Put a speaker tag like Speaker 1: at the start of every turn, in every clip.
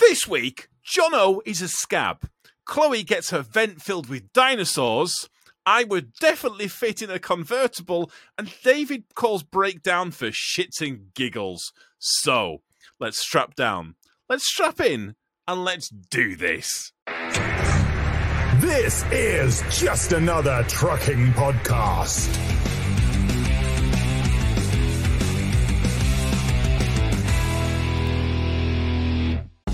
Speaker 1: This week, Jono is a scab. Chloe gets her vent filled with dinosaurs. I would definitely fit in a convertible, and David calls breakdown for shits and giggles. So, let's strap down, let's strap in, and let's do this.
Speaker 2: This is just another trucking podcast.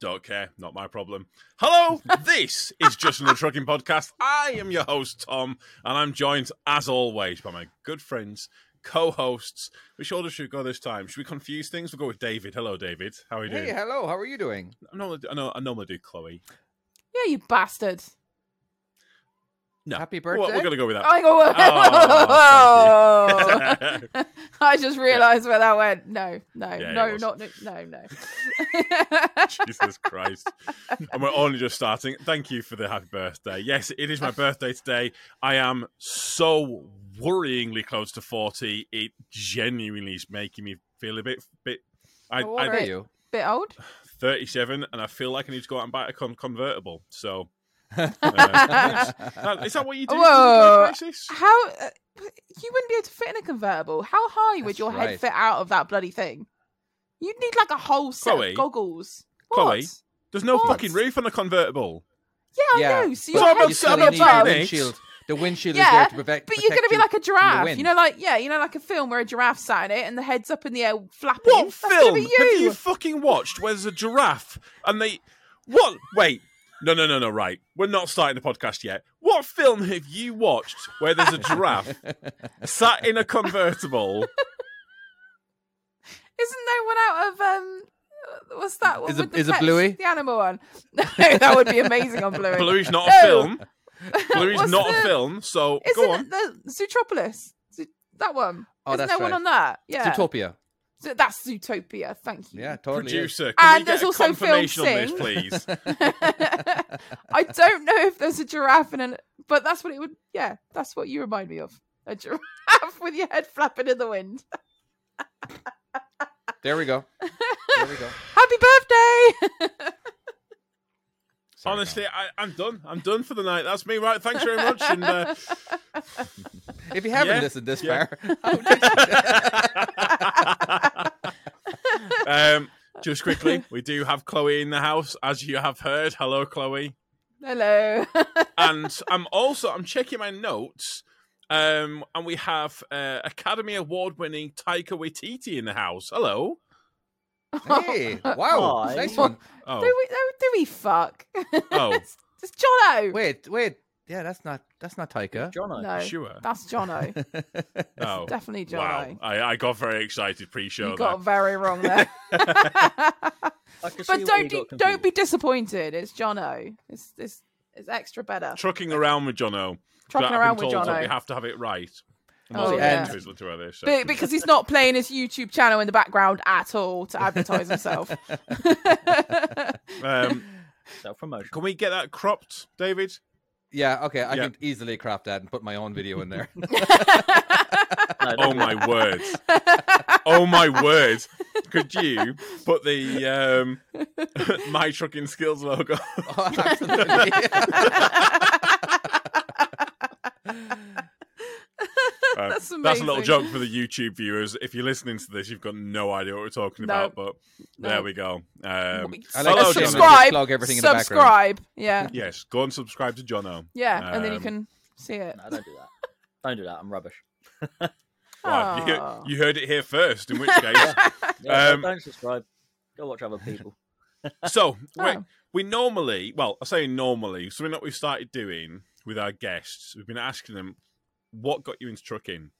Speaker 1: Don't care, not my problem. Hello, this is Just Another Trucking Podcast. I am your host, Tom, and I'm joined, as always, by my good friends, co hosts. Which order should we go this time? Should we confuse things? We'll go with David. Hello, David. How are you doing?
Speaker 3: Hey, hello. How are you doing?
Speaker 1: I, normally, I, know, I normally do Chloe.
Speaker 4: Yeah, you bastard.
Speaker 1: No.
Speaker 3: Happy
Speaker 1: We're- We're,
Speaker 3: birthday?
Speaker 1: going to go with
Speaker 4: I go.
Speaker 1: Uh, Oh, thank you.
Speaker 4: I just realised where that went. No, no,
Speaker 1: Yeah, it
Speaker 4: no,
Speaker 1: was.
Speaker 4: not no, no, no.
Speaker 1: Jesus Christ. And we're only just starting. Thank you for the happy birthday. Yes, it is my birthday today. I am so worryingly close to 40. It genuinely is making me feel a bit bit I,
Speaker 4: How old
Speaker 1: I'm
Speaker 3: How
Speaker 4: are
Speaker 3: are
Speaker 4: Great.
Speaker 3: you?
Speaker 4: Bit old.
Speaker 1: 37 and I feel like I need to go out and buy a con- convertible. So uh, is that what you do?
Speaker 4: Whoa.
Speaker 1: on a daily basis?
Speaker 4: How uh, you wouldn't be able to fit in a convertible? How high would
Speaker 3: That's
Speaker 4: your head
Speaker 3: right.
Speaker 4: fit out of that bloody thing? You'd need like a whole set
Speaker 1: Chloe?
Speaker 4: of goggles.
Speaker 1: Chloe?
Speaker 4: What?
Speaker 1: There's no
Speaker 4: What?
Speaker 1: fucking roof on a convertible.
Speaker 4: Yeah, I
Speaker 3: yeah.
Speaker 4: know. So
Speaker 3: but
Speaker 4: your
Speaker 1: So I'm
Speaker 4: head
Speaker 1: not-
Speaker 3: you
Speaker 4: would
Speaker 1: so
Speaker 3: still
Speaker 1: I'm
Speaker 4: be
Speaker 1: not
Speaker 3: need
Speaker 1: saying
Speaker 4: above.
Speaker 3: the
Speaker 1: it.
Speaker 3: windshield. The windshield
Speaker 4: Yeah,
Speaker 3: is there to protect.
Speaker 4: But you're going to
Speaker 3: protect
Speaker 4: be
Speaker 3: you
Speaker 4: like a
Speaker 3: from the
Speaker 4: giraffe,
Speaker 3: wind.
Speaker 4: you know, like yeah, you know, like a film where a giraffe sat in it and the head's up in the air flapping.
Speaker 1: What
Speaker 4: That's gonna
Speaker 1: film
Speaker 4: Be
Speaker 1: have
Speaker 4: you.
Speaker 1: you fucking watched where there's a giraffe and they. What? Wait. No, no, no, no, right. We're not starting the podcast yet. What film have you watched where there's a giraffe sat in a convertible?
Speaker 4: Isn't there one out of um? What's that one?
Speaker 3: Is it-
Speaker 4: with the
Speaker 3: is it
Speaker 4: pets?
Speaker 3: Bluey?
Speaker 4: The animal one. No, that would be amazing on Bluey.
Speaker 1: Bluey's not
Speaker 4: No.
Speaker 1: a film. Bluey's
Speaker 4: Oh. What's
Speaker 1: not a
Speaker 4: the-
Speaker 1: film, so
Speaker 4: Isn't
Speaker 1: go on.
Speaker 4: it the Zootropolis? Zoo- that one.
Speaker 3: Oh,
Speaker 4: Isn't
Speaker 3: that's
Speaker 4: there one
Speaker 3: right.
Speaker 4: on that? Yeah.
Speaker 3: Zootopia.
Speaker 4: Zo- that's Zootopia. Thank you.
Speaker 3: Yeah, totally. is.
Speaker 1: Producer, can we
Speaker 4: And
Speaker 1: get
Speaker 4: there's
Speaker 1: a
Speaker 4: also Film
Speaker 1: confirmation on this,
Speaker 4: Sing.
Speaker 1: please?
Speaker 4: I don't know if there's a giraffe in an, but that's what it would. Yeah, that's what you remind me of. A giraffe with your head flapping in the wind.
Speaker 3: There we go. There we go.
Speaker 4: Happy birthday!
Speaker 3: Sorry,
Speaker 1: Honestly, I, I'm done. I'm done for the night. That's me, right? Thanks very much. And uh,
Speaker 3: Tom. if you haven't
Speaker 1: Yeah,
Speaker 3: listened this
Speaker 1: yeah.
Speaker 3: far,
Speaker 1: um, just quickly, we do have Chloe in the house, as you have heard. Hello, Chloe.
Speaker 4: Hello.
Speaker 1: and I'm also I'm checking my notes. Um, and we have uh, Academy Award winning Taika Waititi in the house. Hello.
Speaker 3: hey, wow,
Speaker 5: Hi.
Speaker 3: nice one.
Speaker 1: Oh,
Speaker 4: Do we? oh, Do we fuck?
Speaker 1: oh,
Speaker 4: It's Jono.
Speaker 3: Wait, wait. Yeah, that's not that's not Taika.
Speaker 5: Jono.
Speaker 4: no,
Speaker 1: sure.
Speaker 4: that's Jono.
Speaker 1: Oh,
Speaker 4: Definitely
Speaker 1: wow.
Speaker 4: Jono.
Speaker 1: I, I got very excited pre-show.
Speaker 4: You
Speaker 1: there.
Speaker 4: got very wrong there.
Speaker 5: I can see
Speaker 4: but
Speaker 5: why
Speaker 4: don't
Speaker 5: you
Speaker 4: be-
Speaker 5: got
Speaker 4: don't be
Speaker 5: confused.
Speaker 4: disappointed. It's Jono. It's this. It's extra better.
Speaker 1: Trucking around with Jono.
Speaker 4: Trucking
Speaker 1: But I've
Speaker 4: around
Speaker 1: been
Speaker 4: with
Speaker 1: told that We
Speaker 4: Jono.
Speaker 1: have to have it right. I'm
Speaker 4: Oh,
Speaker 1: also
Speaker 4: yeah.
Speaker 1: listening to his little earlier, so-
Speaker 4: Be- because he's not playing his YouTube channel in the background at all to advertise himself.
Speaker 1: um,
Speaker 5: self-promotion.
Speaker 1: can we get that cropped, David?
Speaker 3: Yeah, okay, I
Speaker 1: Yeah.
Speaker 3: can easily crop that and put my own video in there.
Speaker 5: No,
Speaker 1: Oh
Speaker 5: don't worry.
Speaker 1: my word! Oh my word! Could you put the um, my trucking skills logo?
Speaker 3: oh, absolutely.
Speaker 1: Uh,
Speaker 4: That's
Speaker 1: that's a little
Speaker 4: amazing.
Speaker 1: joke for the YouTube viewers. If you're listening to this, you've got no idea what we're talking
Speaker 4: No.
Speaker 1: about, but
Speaker 4: No.
Speaker 1: there we go. Um,
Speaker 3: I
Speaker 1: like Hello,
Speaker 3: to
Speaker 1: Jono.
Speaker 4: subscribe.
Speaker 3: Plug everything in the background.
Speaker 4: subscribe. Yeah.
Speaker 1: yes, go and subscribe to Jono.
Speaker 4: Yeah. and then you
Speaker 1: Um,
Speaker 4: can see it.
Speaker 5: No, don't do that. Don't do that. I'm rubbish.
Speaker 1: Wow,
Speaker 4: Aw.
Speaker 1: you, you heard it here first, in which case.
Speaker 5: Yeah,
Speaker 1: Um,
Speaker 5: don't subscribe. Go watch other people.
Speaker 1: so, we,
Speaker 4: Oh.
Speaker 1: we normally, well, I say normally, something that we've started doing with our guests, we've been asking them, what got you into trucking?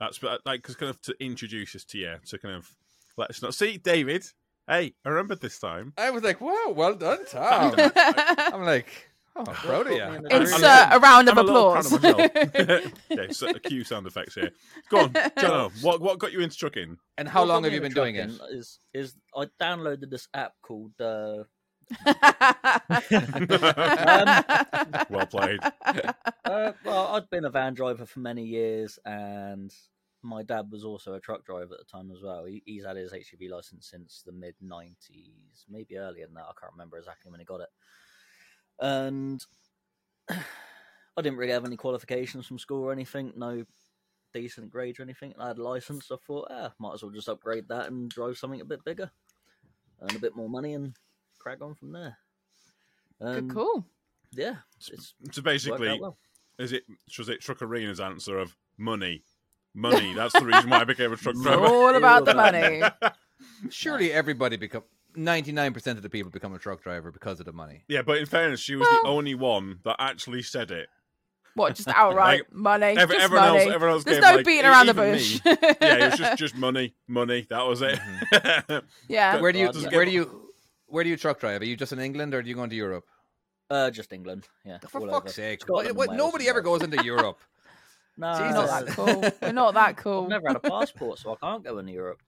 Speaker 1: uh, That's what- like, 'cause kind of to introduce us to you, to kind of let us know. See, David, Hey, I remembered this time.
Speaker 3: I was like, wow, well done, Tom. I'm like, oh, proud of
Speaker 5: Put me in
Speaker 3: you.
Speaker 5: the
Speaker 1: I'm-
Speaker 4: Insert
Speaker 1: I'm-
Speaker 4: a round of
Speaker 1: I'm a little proud
Speaker 4: applause.
Speaker 1: of myself. yeah, so, a cue sound effects here. Go on, John. What what got you into trucking?
Speaker 3: And how
Speaker 5: What got
Speaker 3: long
Speaker 5: me
Speaker 3: have you been
Speaker 5: into
Speaker 3: doing it?
Speaker 5: trucking Is is I downloaded this app called uh,
Speaker 1: Well played.
Speaker 5: uh, well, I'd been a van driver for many years, and my dad was also a truck driver at the time as well. He, he's had his HGV license since the mid '90s, maybe earlier than that. I can't remember exactly when he got it. And I didn't really have any qualifications from school or anything, no decent grades or anything. I had a license, so I thought, ah, might as well just upgrade that and drive something a bit bigger, earn a bit more money, and crack on from there.
Speaker 4: Good
Speaker 1: Um,
Speaker 5: And,
Speaker 4: call.
Speaker 5: Yeah, it's
Speaker 1: So
Speaker 5: worked
Speaker 1: basically,
Speaker 5: out well.
Speaker 1: is it was it Truckerina's answer of money? Money. That's the reason why I became a truck
Speaker 4: It's
Speaker 1: driver.
Speaker 4: all about the
Speaker 5: about
Speaker 4: money.
Speaker 3: Surely everybody become 99% of the people become a truck driver because of the money.
Speaker 1: Yeah, but in fairness, she was the
Speaker 4: Well-
Speaker 1: only one that actually said it.
Speaker 4: What? Just outright money.
Speaker 1: Ev-
Speaker 4: just
Speaker 1: everyone
Speaker 4: money.
Speaker 1: else, everyone else
Speaker 4: There's
Speaker 1: gave,
Speaker 4: no
Speaker 1: like,
Speaker 4: beating
Speaker 1: e-
Speaker 4: around the
Speaker 1: even me.
Speaker 4: bush.
Speaker 1: yeah, it was just just money, money. That was it.
Speaker 4: yeah.
Speaker 3: Where do you
Speaker 5: God, yeah.
Speaker 3: where do you where do you truck drive? Are you just in England or do you go into Europe?
Speaker 5: Uh, just England. Yeah.
Speaker 3: For
Speaker 5: all over.
Speaker 3: fuck's sake. What,
Speaker 5: Scotland and
Speaker 3: what-
Speaker 5: Wales
Speaker 3: nobody
Speaker 5: as
Speaker 3: ever
Speaker 5: well.
Speaker 3: goes into Europe.
Speaker 5: No,
Speaker 4: We're
Speaker 3: Jesus.
Speaker 4: not that cool. We're not that
Speaker 5: I've
Speaker 4: cool.
Speaker 5: never had a passport, so I can't go into Europe.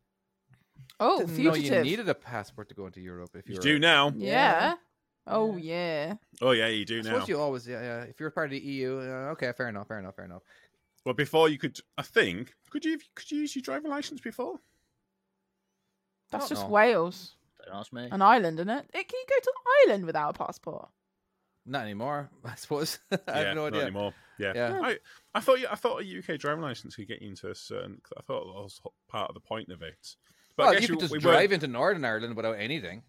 Speaker 4: Oh,
Speaker 3: Didn't know
Speaker 4: fugitive.
Speaker 3: you needed a passport to go into Europe if
Speaker 1: you
Speaker 3: you're
Speaker 1: do now.
Speaker 4: yeah. Oh yeah.
Speaker 1: Oh yeah, you do
Speaker 3: I
Speaker 1: now.
Speaker 3: suppose you always yeah, yeah. If you're part of the EU, uh, okay, fair enough, fair enough, fair enough.
Speaker 1: Well, before you could, I think, could you could you use your driver license before?
Speaker 4: That's
Speaker 3: Don't
Speaker 4: just
Speaker 3: know.
Speaker 4: Wales,
Speaker 5: Don't ask me.
Speaker 4: an island, isn't it? it? Can you go to Ireland without a passport?
Speaker 3: Not anymore, I suppose. I
Speaker 1: Yeah,
Speaker 3: have no
Speaker 1: not
Speaker 3: idea.
Speaker 1: anymore. Yeah.
Speaker 3: Yeah.
Speaker 1: I, I thought you, I thought a UK driving license could get you into a certain. I thought that was part of the point of it. But I
Speaker 3: well,
Speaker 1: guess
Speaker 3: you could just
Speaker 1: we weren't-
Speaker 3: drive into Northern Ireland without anything,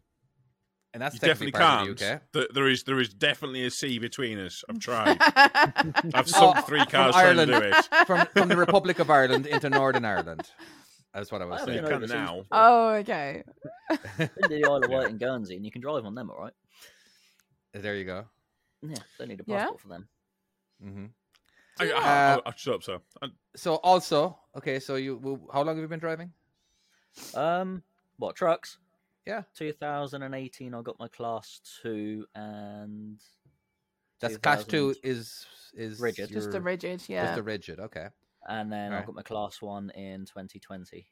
Speaker 3: and that's
Speaker 1: You
Speaker 3: technically
Speaker 1: definitely
Speaker 3: part
Speaker 1: can't.
Speaker 3: of the UK.
Speaker 1: Th- There is there is definitely a sea between us. I've tried. I've
Speaker 3: Oh,
Speaker 1: sunk three cars trying to
Speaker 3: Ireland.
Speaker 1: do it.
Speaker 3: from from the Republic of Ireland into Northern Ireland. That's what I
Speaker 5: I
Speaker 3: was
Speaker 5: haven't
Speaker 1: You
Speaker 3: saying.
Speaker 5: been
Speaker 1: can
Speaker 5: overseas
Speaker 1: now.
Speaker 5: before.
Speaker 4: oh, okay.
Speaker 5: Been to the Isle of
Speaker 1: Yeah.
Speaker 5: Wight and Guernsey, and you can drive on them, all right?
Speaker 3: There you go.
Speaker 5: Yeah, don't need a
Speaker 4: Yeah.
Speaker 5: passport for them.
Speaker 3: hmm
Speaker 5: Mm-hmm.
Speaker 1: I, I,
Speaker 3: Uh,
Speaker 1: I, I shut up, sir. I,
Speaker 3: So also, okay, so you well, how long have you been driving?
Speaker 5: Um, what trucks?
Speaker 3: Yeah.
Speaker 5: 2018, I got my class two, and
Speaker 3: That's class two
Speaker 5: 2000.
Speaker 3: is is
Speaker 5: Rigid.
Speaker 4: Just a
Speaker 3: your-
Speaker 4: rigid, yeah.
Speaker 3: Just a rigid. Okay.
Speaker 5: and then I
Speaker 3: Right.
Speaker 5: got my class one in 2020.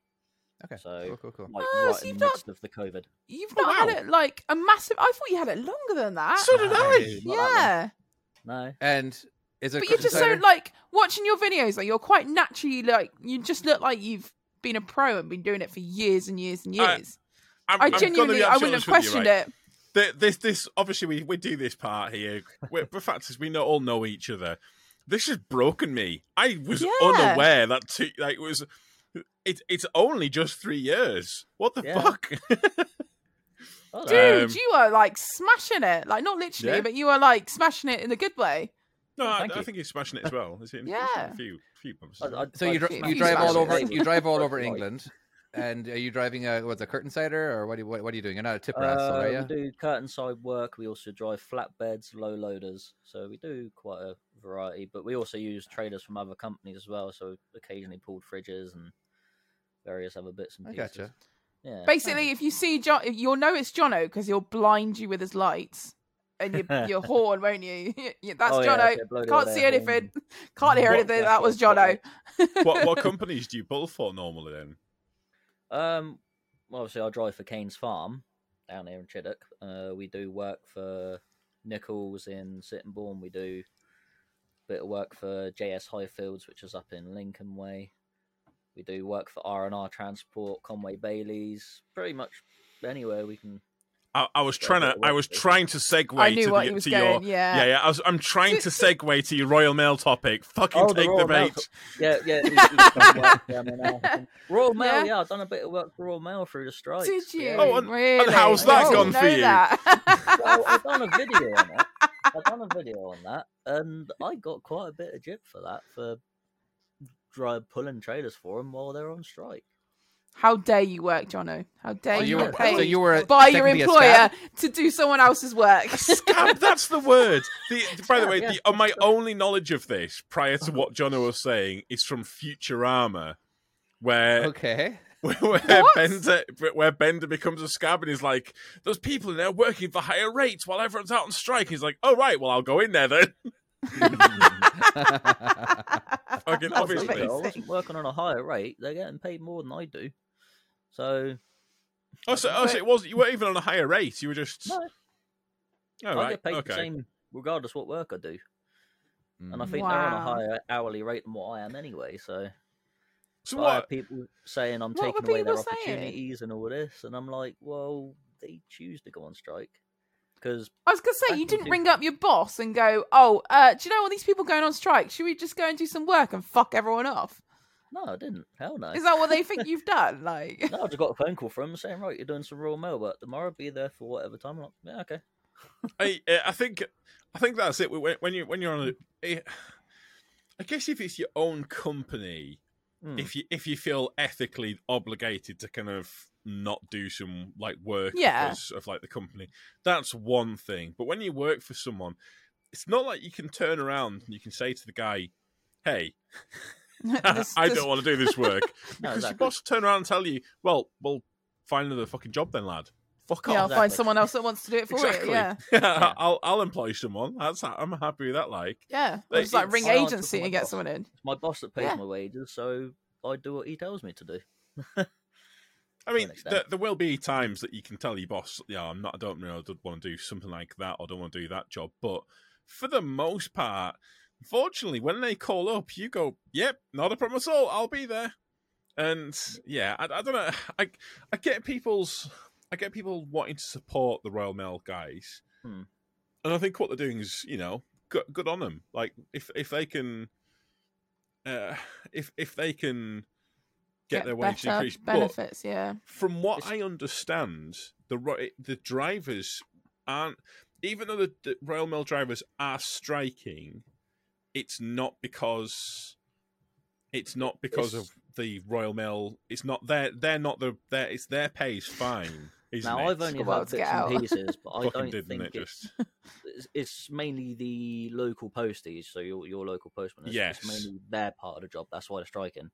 Speaker 3: Okay.
Speaker 5: So-
Speaker 3: cool, cool, cool.
Speaker 5: Like
Speaker 4: Ah,
Speaker 5: right
Speaker 4: so
Speaker 5: in
Speaker 4: you've
Speaker 5: the
Speaker 4: not-
Speaker 5: midst of the COVID.
Speaker 4: You've
Speaker 1: Oh,
Speaker 4: not
Speaker 1: wow.
Speaker 4: had it like a massive. I thought you had it longer than that.
Speaker 1: so did I.
Speaker 5: Not that long.
Speaker 4: yeah,
Speaker 5: No.
Speaker 3: And is it?
Speaker 4: but you just so
Speaker 3: considered-
Speaker 4: like watching your videos. Like you're quite naturally like you just look like you've been a pro and been doing it for years and years and
Speaker 1: I-
Speaker 4: years.
Speaker 1: I'm,
Speaker 4: I
Speaker 1: I'm gonna be
Speaker 4: genuinely, I
Speaker 1: absolutely
Speaker 4: wouldn't have
Speaker 1: honest with you,
Speaker 4: questioned
Speaker 1: right?
Speaker 4: it.
Speaker 1: Th this this obviously we, we do this part here. We're, the fact is we know, all know each other. This has broken me. I was
Speaker 4: Yeah.
Speaker 1: unaware that two, like it was. It, it's only just three years. What the
Speaker 5: Yeah.
Speaker 1: fuck?
Speaker 5: Oh,
Speaker 1: Dude.
Speaker 4: Dude,
Speaker 1: Um,
Speaker 4: you are like smashing it. Like not literally,
Speaker 1: Yeah.
Speaker 4: but you are like smashing it in a good way.
Speaker 1: no, I,
Speaker 5: thank
Speaker 1: I
Speaker 5: you.
Speaker 1: think he's smashing it as well. Is it? it's
Speaker 4: Yeah.
Speaker 1: A few few bumps.
Speaker 5: I- I-
Speaker 3: So
Speaker 5: I
Speaker 3: you, dri-
Speaker 5: keep
Speaker 3: you
Speaker 4: Huge
Speaker 3: drive all
Speaker 4: basket.
Speaker 3: over
Speaker 5: Right.
Speaker 3: you drive all over
Speaker 5: Right.
Speaker 3: England, and are you driving a what's a curtain cider or what are you, what, what are you doing? You're not a tipper
Speaker 5: Uh,
Speaker 3: asshole, are
Speaker 5: We
Speaker 3: you?
Speaker 5: do curtain side work. We also drive flatbeds, low loaders. So we do quite a variety, but we also use trailers from other companies as well. So occasionally pulled fridges and various other bits and
Speaker 3: I
Speaker 5: pieces.
Speaker 3: gotcha.
Speaker 5: Yeah.
Speaker 4: Basically, if you see John, you'll know it's Jono because he'll blind you with his lights and your your horn, won't you? Yeah, That's
Speaker 5: Oh, yeah,
Speaker 4: Jono.
Speaker 5: if they blow the
Speaker 4: Can't
Speaker 5: air
Speaker 4: see
Speaker 5: horn.
Speaker 4: anything. Can't hear
Speaker 1: What-
Speaker 4: anything.
Speaker 5: that's
Speaker 4: That
Speaker 5: what
Speaker 4: was
Speaker 5: it's got
Speaker 4: Jono.
Speaker 5: like.
Speaker 1: what what companies do you bull for normally then?
Speaker 5: Um, well, obviously, I drive for Kane's Farm down here in Chiddock. Uh, we do work for Nichols in Sittingbourne. We do a bit of work for JS Highfields, which is up in Lincoln Way. We do work for R and R Transport, Conway Bailey's, pretty much anywhere we can.
Speaker 1: I, I was
Speaker 5: Yeah,
Speaker 1: trying to
Speaker 5: what-
Speaker 1: I
Speaker 5: what-
Speaker 1: was trying to segue
Speaker 4: I knew
Speaker 1: to,
Speaker 4: what
Speaker 1: the,
Speaker 4: he was
Speaker 1: to
Speaker 4: going.
Speaker 1: your
Speaker 4: yeah.
Speaker 1: yeah yeah. I was, I'm trying to segue to your Royal Mail topic. Fucking
Speaker 5: Oh, the
Speaker 1: take the
Speaker 5: Royal Mail
Speaker 1: bait.
Speaker 5: Yeah, yeah. we- we can work down in Alton. Royal Mail,
Speaker 4: Yeah.
Speaker 5: yeah. I've done a bit of work for Royal Mail through the strikes.
Speaker 4: Did you?
Speaker 5: yeah.
Speaker 1: Oh, and-
Speaker 4: really?
Speaker 1: how's
Speaker 4: I
Speaker 1: that
Speaker 4: didn't
Speaker 1: gone for
Speaker 4: know
Speaker 1: you?
Speaker 4: that.
Speaker 5: well, I've done a video on it. I've done a video on that, and I got quite a bit of jip for that for dry pulling trailers for them while they're on strike.
Speaker 4: How dare you work, Jono? How dare
Speaker 3: So
Speaker 4: you,
Speaker 3: you
Speaker 4: get
Speaker 3: were
Speaker 4: paid
Speaker 3: so you were a-
Speaker 4: by your
Speaker 3: technically a
Speaker 4: employer
Speaker 3: scab?
Speaker 4: to do someone else's work?
Speaker 1: Scab, that's the word. The, by the
Speaker 5: Scab,
Speaker 1: way,
Speaker 5: yeah.
Speaker 1: the, uh, my only knowledge of this prior to what Jono was saying is from Futurama, where
Speaker 3: Okay.
Speaker 1: where, where
Speaker 4: What?
Speaker 1: Bender where Bender becomes a scab and he's like, "Those people in there working for higher rates while everyone's out on strike." He's like, "Oh right, well I'll go in there then."
Speaker 3: Mm.
Speaker 1: Fucking
Speaker 4: That's
Speaker 1: obviously.
Speaker 5: I
Speaker 4: amazing.
Speaker 5: wasn't working on a higher rate. They're getting paid more than I do. So
Speaker 1: Oh, so, oh, so it was you weren't even on a higher rate. You were just
Speaker 5: No.
Speaker 1: Oh,
Speaker 5: I
Speaker 1: right,
Speaker 5: get paid
Speaker 1: okay.
Speaker 5: the same regardless what work I do. And I
Speaker 3: Mm.
Speaker 5: think they're on a
Speaker 4: Wow.
Speaker 5: higher hourly rate than what I am anyway. So
Speaker 1: So
Speaker 5: But I
Speaker 1: what?
Speaker 5: have people saying I'm
Speaker 4: What were
Speaker 5: taking away their
Speaker 4: people saying?
Speaker 5: opportunities and all this, and I'm like, well, they choose to go on strike because
Speaker 4: I was gonna say
Speaker 5: Back
Speaker 4: you
Speaker 5: in
Speaker 4: didn't
Speaker 5: two-
Speaker 4: ring up your boss and go, "Oh, uh, do you know all these people going on strike? Should we just go and do some work and fuck everyone off?"
Speaker 5: no, I didn't. Hell no.
Speaker 4: Is that what they think you've done? Like,
Speaker 5: no, I just got a phone call from them saying, right, you're doing some Royal Mail work tomorrow. Be there for whatever time. I'm like, yeah, okay.
Speaker 1: I uh, I think I think that's it. When, when you when you're on a, eh, I guess if it's your own company,
Speaker 5: Hmm.
Speaker 1: if you if you feel ethically obligated to kind of not do some like work
Speaker 4: Yeah.
Speaker 1: because of like the company, that's one thing. But when you work for someone, it's not like you can turn around and you can say to the guy, "Hey,
Speaker 4: this-
Speaker 1: I
Speaker 4: this-
Speaker 1: don't want to do this work," because your
Speaker 5: exactly.
Speaker 1: boss will turn around and tell you, "Well, well, find another fucking job then, lad." Fuck
Speaker 4: Yeah, I'll
Speaker 1: off.
Speaker 4: find
Speaker 5: Exactly.
Speaker 4: someone else that wants to do it for
Speaker 1: Exactly.
Speaker 4: you. Yeah,
Speaker 1: I'll I'll employ someone. That's I'm happy with that. Like,
Speaker 4: yeah.
Speaker 1: But
Speaker 4: Or just like
Speaker 1: it's-
Speaker 4: ring
Speaker 5: I answer
Speaker 4: agency
Speaker 5: for my
Speaker 4: and get
Speaker 5: boss.
Speaker 4: someone in.
Speaker 5: It's my boss that pays
Speaker 4: Yeah.
Speaker 5: my wages, so I do what he tells me to do.
Speaker 1: I mean,
Speaker 5: an extent.
Speaker 1: there, there will be times that you can tell your boss, "Yeah, I'm not. I don't really want to do something like that, or don't want to do that job." But for the most part, fortunately, when they call up, you go, "Yep, not a problem at all. I'll be there." And yeah, I, I don't know. I I get people's I get people wanting to support the Royal Mail guys,
Speaker 5: Hmm.
Speaker 1: and I think what they're doing is, you know, good, good on them. Like if if they can, uh, if if they can get, their wages
Speaker 4: better
Speaker 1: increased, but
Speaker 4: benefits. Yeah,
Speaker 1: from what
Speaker 5: It's-
Speaker 1: I understand, the ri- the drivers aren't. Even though the, the Royal Mail drivers are striking, it's not because it's not because
Speaker 5: It's-
Speaker 1: of the Royal Mail. It's not their they're not the their it's their pay is fine. Isn't
Speaker 5: Now
Speaker 1: it?
Speaker 5: I've only
Speaker 4: Come on,
Speaker 5: heard
Speaker 4: let's
Speaker 5: bits
Speaker 4: get
Speaker 5: and
Speaker 4: out.
Speaker 5: pieces, but I
Speaker 1: Fucking
Speaker 5: don't
Speaker 1: didn't
Speaker 5: think
Speaker 1: it
Speaker 5: it's,
Speaker 1: just?
Speaker 5: it's it's mainly the local postage, so your your local postman. It's, it's
Speaker 1: Yes.
Speaker 5: mainly their part of the job. That's why they're striking.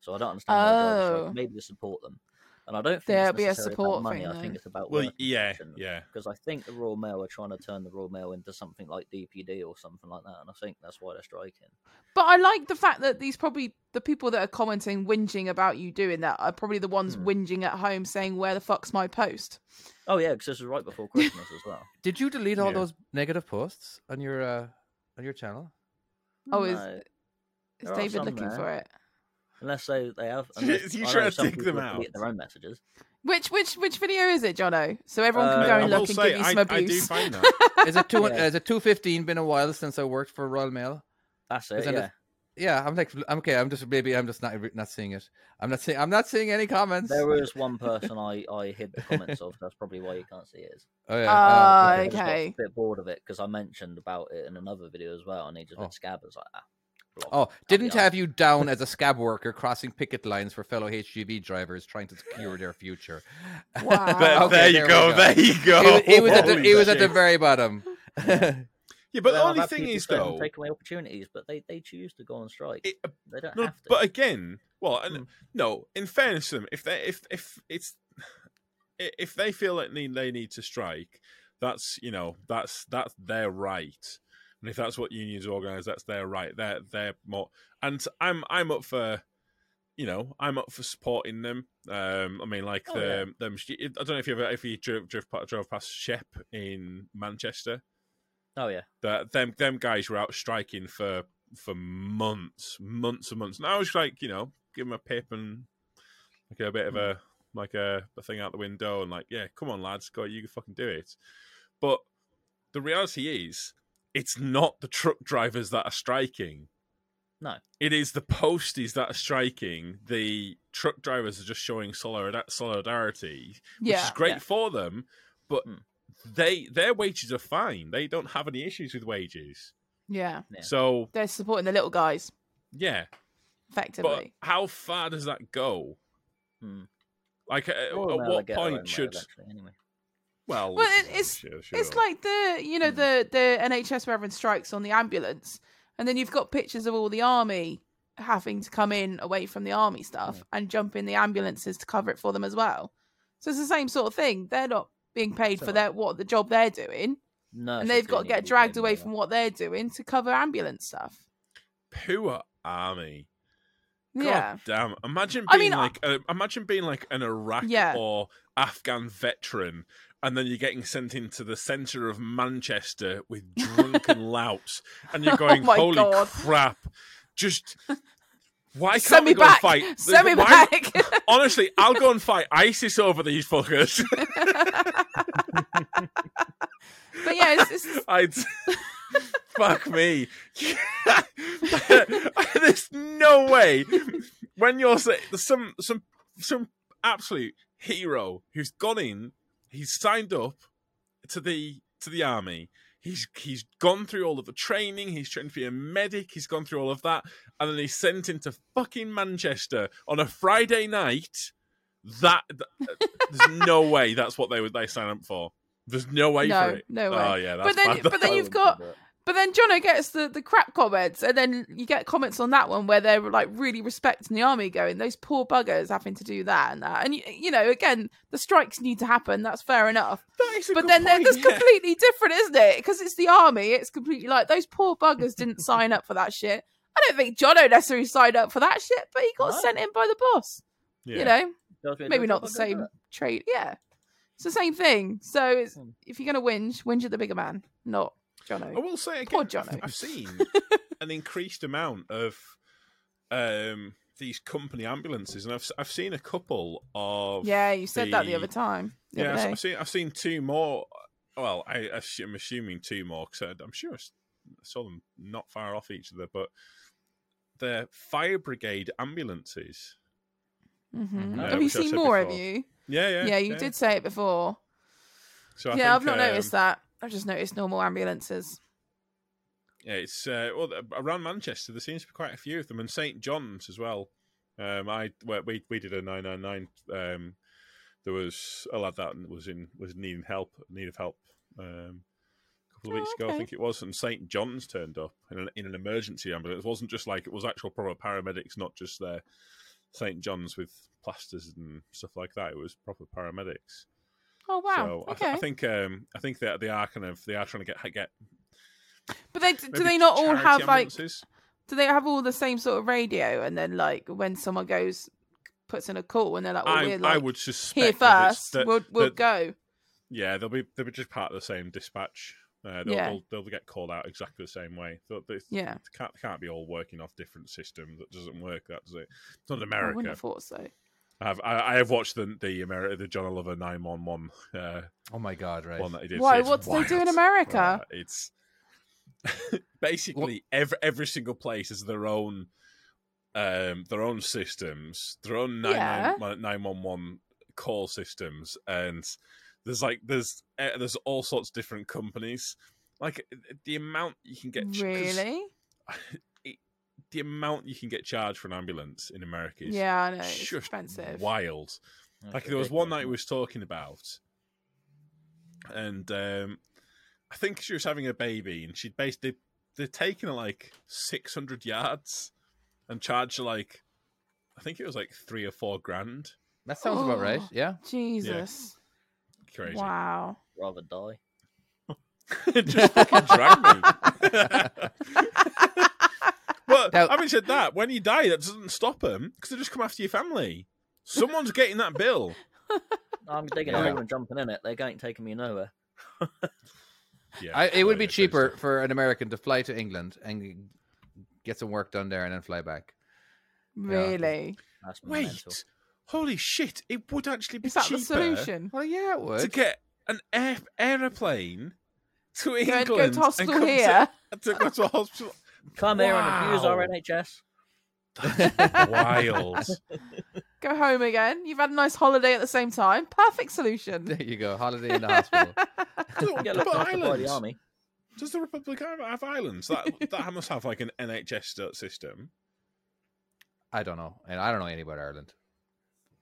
Speaker 5: So I don't understand. why they're striking.
Speaker 4: Oh.
Speaker 5: maybe to support them, and I don't think
Speaker 4: There'll
Speaker 5: it's
Speaker 4: be a
Speaker 5: necessarily about
Speaker 4: support
Speaker 5: money.
Speaker 4: thing,
Speaker 5: I think
Speaker 4: though.
Speaker 5: it's about
Speaker 1: Well,
Speaker 5: working
Speaker 1: yeah,
Speaker 5: conditions.
Speaker 1: yeah.
Speaker 5: Because I think the Royal Mail are trying to turn the Royal Mail into something like DPD or something like that, and I think that's why they're striking.
Speaker 4: but I like the fact that these probably the people that are commenting, whinging about you doing that, are probably the ones
Speaker 5: Hmm.
Speaker 4: whinging at home saying, "Where the fuck's my post?"
Speaker 5: Oh yeah, because this was right before Christmas as well.
Speaker 3: Did you delete all
Speaker 1: Yeah.
Speaker 3: those negative posts on your uh, on your channel?
Speaker 4: Oh, is-
Speaker 5: No,
Speaker 4: Is
Speaker 5: There are
Speaker 4: David
Speaker 5: some
Speaker 4: looking
Speaker 5: there.
Speaker 4: for it?
Speaker 5: unless they they have.
Speaker 1: You-
Speaker 5: Unless,
Speaker 1: you
Speaker 5: I know
Speaker 1: try to
Speaker 5: some
Speaker 1: dig
Speaker 5: people
Speaker 1: them
Speaker 5: delete Their own messages.
Speaker 4: Which which which video is it, Jono? So everyone can
Speaker 5: Uh,
Speaker 4: go
Speaker 1: I
Speaker 4: and
Speaker 1: will
Speaker 4: look and
Speaker 1: say,
Speaker 4: give you
Speaker 1: I,
Speaker 4: some
Speaker 1: I do
Speaker 4: abuse.
Speaker 1: find that.
Speaker 3: Is it two?
Speaker 5: Yeah.
Speaker 3: Is it two fifteen? Been a while since I worked for Royal Mail.
Speaker 5: That's it.
Speaker 3: Isn't it-
Speaker 5: yeah.
Speaker 3: Yeah, I'm like, I'm okay. I'm just maybe I'm just not re- not seeing it. I'm not seeing. I'm not seeing any comments.
Speaker 5: There was one person I, I hid the comments of. That's probably why you can't see it. is-
Speaker 3: Oh yeah.
Speaker 4: Uh,
Speaker 3: oh,
Speaker 5: I just got
Speaker 4: Okay.
Speaker 5: a bit bored of it because I mentioned about it in another video as well, and he just
Speaker 3: Oh.
Speaker 5: went scab. I was like, ah, block.
Speaker 3: Oh, didn't
Speaker 5: yeah.
Speaker 3: have you down as a scab worker crossing picket lines for fellow HGV drivers trying to secure their future.
Speaker 1: There,
Speaker 4: Wow.
Speaker 3: Ah, Okay,
Speaker 1: there you
Speaker 3: there we
Speaker 1: go,
Speaker 3: go.
Speaker 1: There you
Speaker 3: He
Speaker 1: go.
Speaker 3: wa- he, was at the,
Speaker 1: Holy
Speaker 3: he was at the
Speaker 1: shit.
Speaker 3: very bottom.
Speaker 1: Yeah, but the
Speaker 5: Well, I've
Speaker 1: only
Speaker 5: had
Speaker 1: thing
Speaker 5: people
Speaker 1: is
Speaker 5: say I'm
Speaker 1: though,
Speaker 5: taking away opportunities, but they, they choose to go on strike.
Speaker 1: it, uh,
Speaker 5: they don't
Speaker 1: No,
Speaker 5: have to.
Speaker 1: but again, well, and,
Speaker 5: Hmm.
Speaker 1: no. In fairness to them, if they if if it's i- if they feel that need, they need to strike, that's you know that's that's their right, and if that's what unions organise, that's their right. They're they're more, and I'm I'm up for. You know, I'm up for supporting them. Um, I mean, like
Speaker 5: Oh, yeah.
Speaker 1: the them. I don't know if you ever if you drove drove, pa- drove past Shep in Manchester.
Speaker 5: oh yeah,
Speaker 1: That them them guys were out striking for for months, months and months. And I was like, you know, give them a pip and like a bit of a like a, a thing out the window and like, yeah, come on lads, go, you can fucking do it. But the reality is, it's not the truck drivers that are striking.
Speaker 5: No.
Speaker 1: it is the posties that are striking. The truck drivers are just showing solidar- solidarity which
Speaker 4: Yeah.
Speaker 1: is great
Speaker 5: Yeah.
Speaker 1: for them, but
Speaker 5: Hmm.
Speaker 1: they their wages are fine. They don't have any issues with wages.
Speaker 4: Yeah.
Speaker 5: Yeah.
Speaker 1: So
Speaker 4: They're supporting the little guys,
Speaker 1: yeah, but
Speaker 4: effectively.
Speaker 1: how far does that go?
Speaker 5: Hmm.
Speaker 1: Like at, at
Speaker 5: Royal Mail will
Speaker 1: what
Speaker 5: get their own
Speaker 1: point
Speaker 5: way
Speaker 1: should
Speaker 5: eventually, anyway.
Speaker 1: well?
Speaker 4: Well, it- it's-
Speaker 1: sure, sure.
Speaker 4: It's like the you know the the NHS where everyone strikes on the ambulance, and then you've got pictures of all the army having to come in away from the army stuff and jump in the ambulances to cover it for them as well. So it's the same sort of thing. They're not being paid
Speaker 5: So-
Speaker 4: for their what the job they're doing,
Speaker 5: No,
Speaker 4: and
Speaker 5: so
Speaker 4: they've
Speaker 5: do
Speaker 4: got to
Speaker 5: need
Speaker 4: get
Speaker 5: be
Speaker 4: dragged
Speaker 5: paid
Speaker 4: away
Speaker 5: more.
Speaker 4: from what they're doing to cover ambulance stuff.
Speaker 1: Poor army. God
Speaker 4: Yeah,
Speaker 1: damn. Imagine being
Speaker 4: I mean, I-
Speaker 1: like uh, imagine being like an Iraq
Speaker 4: Yeah.
Speaker 1: or Afghan veteran and then you're getting sent into the center of Manchester with drunken louts and you're
Speaker 4: Oh
Speaker 1: going
Speaker 4: my
Speaker 1: holy
Speaker 4: God."
Speaker 1: crap. Just why can't
Speaker 4: send
Speaker 1: we
Speaker 4: me
Speaker 1: go
Speaker 4: back.
Speaker 1: and fight?
Speaker 4: Send me
Speaker 1: Why-
Speaker 4: back.
Speaker 1: Honestly, I'll go and fight ISIS over these fuckers.
Speaker 4: but yeah, it's, it's
Speaker 1: I'd fuck me. There's no way when you're say, there's some some some absolute hero who's gone in, he's signed up to the to the army. He's he's gone through all of the training. He's trained to be a medic. He's gone through all of that, and then he's sent into fucking Manchester on a Friday night. That, th- there's no way that's what they would they sign up for. There's no way
Speaker 4: no,
Speaker 1: for it.
Speaker 4: no way.
Speaker 1: Oh yeah, that's
Speaker 4: but then,
Speaker 1: bad.
Speaker 4: but then you've got, but then Jono gets the the crap comments, and then you get comments on that one where they're like really respecting the army, going those poor buggers having to do that and that, and you, you know, again, the strikes need to happen. That's fair enough.
Speaker 1: That is a
Speaker 4: But
Speaker 1: good
Speaker 4: then they're
Speaker 1: point,
Speaker 4: that's
Speaker 1: yeah.
Speaker 4: completely different, isn't it? Because it's the army. It's completely like those poor buggers didn't sign up for that shit. I don't think Jono necessarily signed up for that shit, but he got
Speaker 5: No.
Speaker 4: sent in by the boss. You know,
Speaker 5: Tells me to do
Speaker 4: maybe
Speaker 5: a
Speaker 4: not
Speaker 5: job,
Speaker 4: the
Speaker 5: I'll go do
Speaker 4: same
Speaker 5: it.
Speaker 4: trade. Yeah, it's the same thing. So it's,
Speaker 5: Hmm.
Speaker 4: if you're gonna whinge, whinge at the bigger man, not
Speaker 1: I
Speaker 4: Jono.
Speaker 1: will say again,
Speaker 4: Poor
Speaker 1: I've-
Speaker 4: Jono.
Speaker 1: I've seen an increased amount of um, these company ambulances, and I've s- I've seen a couple of
Speaker 4: Yeah, you said that the
Speaker 1: the-
Speaker 4: other time. The
Speaker 1: yeah.
Speaker 4: other
Speaker 1: I've,
Speaker 4: day.
Speaker 1: I've seen I've seen two more. Well, I, I'm assuming two more because I'm sure I s- saw them not far off each other, but they're fire brigade ambulances.
Speaker 4: Mhm.
Speaker 1: Yeah,
Speaker 4: have you
Speaker 1: which I
Speaker 4: seen
Speaker 1: said
Speaker 4: more of
Speaker 1: before.
Speaker 4: you?
Speaker 1: Yeah, yeah,
Speaker 4: Yeah, you did say it before.
Speaker 1: So I
Speaker 4: yeah, I've
Speaker 1: think,
Speaker 4: not noticed
Speaker 1: um,
Speaker 4: that. I've just noticed normal ambulances.
Speaker 1: Yeah, it's uh, well th- around Manchester. There seems to be quite a few of them, and St John's as well. Um, I well, we we did a nine nine nine. Um, there was a lad that was in was needing help, need of help. Um, a couple of
Speaker 4: Oh,
Speaker 1: weeks ago, I
Speaker 4: okay.
Speaker 1: think it was, and St John's turned up in an in an emergency ambulance. It wasn't just like it was actual proper paramedics, not just their St John's with plasters and stuff like that. It was proper paramedics.
Speaker 4: Oh wow.
Speaker 1: so I,
Speaker 4: okay.
Speaker 1: th- I think um, I think that they are kind of they are trying to get get.
Speaker 4: but they do
Speaker 1: maybe
Speaker 4: they not all
Speaker 1: charity
Speaker 4: have like
Speaker 1: ambulances.
Speaker 4: do they have all the same sort of radio and then like when someone goes puts in a call and they're like, well,
Speaker 1: I,
Speaker 4: we're
Speaker 1: I
Speaker 4: like
Speaker 1: would suspect
Speaker 4: here
Speaker 1: that it's-
Speaker 4: first,
Speaker 1: that-
Speaker 4: we'll we'll
Speaker 1: that-
Speaker 4: go.
Speaker 1: Yeah, they'll be they'll be just part of the same dispatch. Uh, they'll,
Speaker 4: Yeah.
Speaker 1: they'll they'll get called out exactly the same way. So they, they
Speaker 4: Yeah.
Speaker 1: can't they can't be all working off different systems. That doesn't work. That does it. It's not
Speaker 4: I wouldn't
Speaker 1: America.
Speaker 4: have thought so.
Speaker 1: I have I, I have watched the the Ameri- the John Oliver nine one one uh,
Speaker 3: Oh my god, right.
Speaker 1: one that he did.
Speaker 4: Why?
Speaker 1: It's
Speaker 4: What do they do in
Speaker 1: wild.
Speaker 4: America?
Speaker 1: Uh, it's basically every every single place has their own um their own systems, their own
Speaker 4: Yeah.
Speaker 1: 99 911 call systems and there's like there's uh, there's all sorts of different companies. Like eh, the amount you can get 'cause
Speaker 4: Really?
Speaker 1: the amount you can get charged for an ambulance in America is
Speaker 4: Yeah, I know. It's
Speaker 1: just
Speaker 4: expensive.
Speaker 1: wild
Speaker 5: That's
Speaker 1: like there was one
Speaker 5: ridiculous,
Speaker 1: night we
Speaker 5: isn't
Speaker 1: was talking about and um i think she was having a baby and she'd basically they're taking her like 600 yards and charged her like i think it was like three or four grand
Speaker 3: That sounds about right.
Speaker 4: Oh.
Speaker 3: Yeah.
Speaker 4: Jesus.
Speaker 1: crazy
Speaker 4: Wow.
Speaker 5: it? rather die.
Speaker 1: just fucking drag me but
Speaker 3: Now-
Speaker 1: having said that when you die that doesn't stop them because they just come after your family someone's getting that bill
Speaker 5: I'm digging
Speaker 3: Yeah.
Speaker 5: a hole and jumping in it. They ain't taking me nowhere.
Speaker 1: yeah
Speaker 3: I, it would
Speaker 1: no,
Speaker 3: be
Speaker 1: yeah, crazy
Speaker 3: cheaper
Speaker 1: stuff.
Speaker 3: for an American to fly to England and get some work done there and then fly back.
Speaker 4: Really?
Speaker 5: That's
Speaker 1: wait
Speaker 5: mental.
Speaker 1: holy shit it would actually be
Speaker 4: Is that
Speaker 1: cheaper
Speaker 4: the solution?
Speaker 3: Well, yeah, it
Speaker 1: to
Speaker 3: would.
Speaker 1: get an air- aeroplane to
Speaker 4: Go
Speaker 1: England
Speaker 4: and- go to
Speaker 1: and
Speaker 4: hospital
Speaker 1: come
Speaker 4: here.
Speaker 1: To, to go to a hospital.
Speaker 5: Come here and abuse our
Speaker 1: Wow.
Speaker 5: NHS.
Speaker 1: Wild.
Speaker 4: Go home again. You've had a nice holiday at the same time. Perfect solution.
Speaker 3: There you go. Holiday in the hospital.
Speaker 5: Get
Speaker 1: Does,
Speaker 5: looked after by the
Speaker 1: islands.
Speaker 5: army. Oh,
Speaker 1: Does the Republic have, have islands? That that must have like an NHS st- system.
Speaker 3: I don't know. And I don't know anything about Ireland.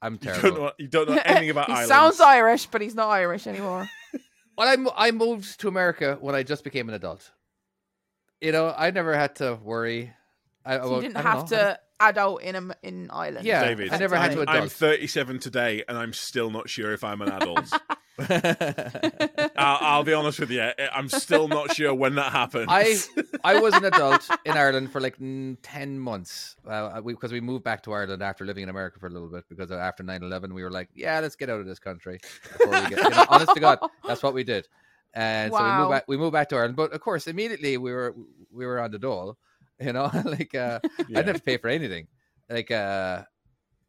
Speaker 3: I'm
Speaker 1: You don't,
Speaker 3: terrible.
Speaker 1: know, you don't know anything about
Speaker 4: he
Speaker 1: islands.
Speaker 4: sounds Irish, but he's not Irish anymore.
Speaker 3: Well, I, mo- I moved to America when I just became an adult. You know, I never had to worry. I,
Speaker 4: So
Speaker 3: well,
Speaker 4: you didn't
Speaker 3: I don't
Speaker 4: have
Speaker 3: know. I
Speaker 4: to adult in Am- in Ireland.
Speaker 3: Yeah,
Speaker 1: David,
Speaker 3: I never had to
Speaker 4: Definitely.
Speaker 1: I'm, I'm
Speaker 3: adult.
Speaker 1: 37 today, and I'm still not sure if I'm an adult. I'll, I'll be honest with you. I'm still not sure when that happened.
Speaker 3: I I was an adult in Ireland for like mm, ten months because uh, we, 'cause we moved back to Ireland after living in America for a little bit because uh, after 9-11 we were like yeah let's get out of this country. Before we get, you know, honest to God, that's what we did, and so we
Speaker 4: Wow.
Speaker 3: moved back we moved back to Ireland. But of course, immediately we were we were on the dole, you know, like uh, I
Speaker 1: Yeah.
Speaker 3: didn't have to pay for anything. Like uh,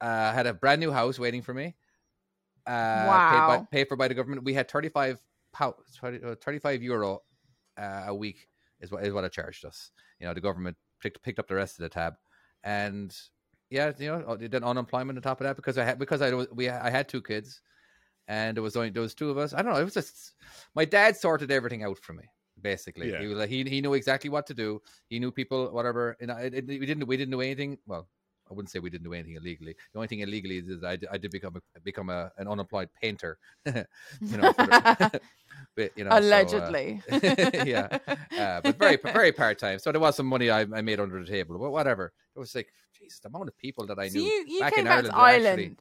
Speaker 3: uh, I had a brand new house waiting for me. Uh, Paid, by,
Speaker 4: Wow.
Speaker 3: paid for by the government. We had thirty five pounds, thirty five euro uh, a week is what is what it charged us. You know, the government picked picked up the rest of the tab, and yeah, you know, uh, then unemployment on top of that because I had because I was- we I had two kids, and it was only those two of us. I don't know. It was just my dad sorted everything out for me. Basically,
Speaker 1: Yeah.
Speaker 3: he was like he he knew exactly what to do. He knew people, whatever. And I, it, we didn't we didn't do anything. Well, I wouldn't say we didn't do anything illegally. The only thing illegally is that I, d- I did become a, become a, an unemployed painter. you know, for the- but, you know, so, uh,
Speaker 4: Allegedly.
Speaker 3: yeah, uh, but very very part time. So there was some money I, I made under the table, but whatever. It was like, Jesus, the amount of people that I
Speaker 4: So
Speaker 3: knew
Speaker 4: you, you
Speaker 3: back
Speaker 4: came
Speaker 3: in
Speaker 4: back
Speaker 3: Ireland.
Speaker 4: to
Speaker 3: that actually-
Speaker 4: Ireland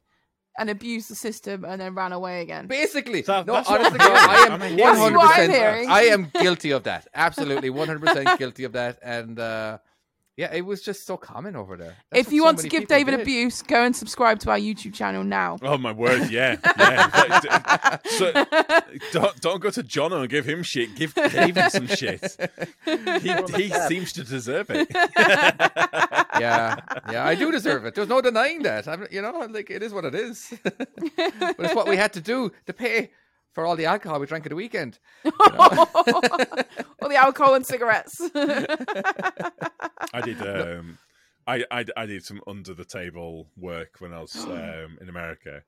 Speaker 4: and abused the system and then ran away again.
Speaker 3: Basically,
Speaker 1: So
Speaker 3: no,
Speaker 1: that's what
Speaker 3: honestly,
Speaker 1: I'm
Speaker 3: I
Speaker 1: hearing. I'm
Speaker 3: am one
Speaker 1: hearing-
Speaker 3: hundred
Speaker 4: That's what I'm
Speaker 3: percent.
Speaker 4: hearing.
Speaker 3: I am guilty of that. Absolutely, one hundred percent guilty of that. And uh, yeah, it was just so common over there. That's
Speaker 4: if
Speaker 3: what
Speaker 4: you
Speaker 3: so
Speaker 4: want to
Speaker 3: many
Speaker 4: give
Speaker 3: people
Speaker 4: David
Speaker 3: did.
Speaker 4: abuse, go and subscribe to our YouTube channel now.
Speaker 1: Oh my word! Yeah, yeah. so don't don't go to Jono and give him shit. Give David some shit. He, he seems to deserve it.
Speaker 3: yeah, yeah, I do deserve it. There's no denying that. I'm, you know, like it is what it is. but it's what we had to do to pay for all the alcohol we drank at the weekend.
Speaker 4: All the alcohol and cigarettes.
Speaker 1: I did. Um, I, I I did some under the table work when I was um, in America,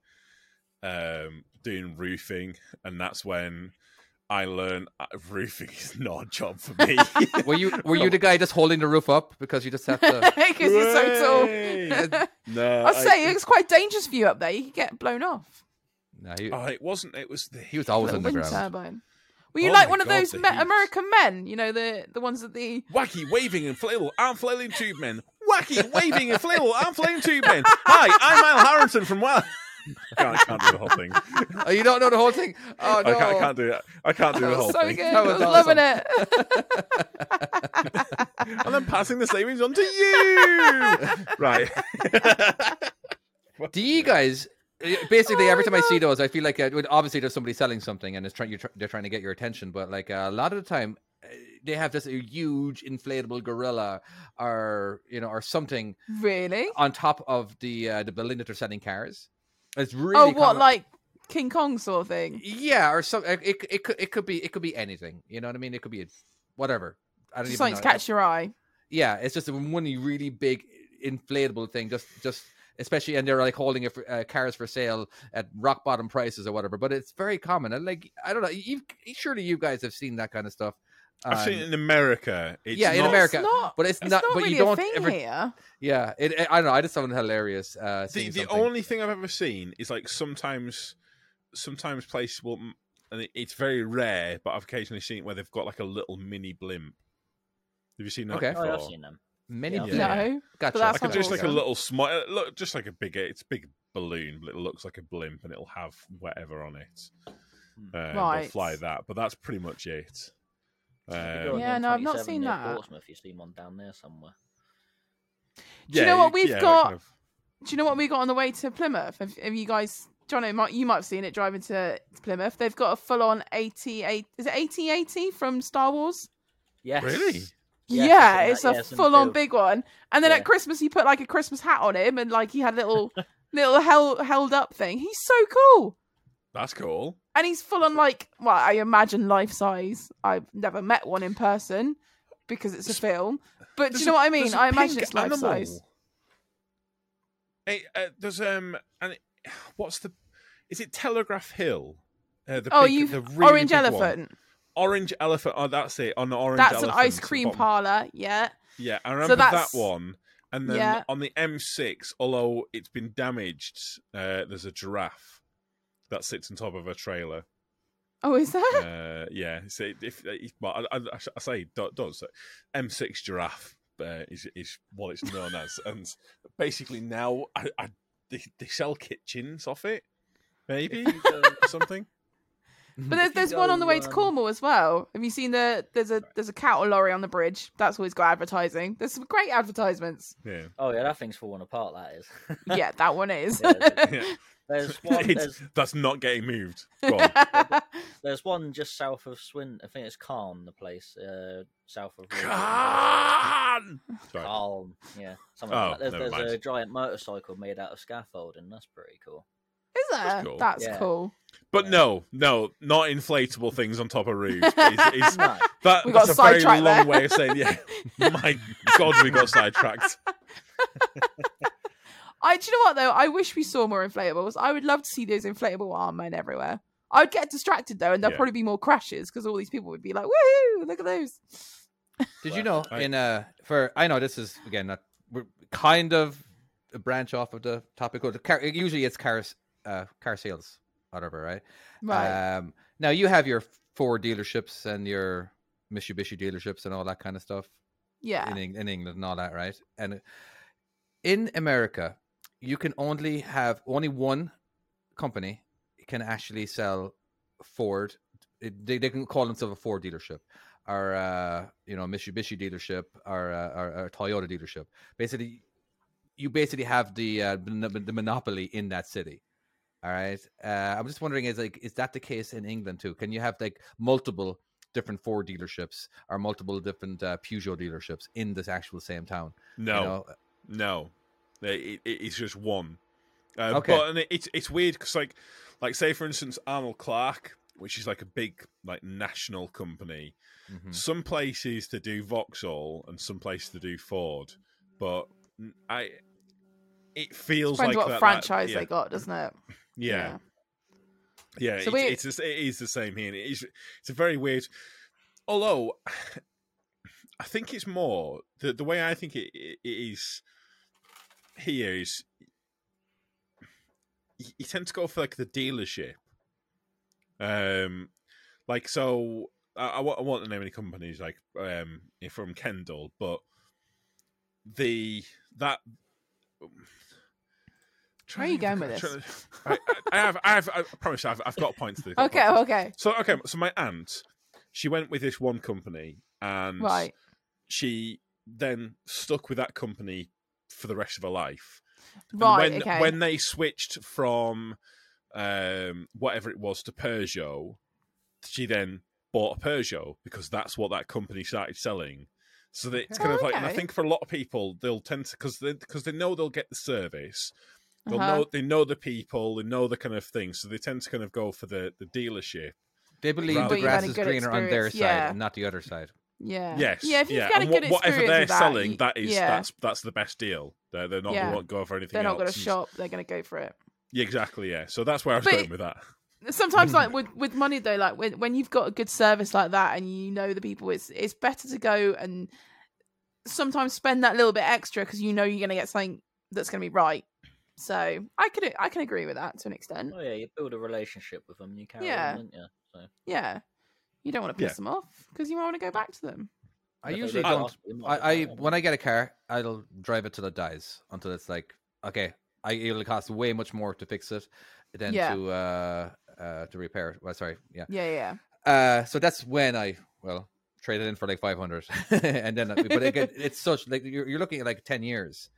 Speaker 1: um, doing roofing, and that's when I learned uh, roofing is not a job for me.
Speaker 3: Were you were you the guy just holding the roof up because you just have to?
Speaker 4: Because you're so tall.
Speaker 1: Hooray! no,
Speaker 4: I'll say it's quite dangerous for you up there. You could get blown off.
Speaker 3: No, he,
Speaker 1: oh, it wasn't. It was the
Speaker 3: he was always
Speaker 4: Little
Speaker 3: on the
Speaker 4: wind
Speaker 3: ground.
Speaker 4: turbine. Were you
Speaker 1: Oh
Speaker 4: like
Speaker 1: my
Speaker 4: one of
Speaker 1: God,
Speaker 4: those
Speaker 1: the
Speaker 4: me-
Speaker 1: heat.
Speaker 4: American men? You know the the ones that the
Speaker 1: Wacky waving inflatable arm flailing tube men. Wacky waving inflatable arm flailing tube men. Hi, I'm Al Harrington from Well. I can't, I can't do the whole thing.
Speaker 3: Oh, you don't know the whole thing. Oh
Speaker 1: I,
Speaker 3: no.
Speaker 1: can't, I can't do it. I can't do the
Speaker 4: that
Speaker 1: whole
Speaker 4: was so
Speaker 1: thing.
Speaker 4: good. I
Speaker 3: That
Speaker 4: was
Speaker 3: was
Speaker 4: loving it.
Speaker 1: And I'm passing the savings on to you. right.
Speaker 3: Um, Do you guys uh, basically
Speaker 4: Oh
Speaker 3: every time I see those, I feel like uh, well, obviously there's somebody selling something and it's trying you're try- they're trying to get your attention, but like uh, a lot of the time uh, they have this uh, huge inflatable gorilla or you know or something
Speaker 4: Really?
Speaker 3: on top of the uh, the building that they're selling cars. It's really
Speaker 4: oh, what
Speaker 3: common-
Speaker 4: like King Kong sort of thing?
Speaker 3: yeah or some it, it it could it could be it could be anything. You know what I mean? It could be a, whatever. I don't
Speaker 4: Just
Speaker 3: even
Speaker 4: something
Speaker 3: know.
Speaker 4: to catch your eye.
Speaker 3: yeah, it's just one really big inflatable thing. Just, just especially, and they're like holding it for, uh, cars for sale at rock bottom prices or whatever. But it's very common. And like, I don't know. You surely you guys have seen that kind of stuff.
Speaker 1: I've seen
Speaker 3: Um,
Speaker 1: it in America. It's
Speaker 3: yeah, in
Speaker 1: not-
Speaker 3: America,
Speaker 4: It's not-
Speaker 3: but it's,
Speaker 4: It's
Speaker 3: not.
Speaker 4: not
Speaker 3: but
Speaker 4: really
Speaker 3: you don't
Speaker 4: a thing
Speaker 3: ever.
Speaker 4: here.
Speaker 3: Yeah, it, I don't know. I just found it hilarious. Uh,
Speaker 1: The,
Speaker 3: seeing
Speaker 1: the
Speaker 3: something.
Speaker 1: only thing I've ever seen is like sometimes, sometimes place will, and it, it's very rare, but I've occasionally seen it where they've got like a little mini blimp. Have you seen that?
Speaker 3: Okay.
Speaker 5: Oh,
Speaker 1: Before?
Speaker 5: yeah, I've seen them.
Speaker 3: many
Speaker 5: Yeah.
Speaker 3: people.
Speaker 1: Yeah.
Speaker 4: No.
Speaker 3: Gotcha.
Speaker 4: that's
Speaker 1: like a,
Speaker 4: not
Speaker 1: just like a
Speaker 4: awesome.
Speaker 1: little small, it look just like a big, it's a big balloon, but it looks like a blimp, and it'll have whatever on it.
Speaker 5: Hmm.
Speaker 1: Um, They'll
Speaker 4: Right.
Speaker 1: fly that, but that's pretty much it. Um,
Speaker 4: Yeah, no, I've not seen
Speaker 5: near
Speaker 4: that.
Speaker 5: Portsmouth, you've seen one down there somewhere.
Speaker 4: Do you know what we've
Speaker 1: that
Speaker 4: got?
Speaker 1: kind of-
Speaker 4: Do you know what we got on the way to Plymouth? Have, have you guys, Jono, might, you might have seen it driving to, to Plymouth. They've got a full on 88. Is it 8080 from Star Wars?
Speaker 5: Yes.
Speaker 1: Really?
Speaker 5: Yes, I've
Speaker 4: yeah,
Speaker 5: seen
Speaker 4: it's
Speaker 5: that,
Speaker 4: a
Speaker 5: yeah, I've seen
Speaker 4: full on
Speaker 5: two.
Speaker 4: big one. And then
Speaker 5: Yeah.
Speaker 4: at Christmas, he put like a Christmas hat on him and like he had a little, little held, held up thing. He's so cool.
Speaker 1: That's cool.
Speaker 4: And he's full on like, well, I imagine life size. I've never met one in person because it's a film. But do
Speaker 1: There's a-
Speaker 4: you know what I
Speaker 1: there's
Speaker 4: mean?
Speaker 1: a
Speaker 4: I imagine
Speaker 1: pink
Speaker 4: it's life
Speaker 1: animal.
Speaker 4: size.
Speaker 1: Hey, uh, there's um, and it, what's the? Is it Telegraph Hill? Uh, the
Speaker 4: Oh,
Speaker 1: big-
Speaker 4: you
Speaker 1: the really
Speaker 4: orange
Speaker 1: big one.
Speaker 4: elephant.
Speaker 1: Orange elephant. Oh, that's it. On the orange.
Speaker 4: That's an
Speaker 1: elephant
Speaker 4: ice
Speaker 1: at the
Speaker 4: cream
Speaker 1: bottom.
Speaker 4: parlor. Yeah.
Speaker 1: Yeah, I remember that
Speaker 4: that's-
Speaker 1: one. And then
Speaker 4: Yeah.
Speaker 1: on the M6, although it's been damaged, uh, there's a giraffe that sits on top of a trailer.
Speaker 4: Oh, is that?
Speaker 1: Uh, yeah, so if, if well, I, I, I say don't, don't say M6 giraffe. uh, is is what it's known as, and basically now I, I, they, they sell kitchens off it, maybe or something.
Speaker 4: But there's
Speaker 5: If you
Speaker 4: there's one on the way to
Speaker 5: go, um,
Speaker 4: Cornwall as well. Have you seen the there's a there's a cattle lorry on the bridge? That's always got advertising. There's some great advertisements.
Speaker 1: Yeah,
Speaker 5: Oh yeah, that thing's falling apart. That is.
Speaker 4: Yeah, that one is.
Speaker 5: Yeah,
Speaker 1: yeah.
Speaker 5: there's one.
Speaker 1: It's-
Speaker 5: There's,
Speaker 1: that's not getting moved. Go on.
Speaker 5: there's one just south of Swin. I think it's Calm, the place uh, south of.
Speaker 1: Can! Sorry.
Speaker 5: Calm, yeah. Something
Speaker 1: Oh,
Speaker 5: like that.
Speaker 1: never
Speaker 5: There's, there's a
Speaker 1: mind.
Speaker 5: giant motorcycle made out of scaffolding. That's pretty cool.
Speaker 4: Is there?
Speaker 1: cool.
Speaker 4: That's
Speaker 5: Yeah.
Speaker 4: cool.
Speaker 1: But no, no, not inflatable things on top of roofs. It's, it's,
Speaker 5: No,
Speaker 1: that,
Speaker 4: We
Speaker 1: that's
Speaker 4: got
Speaker 1: a very long
Speaker 4: sidetracked there.
Speaker 1: way of saying, yeah, my God, we got sidetracked.
Speaker 4: I do you know what though? I wish we saw more inflatables. I would love to see those inflatable arm men everywhere. I would get distracted though, and there'd
Speaker 1: Yeah.
Speaker 4: probably be more crashes because all these people would be like, "Woohoo! Look at those!"
Speaker 3: Did you know
Speaker 1: I-
Speaker 3: in uh for I know this is again not we're kind of a branch off of the topic of the car usually it's cars uh car sales whatever right
Speaker 1: Uh,
Speaker 4: Right?
Speaker 3: um now you have your Ford dealerships and your Mitsubishi dealerships and all that kind of stuff
Speaker 4: yeah.
Speaker 3: in, Eng- in England and all that right and uh, in America you can only have only one company can actually sell Ford it- they, they can call themselves a Ford dealership or uh, you know Mitsubishi dealership or, uh, or, or Toyota dealership. Basically, you basically have the uh, mon- the monopoly in that city. All right. Uh, I'm just wondering is like is that the case in England too? Can you have like multiple different Ford dealerships or multiple different uh, Peugeot dealerships in this actual same town?
Speaker 1: No,
Speaker 3: You know?
Speaker 1: no, it, it, it's just one. Uh,
Speaker 3: Okay.
Speaker 1: But and it, it's it's weird because like like say for instance Arnold Clark, which is like a big like national company,
Speaker 4: Hmm.
Speaker 3: Mhm.
Speaker 1: some places to do Vauxhall and some places to do Ford, but n- I it feels
Speaker 4: Depends
Speaker 1: like
Speaker 4: what
Speaker 1: that,
Speaker 4: franchise
Speaker 1: that,
Speaker 4: they got, doesn't it?
Speaker 1: yeah, yeah, yeah. it's,
Speaker 4: So we-
Speaker 1: it's the s- it is the same here. And it is it's a very weird. Although I think it's more the the way I think it, it it is here is you, you tend to go for like the dealership, um, like so. I, I, wa- I want to name any companies like um from Kendall, but the that.
Speaker 4: Where are you going with this?
Speaker 1: Trying to- I, I I have, I have, I promise, I've, I've got a point to this.
Speaker 4: Okay, okay,
Speaker 1: So okay, so my aunt, she went with this one company, and
Speaker 4: right.
Speaker 1: she then stuck with that company for the rest of her life. And
Speaker 4: Right,
Speaker 1: When
Speaker 4: okay.
Speaker 1: when they switched from um, whatever it was to Peugeot, she then bought a Peugeot because that's what that company started selling. So that it's kind of like, and I
Speaker 4: Okay.
Speaker 1: think for a lot of people, they'll tend to because they because they know they'll get the service, they'll
Speaker 4: Uh-huh.
Speaker 1: know they know the people, they know the kind of thing, so they tend to kind of go for the the dealership.
Speaker 3: They believe
Speaker 1: But
Speaker 3: the
Speaker 1: you've had
Speaker 3: grass
Speaker 4: a
Speaker 3: is
Speaker 4: good
Speaker 3: greener on their
Speaker 4: experience,
Speaker 3: side
Speaker 4: yeah.
Speaker 3: and not the other side.
Speaker 4: Yeah.
Speaker 1: Yes.
Speaker 4: Yeah. If you've
Speaker 1: yeah.
Speaker 4: got a
Speaker 1: and
Speaker 4: good
Speaker 1: wh- whatever
Speaker 4: experience
Speaker 1: they're
Speaker 4: with that,
Speaker 1: selling,
Speaker 4: you-
Speaker 1: that is
Speaker 4: yeah,
Speaker 1: that's that's the best deal. They're they're not
Speaker 4: Yeah.
Speaker 1: they won't go for anything
Speaker 4: they're not
Speaker 1: else.
Speaker 4: going to
Speaker 1: and-
Speaker 4: shop. They're going to go for it.
Speaker 1: Yeah, exactly. Yeah. So that's where I was
Speaker 4: But
Speaker 1: going
Speaker 4: it-
Speaker 1: with that.
Speaker 4: Sometimes,
Speaker 1: Mm.
Speaker 4: like with, with money though, like when when you've got a good service like that and you know the people, it's it's better to go and sometimes spend that little bit extra because you know you're going to get something that's going to be right. So I could I can agree with that to an extent.
Speaker 5: oh yeah, you build a relationship with them, and you carry
Speaker 4: Yeah.
Speaker 5: on, don't you? So
Speaker 4: Yeah. You don't want to piss
Speaker 1: Yeah.
Speaker 4: them off because you might want to go back to them.
Speaker 3: I
Speaker 5: if they
Speaker 3: usually
Speaker 5: leave the
Speaker 3: don't
Speaker 5: hospital, you
Speaker 3: I,
Speaker 5: might
Speaker 3: I
Speaker 5: as well.
Speaker 3: when I get a car, I'll drive it till it dies until it's like okay. I it'll cost way much more to fix it than
Speaker 4: Yeah.
Speaker 3: to uh uh to repair. it. Well, sorry, yeah.
Speaker 4: Yeah, yeah.
Speaker 3: Uh, so that's when I well trade it in for like five hundred, and then uh, but again, it's such like you're, you're looking at like ten years,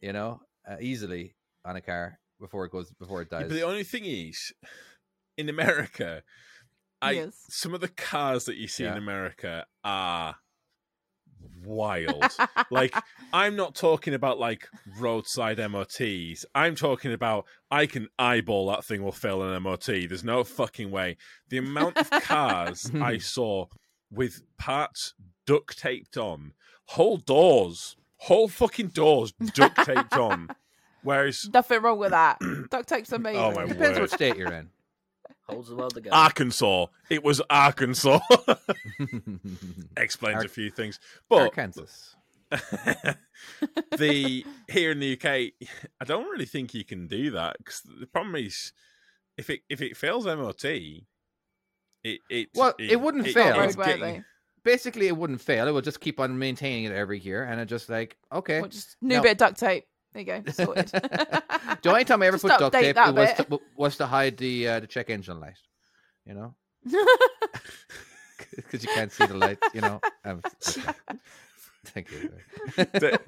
Speaker 3: you know, uh, easily on a car before it goes before it
Speaker 1: Yeah,
Speaker 3: dies.
Speaker 1: but the only thing is, in America, I
Speaker 4: Yes.
Speaker 1: some of the cars that you see in
Speaker 3: Yeah.
Speaker 1: America are wild. like I'm not talking about like roadside MOTs. I'm talking about I can eyeball that thing will fail an MOT. There's no fucking way. The amount of cars I saw with parts duct taped on, whole doors, whole fucking doors duct taped on. Whereas
Speaker 4: Nothing wrong with that. Duct tape's amazing.
Speaker 1: Oh, my
Speaker 3: it depends
Speaker 1: word.
Speaker 3: what state you're in.
Speaker 5: holds the world together.
Speaker 1: Ah, Arkansas, it was Arkansas. Explains
Speaker 3: Ar-
Speaker 1: a few things,
Speaker 3: Or
Speaker 1: but
Speaker 3: Kansas.
Speaker 1: the here in the UK, I don't really think you can do that because the problem is if it if it fails MOT, it it
Speaker 3: Well, it wouldn't
Speaker 4: Not
Speaker 3: fail.
Speaker 1: it's
Speaker 4: roadworthy.
Speaker 1: getting-
Speaker 3: basically it wouldn't fail. It would just keep on maintaining it every year, and it just like okay.
Speaker 4: Or just new
Speaker 3: No.
Speaker 4: bit of duct tape. There you go. Sorted.
Speaker 3: The only time I ever
Speaker 4: Just
Speaker 3: put duct
Speaker 4: update
Speaker 3: tape
Speaker 4: that
Speaker 3: it was
Speaker 4: bit.
Speaker 3: to, w- was to hide the uh, the check engine light, you know, because you can't see the light, you know. Um, okay. Thank you.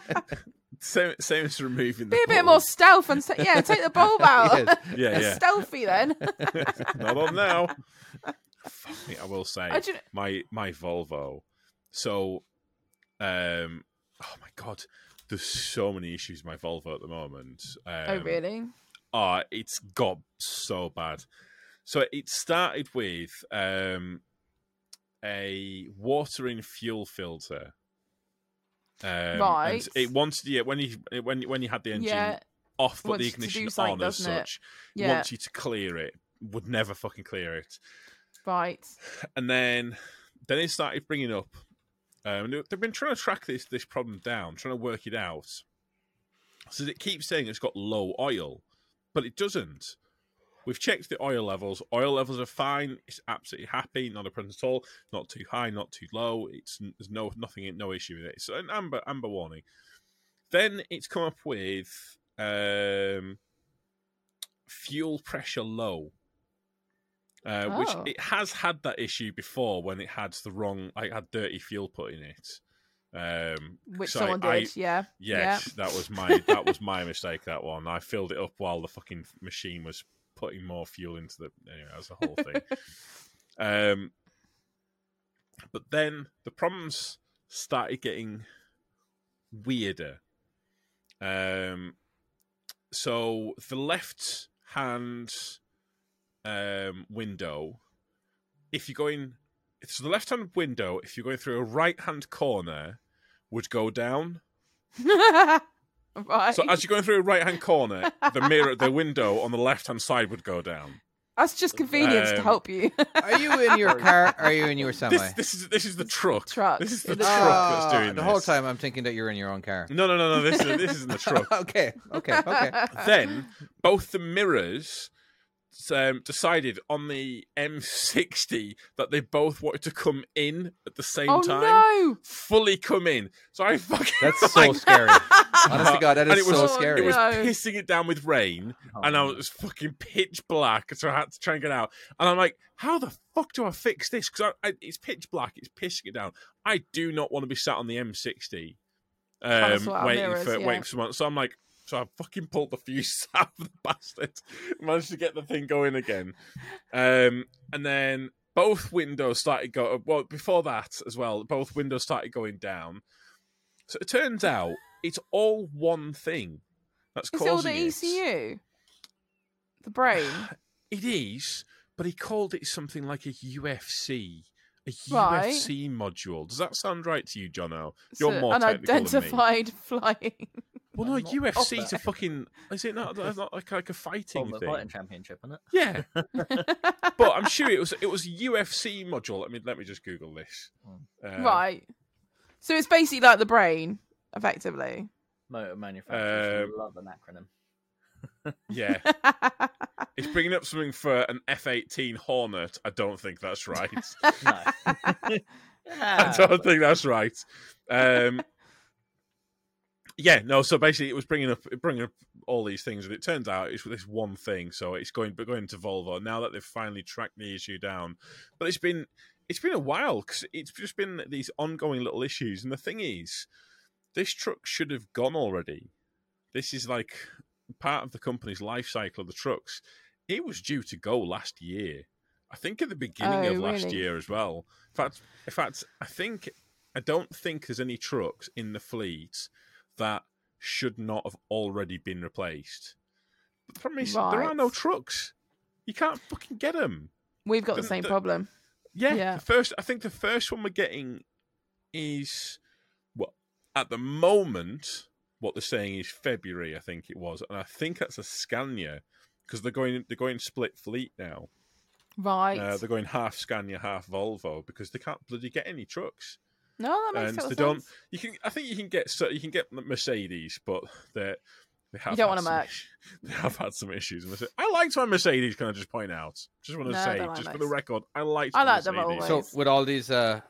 Speaker 1: same, same as removing the
Speaker 4: Be a bit
Speaker 1: ball.
Speaker 4: more stealth and say, yeah, take the bulb out.
Speaker 3: Oh. Yes.
Speaker 1: Yeah, yeah.
Speaker 4: Stealthy then.
Speaker 1: Not on now. Fuck me, I will say
Speaker 4: I do-
Speaker 1: my my Volvo. So, um, oh my god, there's so many issues with my Volvo at the moment. Um,
Speaker 4: oh really?
Speaker 1: Oh, it's got so bad. So it started with um, a water in fuel filter. Um, and
Speaker 4: Right.
Speaker 1: It wanted yeah when you when when you had the engine
Speaker 4: Yeah.
Speaker 1: off, but the
Speaker 4: Wants you to do
Speaker 1: ignition
Speaker 4: something,
Speaker 1: on as
Speaker 4: doesn't it?
Speaker 1: such
Speaker 4: Yeah.
Speaker 1: wants you to clear it. Would never fucking clear it.
Speaker 4: Right.
Speaker 1: And then then it started bringing up. Um, and they've been trying to track this this problem down, trying to work it out. So it keeps saying it's got low oil, but it doesn't. We've checked the oil levels. Oil levels are fine. It's absolutely happy, not a problem at all. Not too high, not too low. It's there's no nothing, no issue with it. It's an amber amber warning. Then it's come up with um, fuel pressure low, uh,
Speaker 4: Oh.
Speaker 1: which it has had that issue before when it had the wrong, like had dirty fuel put in it. Um,
Speaker 4: Which
Speaker 1: so I-
Speaker 4: someone
Speaker 1: I-
Speaker 4: did. yeah.
Speaker 1: Yes, that was my that was my mistake. That one I filled it up while the fucking machine was putting more fuel into the anyway. That's the whole thing. um, but then the problems started getting weirder. Um, so the left hand um, window, if you're going, so the left hand window, if you're going through a right hand corner, would go down.
Speaker 4: Yeah. right.
Speaker 1: So as you're going through a right hand corner, the mirror, the window on the left hand side would go down.
Speaker 4: That's just convenience to
Speaker 1: Um,
Speaker 4: help you.
Speaker 3: Are you in your car? Or are you in your semi?
Speaker 1: This, this is this is the truck.
Speaker 4: Truck.
Speaker 1: This is the
Speaker 4: The
Speaker 1: truck
Speaker 3: Ah,
Speaker 1: that's doing
Speaker 3: the whole
Speaker 1: this.
Speaker 3: time. I'm thinking that you're in your own car.
Speaker 1: No, no, no, no. This is this isn't the truck.
Speaker 3: okay, okay, okay.
Speaker 1: then both the mirrors um, decided on the M60 that they both wanted to come in at the same
Speaker 4: oh
Speaker 1: time.
Speaker 4: no!
Speaker 1: Fully come in. So I fucking
Speaker 3: That's so
Speaker 1: like,
Speaker 3: scary. Honest to God, that
Speaker 1: And
Speaker 3: is
Speaker 1: it was-
Speaker 3: so
Speaker 4: Oh,
Speaker 3: scary.
Speaker 1: It was
Speaker 4: No.
Speaker 1: pissing it down with rain,
Speaker 4: Oh,
Speaker 1: and I was fucking pitch black, so I had to try and get out. And I'm like, how the fuck do I fix this? Because I, I, it's pitch black, it's pissing it down. I do not want to be sat on the M60
Speaker 4: to
Speaker 1: um,
Speaker 4: sort out
Speaker 1: waiting
Speaker 4: mirrors,
Speaker 1: for
Speaker 4: yeah.
Speaker 1: waiting for someone. So I'm like, so I fucking pulled the fuse out of the bastard, managed to get the thing going again, um, and then. Both windows started go well before that as well. Both windows started going down, so it turns out it's all one thing that's
Speaker 4: It's all
Speaker 1: causing
Speaker 4: the
Speaker 1: it.
Speaker 4: ECU, the brain.
Speaker 1: It is, but he called it something like a UFC, a
Speaker 4: Right.
Speaker 1: UFC module. Does that sound right to you, Jono?
Speaker 4: It's
Speaker 1: You're
Speaker 4: a-
Speaker 1: more technical than me.
Speaker 4: unidentified flying.
Speaker 1: Well, no,
Speaker 5: I'm not
Speaker 1: UFC
Speaker 5: proper.
Speaker 1: to fucking is it not, that's not like, like a fighting
Speaker 5: From the
Speaker 1: thing?
Speaker 5: fighting championship, isn't it?
Speaker 1: Yeah, but I'm sure it was it was UFC module. Let me let me just Google this.
Speaker 5: Hmm.
Speaker 1: Uh,
Speaker 4: right. So it's basically like the brain, effectively.
Speaker 5: Motor manufacturers
Speaker 1: Um,
Speaker 5: love an acronym.
Speaker 1: Yeah, it's bringing up something for an F18 Hornet. I don't think that's right.
Speaker 5: No.
Speaker 1: I don't think that's right. Um, yeah, no. So basically, it was bringing up bringing up all these things, and it turns out it's this one thing. So it's going but going to Volvo now that they've finally tracked the issue down. But it's been it's been a while because it's just been these ongoing little issues. And the thing is, this truck should have gone already. This is like part of the company's life cycle of the trucks. It was due to go last year. I think at the beginning
Speaker 4: Oh,
Speaker 1: of last
Speaker 4: really?
Speaker 1: year as well. In fact, in fact, I think I don't think there's any trucks in the fleet that should not have already been replaced. But the problem is there are
Speaker 4: Right.
Speaker 1: no trucks. You can't fucking get them.
Speaker 4: We've got the
Speaker 1: The-
Speaker 4: same
Speaker 1: the-
Speaker 4: problem.
Speaker 1: Yeah,
Speaker 4: Yeah.
Speaker 1: The first, I think the first one we're getting is well, at the moment, what they're saying is February. I think it was, and I think that's a Scania because they're going they're going split fleet now.
Speaker 4: Right.
Speaker 1: Uh, they're going half Scania, half Volvo because they can't bloody get any trucks.
Speaker 4: no, that makes
Speaker 1: And
Speaker 4: total
Speaker 1: they don't.
Speaker 4: sense.
Speaker 1: You can. I think you can get. So you can get Mercedes, but they they have. had
Speaker 4: don't want a
Speaker 1: some
Speaker 4: Merc.
Speaker 1: issues- They have had some issues. with it. I liked my Mercedes. Can I just point out? Just want to
Speaker 4: No, I
Speaker 1: say,
Speaker 4: don't like
Speaker 1: just for
Speaker 4: Mercs.
Speaker 1: the record, I liked.
Speaker 4: I
Speaker 1: my
Speaker 4: like them
Speaker 1: Mercedes.
Speaker 4: always.
Speaker 3: So with all these uh,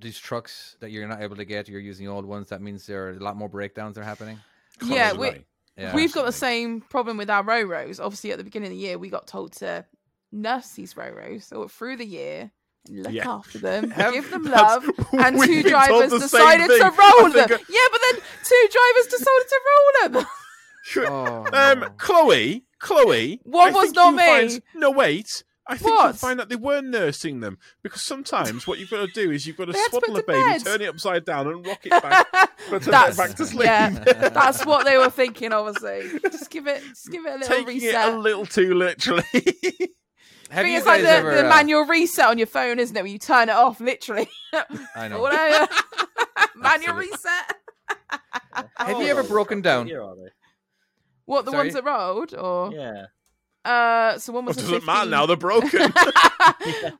Speaker 3: these trucks that you're not able to get, you're using old ones. That means there are a lot more breakdowns are happening.
Speaker 4: yeah, we,
Speaker 1: Constantly.
Speaker 3: Yeah.
Speaker 1: Um,
Speaker 4: we've got the same problem with our Roros. Obviously, at the beginning of the year, we got told to nurse these Roros so through the year. and Look
Speaker 1: Yeah.
Speaker 4: after them, give them
Speaker 1: That's-
Speaker 4: love, and
Speaker 1: we've
Speaker 4: two
Speaker 1: been told
Speaker 4: drivers
Speaker 1: the same
Speaker 4: decided to
Speaker 1: thing.
Speaker 4: roll
Speaker 1: I think uh,
Speaker 4: them. Yeah, but then two drivers decided to roll them.
Speaker 1: Sure.
Speaker 3: Oh,
Speaker 1: Um,
Speaker 3: no.
Speaker 1: Chloe, Chloe.
Speaker 4: What
Speaker 1: I
Speaker 4: was
Speaker 1: think
Speaker 4: not
Speaker 1: you'll find-
Speaker 4: me?
Speaker 1: No, wait. I think you'll
Speaker 4: What?
Speaker 1: find out they were nursing them because sometimes what you've got to do is you've got to
Speaker 4: They had to put
Speaker 1: swaddle a
Speaker 4: to
Speaker 1: baby,
Speaker 4: bed.
Speaker 1: turn it upside down, and rock it back, but turn it
Speaker 4: That's-
Speaker 1: back to sleep.
Speaker 4: Yeah, that's what they were thinking. Obviously, just give it, just give it a little
Speaker 1: Taking
Speaker 4: reset.
Speaker 1: it a little too literally.
Speaker 3: Have
Speaker 4: Thing
Speaker 3: you
Speaker 4: it's like
Speaker 3: guys
Speaker 4: the,
Speaker 3: ever,
Speaker 4: the
Speaker 3: uh,
Speaker 4: manual reset on your phone, isn't it? Where you turn it off, literally.
Speaker 3: I know.
Speaker 4: All over. uh, manual
Speaker 3: Absolute-
Speaker 4: reset.
Speaker 3: Have you ever broken down?
Speaker 5: Here are they?
Speaker 4: What the
Speaker 3: Sorry?
Speaker 4: ones that rolled, or
Speaker 5: Yeah.
Speaker 4: uh, so one was
Speaker 1: What
Speaker 4: the
Speaker 1: Oh, does it
Speaker 4: 15...
Speaker 1: matter now? They're broken.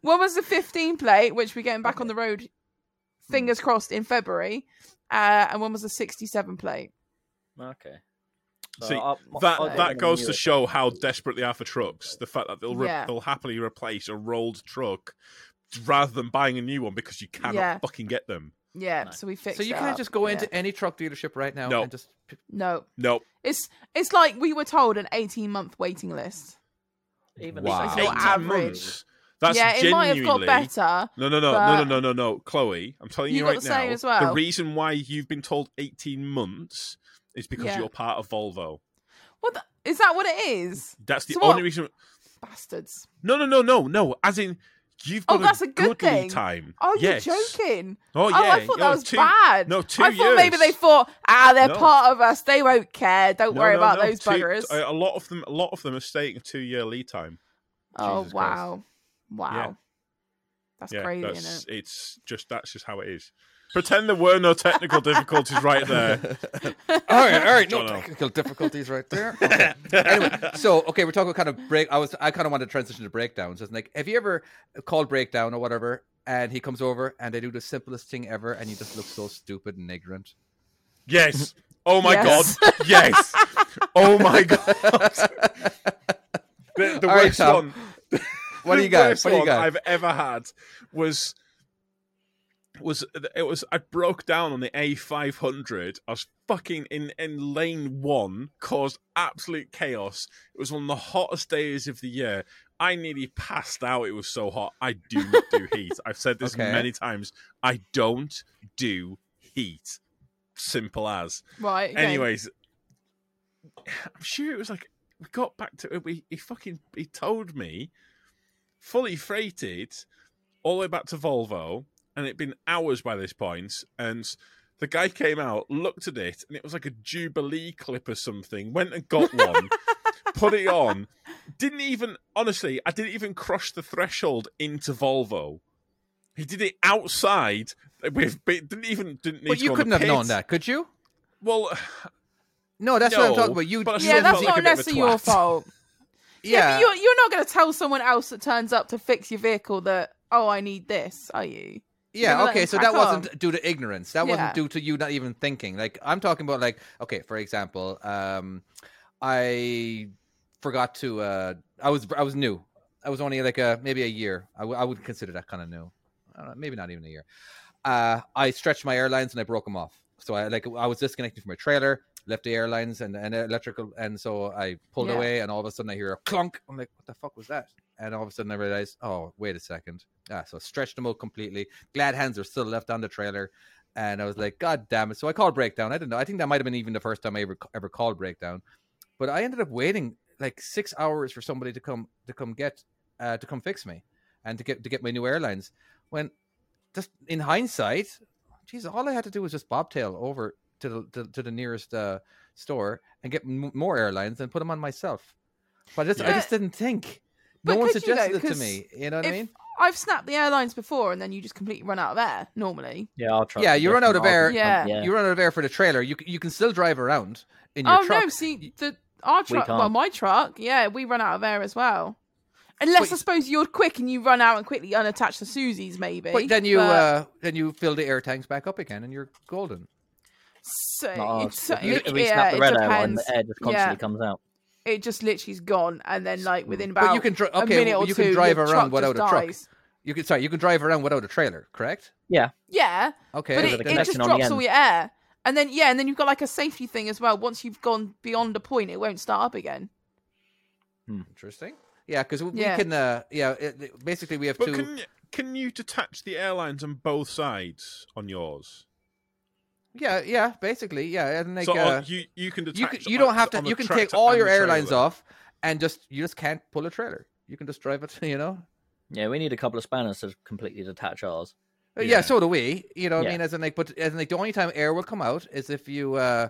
Speaker 4: one was the 15 plate, which we're getting back on the road.
Speaker 3: Hmm.
Speaker 4: Fingers crossed in February, uh, and one was the 67 plate.
Speaker 5: Okay.
Speaker 1: See,
Speaker 5: I- I- I
Speaker 1: that
Speaker 5: didn't
Speaker 1: that
Speaker 5: know
Speaker 1: goes
Speaker 5: you
Speaker 1: to
Speaker 5: were-
Speaker 1: show how desperate they are for trucks. The fact that they'll re-
Speaker 4: Yeah.
Speaker 1: they'll happily replace a rolled truck rather than buying a new one because you cannot
Speaker 4: Yeah.
Speaker 1: fucking get them.
Speaker 4: Yeah,
Speaker 5: Nice.
Speaker 4: so we fixed.
Speaker 3: So you
Speaker 4: it
Speaker 3: can't
Speaker 4: up.
Speaker 3: just go
Speaker 4: Yeah.
Speaker 3: into any truck dealership right now
Speaker 1: No.
Speaker 3: and just p-
Speaker 4: no.
Speaker 1: Nope.
Speaker 4: It's it's like we were told an 18 month waiting list.
Speaker 5: Even
Speaker 3: Wow.
Speaker 5: if
Speaker 4: Your
Speaker 5: it's
Speaker 1: 18
Speaker 5: not
Speaker 4: average.
Speaker 1: months. That's
Speaker 4: yeah, it might have got
Speaker 1: genuinely-
Speaker 4: better.
Speaker 1: No, no, no, no,
Speaker 4: But-
Speaker 1: no, no, no, no, Chloe. I'm telling you,
Speaker 4: You got
Speaker 1: right
Speaker 4: the
Speaker 1: now.
Speaker 4: same as well.
Speaker 1: The reason why you've been told 18 months is because
Speaker 4: Yeah.
Speaker 1: you're part of Volvo.
Speaker 4: What the, is that? What it is?
Speaker 1: That's the
Speaker 4: So
Speaker 1: only
Speaker 4: what?
Speaker 1: reason.
Speaker 4: Bastards.
Speaker 1: No, no, no, no, no. As in, you've
Speaker 4: Oh,
Speaker 1: got
Speaker 4: that's
Speaker 1: a,
Speaker 4: a good
Speaker 1: lead
Speaker 4: thing.
Speaker 1: time.
Speaker 4: Oh,
Speaker 1: yes.
Speaker 4: you're joking.
Speaker 1: Oh, yeah.
Speaker 4: Oh, I
Speaker 1: you're
Speaker 4: thought that was
Speaker 1: two-
Speaker 4: bad.
Speaker 1: No, two
Speaker 4: I thought maybe
Speaker 1: years.
Speaker 4: they thought, ah, they're
Speaker 1: No.
Speaker 4: part of us. They won't care. Don't
Speaker 1: No,
Speaker 4: worry
Speaker 1: no,
Speaker 4: about
Speaker 1: no,
Speaker 4: those
Speaker 1: two-
Speaker 4: buggers.
Speaker 1: a- a lot of them, a lot of them are stating a two-year lead time.
Speaker 4: oh,
Speaker 3: Jesus Christ.
Speaker 4: wow. Wow.
Speaker 1: Yeah.
Speaker 4: That's
Speaker 1: yeah,
Speaker 4: crazy,
Speaker 1: that's,
Speaker 4: isn't it?
Speaker 1: It's just that's just how it is. Pretend there were no technical difficulties right there.
Speaker 3: all right, all right, no
Speaker 1: Dunno.
Speaker 3: technical difficulties right there. Okay. anyway, so okay, we're talking kind of break. I was, I kind of want to transition to breakdowns. It's like, have you ever called breakdown or whatever, and he comes over and they do the simplest thing ever, and you just look so stupid and ignorant.
Speaker 1: Yes. Oh my
Speaker 4: Yes.
Speaker 1: god. Yes. oh my god. The, the
Speaker 3: All right,
Speaker 1: worst
Speaker 3: Tom.
Speaker 1: one.
Speaker 3: What do
Speaker 1: the
Speaker 3: you got?
Speaker 1: worst
Speaker 3: What do you
Speaker 1: one
Speaker 3: got?
Speaker 1: I've ever had was was it was I broke down on the A500. I was fucking in in lane one, caused absolute chaos. It was one of the hottest days of the year. I nearly passed out. It was so hot. I do not do heat. I've said this
Speaker 3: Okay.
Speaker 1: many times. I don't do heat. Simple as.
Speaker 4: Right. okay.
Speaker 1: Anyways, I'm sure it was like we got back to it. We he fucking he told me fully freighted all the way back to Volvo, and it'd been hours by this point, and. The guy came out, looked at it, and it was like a Jubilee clip or something. Went and got one, put it on. Didn't even, honestly, I didn't even cross the threshold into Volvo. He did it outside with, didn't even, didn't need
Speaker 3: But
Speaker 1: to
Speaker 3: you
Speaker 1: go on the
Speaker 3: couldn't have known
Speaker 1: pit.
Speaker 3: that, could you?
Speaker 1: Well,
Speaker 3: No, that's what I'm
Speaker 1: No,
Speaker 3: talking about. You,
Speaker 1: but I
Speaker 3: you
Speaker 1: still
Speaker 4: Yeah, that's
Speaker 1: felt
Speaker 3: didn't
Speaker 1: like a
Speaker 4: not
Speaker 1: bit of a
Speaker 4: necessarily your
Speaker 1: twat.
Speaker 4: fault.
Speaker 3: yeah.
Speaker 4: but you're, you're not going to tell someone else that turns up to fix your vehicle that, oh, I need this, are you? You're
Speaker 3: Yeah,
Speaker 4: gonna let
Speaker 3: okay,
Speaker 4: them
Speaker 3: so
Speaker 4: crack
Speaker 3: that
Speaker 4: on.
Speaker 3: wasn't due to ignorance. That wasn't
Speaker 4: Yeah.
Speaker 3: due to you not even thinking. Like I'm talking about like okay, for example, um I forgot to uh I was I was new. I was only like a maybe a year. I, w- I would consider that kind of new. I don't know, maybe not even a year. Uh I stretched my airlines and I broke them off. So I like I was disconnected from my trailer, left the airlines and, and electrical and so I pulled
Speaker 4: Yeah.
Speaker 3: away and all of a sudden I hear a clunk. I'm like what the fuck was that? And all of a sudden I realized, oh, wait a second. Ah, so I stretched them out completely glad hands are still left on the trailer. And I was like, God damn it. So I called breakdown. I didn't know. I think that might have been even the first time I ever ever called breakdown. But I ended up waiting like six hours for somebody to come to come get uh, to come fix me and to get to get my new airlines. When just in hindsight, geez, all I had to do was just bobtail over to the to, to the nearest uh, store and get m- more airlines and put them on myself. But I just, I
Speaker 4: Yeah.
Speaker 3: just didn't think.
Speaker 4: But
Speaker 3: no one
Speaker 4: could you though?
Speaker 3: suggested it to
Speaker 4: 'Cause
Speaker 3: me. You know what I
Speaker 4: if-
Speaker 3: mean?
Speaker 4: I've snapped the airlines before and then you just completely run out of air normally.
Speaker 5: Yeah, I'll try.
Speaker 3: Yeah,
Speaker 5: to
Speaker 3: you
Speaker 5: get
Speaker 3: run out
Speaker 5: them.
Speaker 3: of air.
Speaker 5: I'll-
Speaker 4: Yeah.
Speaker 5: Yeah.
Speaker 3: you run out of air for the trailer. You c- you can still drive around in your
Speaker 4: Oh
Speaker 3: truck.
Speaker 4: no! See, the our truck, well,
Speaker 5: can't.
Speaker 4: my truck, yeah, we run out of air as well. Unless
Speaker 3: But-
Speaker 4: I suppose you're quick and you run out and quickly unattach the Susie's, maybe.
Speaker 3: but then you
Speaker 4: but-
Speaker 3: uh, then you fill the air tanks back up again, and you're golden. E
Speaker 4: so,
Speaker 5: Not ours.
Speaker 4: it's, so-
Speaker 5: If you-
Speaker 4: it-
Speaker 5: if we
Speaker 4: yeah,
Speaker 5: snap the
Speaker 4: it
Speaker 5: red air one,
Speaker 4: depends.
Speaker 3: eh.
Speaker 5: the air just
Speaker 4: Yeah.
Speaker 5: constantly comes out.
Speaker 4: It just literally's gone, and then like within
Speaker 3: mm. But
Speaker 4: about
Speaker 3: you can dri-
Speaker 4: a minute
Speaker 3: okay,
Speaker 4: or
Speaker 3: you
Speaker 4: two,
Speaker 3: can drive
Speaker 4: your
Speaker 3: around
Speaker 4: truck
Speaker 3: without a
Speaker 4: just
Speaker 3: truck.
Speaker 4: dies.
Speaker 3: You can sorry, you can drive around without a trailer, correct?
Speaker 4: Yeah,
Speaker 3: Okay,
Speaker 4: but
Speaker 5: there's
Speaker 4: it,
Speaker 5: a
Speaker 4: it
Speaker 5: connection
Speaker 4: just
Speaker 5: on the
Speaker 4: drops all
Speaker 5: end.
Speaker 4: your air, and then yeah, and then you've got like a safety thing as well. Once you've gone beyond a point, it won't start up again.
Speaker 3: interesting. Yeah, because we
Speaker 4: Yeah.
Speaker 3: can. Uh, yeah, it, it- basically we have
Speaker 1: But
Speaker 3: two.
Speaker 1: can y- can you detach the airlines on both sides on yours?
Speaker 3: Yeah, yeah, basically, yeah, and like
Speaker 1: so
Speaker 3: uh,
Speaker 1: on- you you can detach.
Speaker 3: you, can, you
Speaker 1: on-
Speaker 3: don't have to.
Speaker 1: on the
Speaker 3: You can
Speaker 1: tractor
Speaker 3: take all
Speaker 1: and
Speaker 3: your
Speaker 1: the
Speaker 3: airlines
Speaker 1: trailer.
Speaker 3: off, and just you just can't pull a trailer. You can just drive it. You know.
Speaker 5: Yeah, we need a couple of spanners to completely detach ours.
Speaker 3: Uh, Yeah,
Speaker 1: Yeah.
Speaker 3: so do we. You know, what
Speaker 5: Yeah.
Speaker 3: I mean, as in like, but as in like, the only time air will come out is if you uh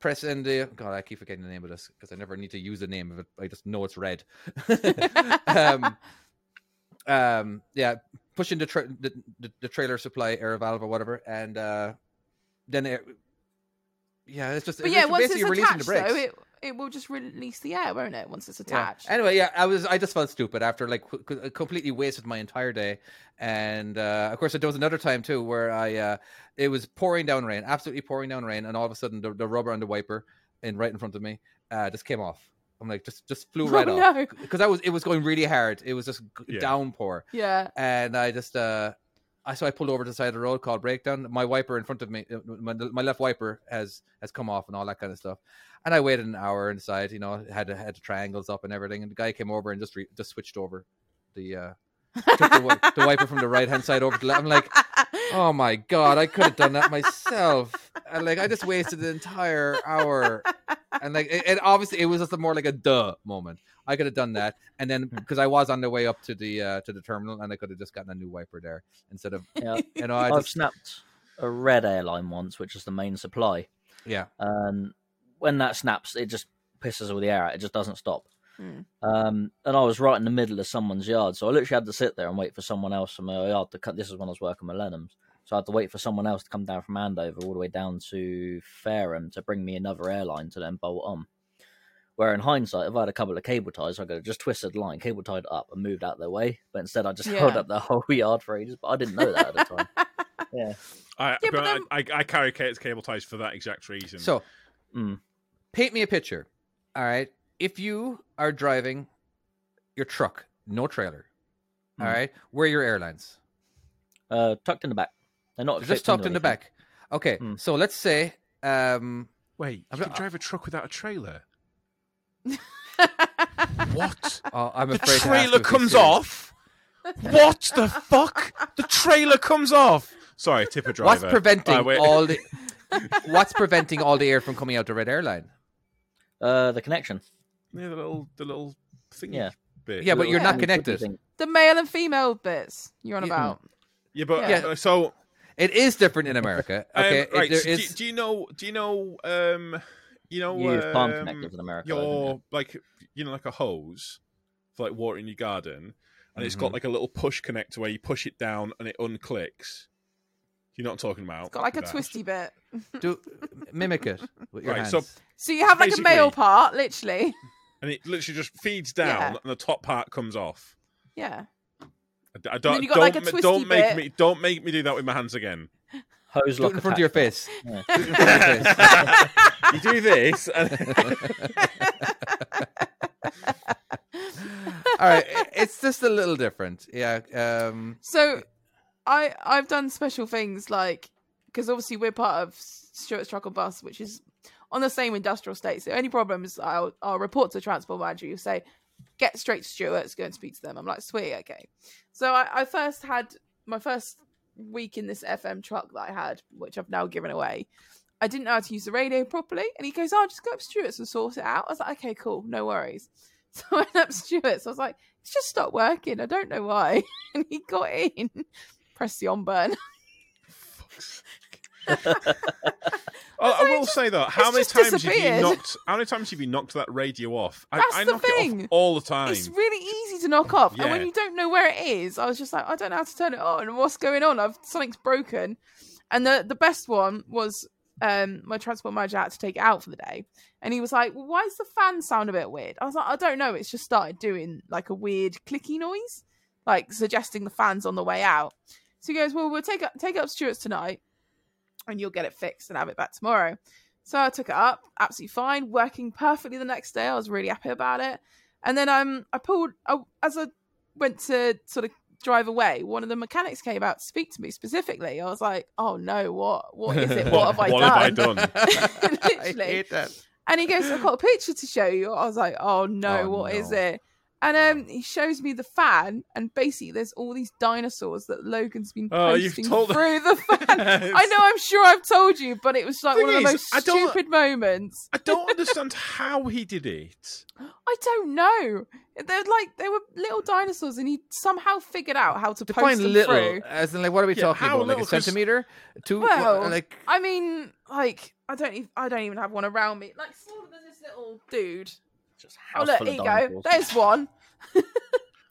Speaker 3: press in the. God, I keep forgetting the name of this because I never need to use the name of it. I just know it's red. um, um, yeah, push into tra- the, the the trailer supply air valve or whatever, and uh then it. Yeah, it's just.
Speaker 4: But
Speaker 3: it's
Speaker 4: yeah,
Speaker 3: just
Speaker 4: once
Speaker 3: basically
Speaker 4: it's
Speaker 3: releasing the
Speaker 4: attached,
Speaker 3: brakes.
Speaker 4: though, it it will just release the air, won't it? Once it's
Speaker 3: Yeah.
Speaker 4: attached.
Speaker 3: Anyway, yeah, I was I just felt stupid after like c- c- completely wasted my entire day, and uh, of course there was another time too where I uh, it was pouring down rain, absolutely pouring down rain, and all of a sudden the, the rubber on the wiper in right in front of me uh, just came off. I'm like just just flew
Speaker 4: Oh,
Speaker 3: right off
Speaker 4: no.
Speaker 3: because I was it was going really hard. It was just g-
Speaker 1: Yeah.
Speaker 3: downpour,
Speaker 4: Yeah.
Speaker 3: and I just uh, I so I pulled over to the side of the road, called breakdown. My wiper in front of me, uh, my, my left wiper has has come off and all that kind of stuff. And I waited an hour inside, you know, had to, had the triangles up and everything. And the guy came over and just re, just switched over the uh, took the, wi- the wiper from the right hand side over to the left. I'm like, oh my god, I could have done that myself. And like I just wasted the entire hour. And like it, it obviously it was just a more like a duh moment. I could have done that, and then because I was on the way up to the uh, to the terminal, and I could have just gotten a new wiper there instead of
Speaker 5: Yeah.
Speaker 3: you know I
Speaker 5: I've
Speaker 3: just
Speaker 5: snapped a red airline once, which is the main supply.
Speaker 3: yeah
Speaker 5: and um, when that snaps, it just pisses all the air out. It just doesn't stop.
Speaker 4: Hmm.
Speaker 5: Um, and I was right in the middle of someone's yard, so I literally had to sit there and wait for someone else from my yard to cut. This is when I was working with Lenhams, so I had to wait for someone else to come down from Andover all the way down to Fareham to bring me another airline to then bolt on. Where in hindsight, if I had a couple of cable ties, I could have just twisted the line, cable tied it up, and moved out of their way. But instead, I just held
Speaker 4: Yeah.
Speaker 5: up the whole yard for ages. But I didn't know that at the time. yeah,
Speaker 1: I,
Speaker 4: Yeah,
Speaker 1: but
Speaker 4: but then-
Speaker 1: I, I, I carry ca- cable ties for that exact reason.
Speaker 3: So,
Speaker 5: Mm.
Speaker 3: paint me a picture. All right. If you are driving your truck, no trailer, all
Speaker 5: Mm.
Speaker 3: right, where are your airlines?
Speaker 5: uh, tucked in the back. They're not
Speaker 3: They're just
Speaker 5: clipped
Speaker 3: tucked
Speaker 5: into
Speaker 3: in the
Speaker 5: anything.
Speaker 3: back. Okay.
Speaker 5: Mm.
Speaker 3: So, let's say, um,
Speaker 1: wait, you
Speaker 3: I've
Speaker 1: can
Speaker 3: got-
Speaker 1: drive a truck without a trailer? What?
Speaker 3: oh, I'm
Speaker 1: the
Speaker 3: afraid to have
Speaker 1: trailer
Speaker 3: to be
Speaker 1: comes
Speaker 3: serious.
Speaker 1: off. What the fuck? The trailer comes off. Sorry, tipper driver.
Speaker 3: What's preventing
Speaker 1: Ah, wait.
Speaker 3: all the. What's preventing all the air from coming out the red airline?
Speaker 5: Uh, the connection.
Speaker 1: Yeah, the little, the little thing.
Speaker 5: Yeah.
Speaker 1: Bit.
Speaker 3: Yeah, but you're not
Speaker 5: Little clippy
Speaker 3: connected.
Speaker 5: thing.
Speaker 4: The male and female bits you're on
Speaker 3: Yeah. Mm.
Speaker 4: about.
Speaker 1: Yeah, but
Speaker 4: Yeah.
Speaker 1: uh, so
Speaker 3: It is different in America.
Speaker 1: um,
Speaker 3: Okay,
Speaker 1: right.
Speaker 3: it, there
Speaker 1: so do,
Speaker 3: is.
Speaker 1: do you know? Do you know? Um, you know,
Speaker 5: You use palm
Speaker 1: um,
Speaker 5: connectors in America. though, don't
Speaker 1: your like you know like a hose for like water in your garden and it's got
Speaker 3: Mhm.
Speaker 1: like a little push connector where you push it down and it unclicks you know what i'm talking about
Speaker 4: It's got like a
Speaker 1: That.
Speaker 4: twisty bit.
Speaker 3: do mimic it with your
Speaker 1: Right,
Speaker 3: hands.
Speaker 1: so-
Speaker 4: So you have like a male
Speaker 1: Basically-
Speaker 4: part, literally.
Speaker 1: and it literally just feeds down
Speaker 4: Yeah.
Speaker 1: and the top part comes off
Speaker 4: Yeah.
Speaker 1: I d- I
Speaker 4: then
Speaker 1: don't
Speaker 4: you got,
Speaker 1: don't,
Speaker 4: like, a
Speaker 1: ma-
Speaker 4: twisty
Speaker 1: don't make
Speaker 4: bit.
Speaker 1: me don't make me do that with my hands again
Speaker 5: Hose
Speaker 3: do
Speaker 5: lock
Speaker 3: it in front of your
Speaker 5: attack.
Speaker 3: face.
Speaker 5: Yeah.
Speaker 3: Do it in front of your face.
Speaker 1: you do this and
Speaker 3: All right, i- it's just a little different. Yeah. Um,
Speaker 4: So I I've done special things like because obviously we're part of Stuart's Truck and Bus, which is on the same industrial estate. So any problems, I'll I'll report to the transport manager. You say, get straight to Stuart's, go and speak to them. I'm like, sweet, okay. So I, I first had my first week in this FM truck that I had, which I've now given away. I didn't know how to use the radio properly, and he goes, "I'll just go up to Stuart's and sort it out." I was like, "Okay, cool, no worries." So I went up to Stuart's. I was like, "It's just stopped working. I don't know why." And he got in, pressed the on button.
Speaker 1: I, I
Speaker 4: it
Speaker 1: will
Speaker 4: just-
Speaker 1: say though how
Speaker 4: it's
Speaker 1: many
Speaker 4: just
Speaker 1: times have you
Speaker 4: disappeared.
Speaker 1: knocked how many times have you knocked that radio off I,
Speaker 4: That's
Speaker 1: I
Speaker 4: the
Speaker 1: knock it
Speaker 4: thing.
Speaker 1: off all the time
Speaker 4: It's really easy to knock off, and when
Speaker 1: Yeah.
Speaker 4: you don't know where it is, I was just like, I don't know how to turn it on. What's going on? I've something's broken. And the the best one was um my transport manager had to take it out for the day, and he was like, well, "Why does the fan sound a bit weird?" I was like, "I don't know. It's just started doing like a weird clicky noise, like suggesting the fan's on the way out." So he goes, "Well, we'll take up take it up to Stuart's tonight, and you'll get it fixed and have it back tomorrow." So I took it up, absolutely fine, working perfectly the next day. I was really happy about it. And then um, I pulled I, as I went to sort of drive away, one of the mechanics came out to speak to me specifically. I was like, "Oh no, what? What is it? What have I
Speaker 1: what
Speaker 4: done?"
Speaker 1: have I done?
Speaker 3: I
Speaker 4: Literally.
Speaker 3: hate that.
Speaker 4: And he goes, I've got a picture to show you. I was like, oh no,
Speaker 3: Oh,
Speaker 4: what is
Speaker 3: no.
Speaker 4: it? And um, he shows me the fan, and basically there's all these dinosaurs that Logan's been
Speaker 1: Oh, you've
Speaker 4: posting
Speaker 1: told-
Speaker 4: through the fan. I know, I'm sure I've told you, but it was like
Speaker 1: Thing
Speaker 4: one of the
Speaker 1: is,
Speaker 4: most
Speaker 1: I don't-
Speaker 4: stupid moments.
Speaker 1: I don't understand how he did it.
Speaker 4: I don't know. They're like they were little dinosaurs, and he somehow figured out how to post
Speaker 3: Define
Speaker 4: them
Speaker 3: little,
Speaker 4: through.
Speaker 3: as in like what are we
Speaker 1: Yeah,
Speaker 3: talking
Speaker 1: how
Speaker 3: about? Like
Speaker 1: little?
Speaker 3: a
Speaker 1: 'Cause-
Speaker 3: centimeter, two,
Speaker 4: Well,
Speaker 3: like
Speaker 4: I mean, like I don't, even, I don't even have one around me. Like smaller than this little dude.
Speaker 5: Just
Speaker 4: Oh
Speaker 5: house
Speaker 4: look,
Speaker 5: full
Speaker 4: here
Speaker 5: of
Speaker 4: you go.
Speaker 5: dinosaurs.
Speaker 4: There's one.
Speaker 1: See,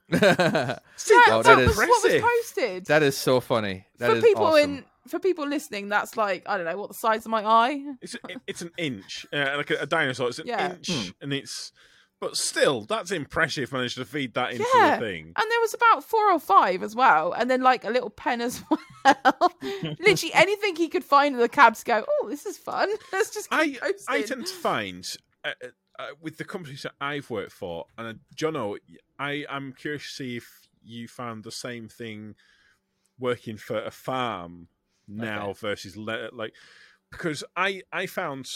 Speaker 4: That,
Speaker 3: Oh,
Speaker 1: that's
Speaker 4: that
Speaker 3: that
Speaker 4: was
Speaker 1: impressive.
Speaker 4: what was posted.
Speaker 3: that is so funny. That is
Speaker 4: for people
Speaker 3: awesome.
Speaker 4: in for people listening, that's like I don't know what the size of my eye.
Speaker 1: It's, it's an inch, uh, like a, a dinosaur. It's an
Speaker 4: Yeah.
Speaker 1: inch, and it's. But still, that's impressive. Managed to feed that into
Speaker 4: Yeah.
Speaker 1: the thing.
Speaker 4: And there was about four or five as well, and then like a little pen as well. Literally anything he could find in the cabs. Go, oh, this is fun. Let's just
Speaker 1: I
Speaker 4: keep
Speaker 1: I
Speaker 4: posting."
Speaker 1: tend to find uh, uh, uh, with the companies that I've worked for, and uh, Jono, I I'm curious to see if you found the same thing working for a farm now versus le- like because I I found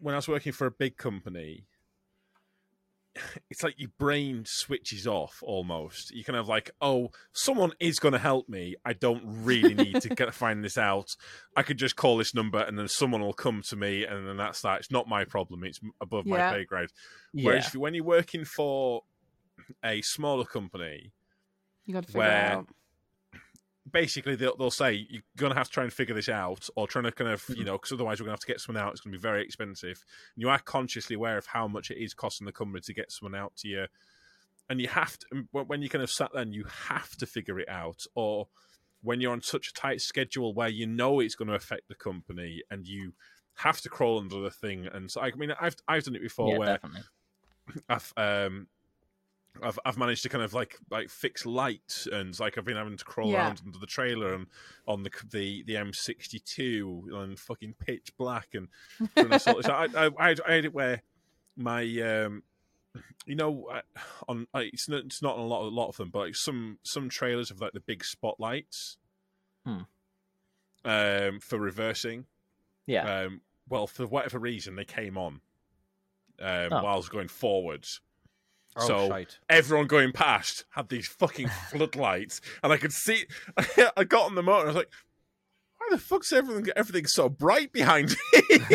Speaker 1: when I was working for a big company. It's like your brain switches off almost. You kind of like, oh, someone is going to help me. I don't really need to get, find this out. I could just call this number and then someone will come to me and then that's that. It's not my problem. It's m- above
Speaker 4: Yeah.
Speaker 1: my pay grade.
Speaker 5: yeah.
Speaker 1: Whereas if you- when you're working for a smaller company,
Speaker 4: you got to figure it
Speaker 1: where-
Speaker 4: out.
Speaker 1: basically they'll, they'll say you're going to have to try and figure this out or trying to kind of, you know, because otherwise we're going to have to get someone out. It's going to be very expensive. And you are consciously aware of how much it is costing the company to get someone out to you. And you have to, and when- when you kind of sat there and you have to figure it out or when you're on such a tight schedule where you know it's going to affect the company and you have to crawl under the thing. And so, I mean, I've, I've done it before
Speaker 5: yeah,
Speaker 1: where
Speaker 5: definitely.
Speaker 1: I've um I've I've managed to kind of like like fix lights and like I've been having to crawl
Speaker 4: Yeah.
Speaker 1: around under the trailer and on the the the M62 and fucking pitch black and trying to sort this out. I, I I had it where my um you know I- on I, it's not it's not on a lot a lot of them but like some some trailers have like the big spotlights
Speaker 5: Hmm.
Speaker 1: um for reversing
Speaker 5: Yeah.
Speaker 1: um, well, for whatever reason, they came on um,
Speaker 5: Oh.
Speaker 1: while I was going forwards.
Speaker 3: Oh,
Speaker 1: so
Speaker 3: shite.
Speaker 1: everyone going past had these fucking floodlights, and I could see. I got on the motor, and I was like, "Why the fuck's everything everything so bright behind me?"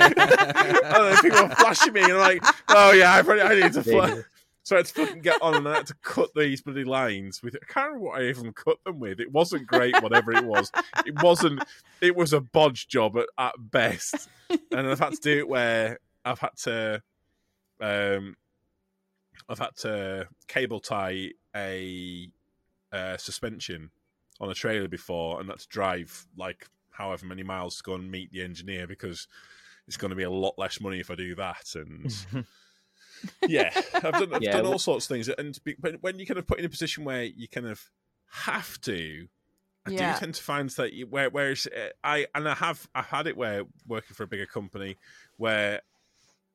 Speaker 1: and then people were flashing me, and I'm like, "Oh yeah, I, probably, I need to." Fl-. So I had to fucking get on, and I had to cut these bloody lines with. I can't remember what I even cut them with. It wasn't great, whatever it was. It wasn't. It was a bodge job at, at best, and I've had to do it where I've had to, um, I've had to cable tie a uh, suspension on a trailer before, and that's drive like however many miles to go and meet the engineer because it's going to be a lot less money if I do that. And yeah, I've done, I've
Speaker 5: Yeah,
Speaker 1: done
Speaker 5: w-
Speaker 1: all sorts of things. And to be, but when you kind of put in a position where you kind of have to, I
Speaker 4: Yeah.
Speaker 1: do tend to find that you, where whereas uh, I and I have I've had it where working for a bigger company where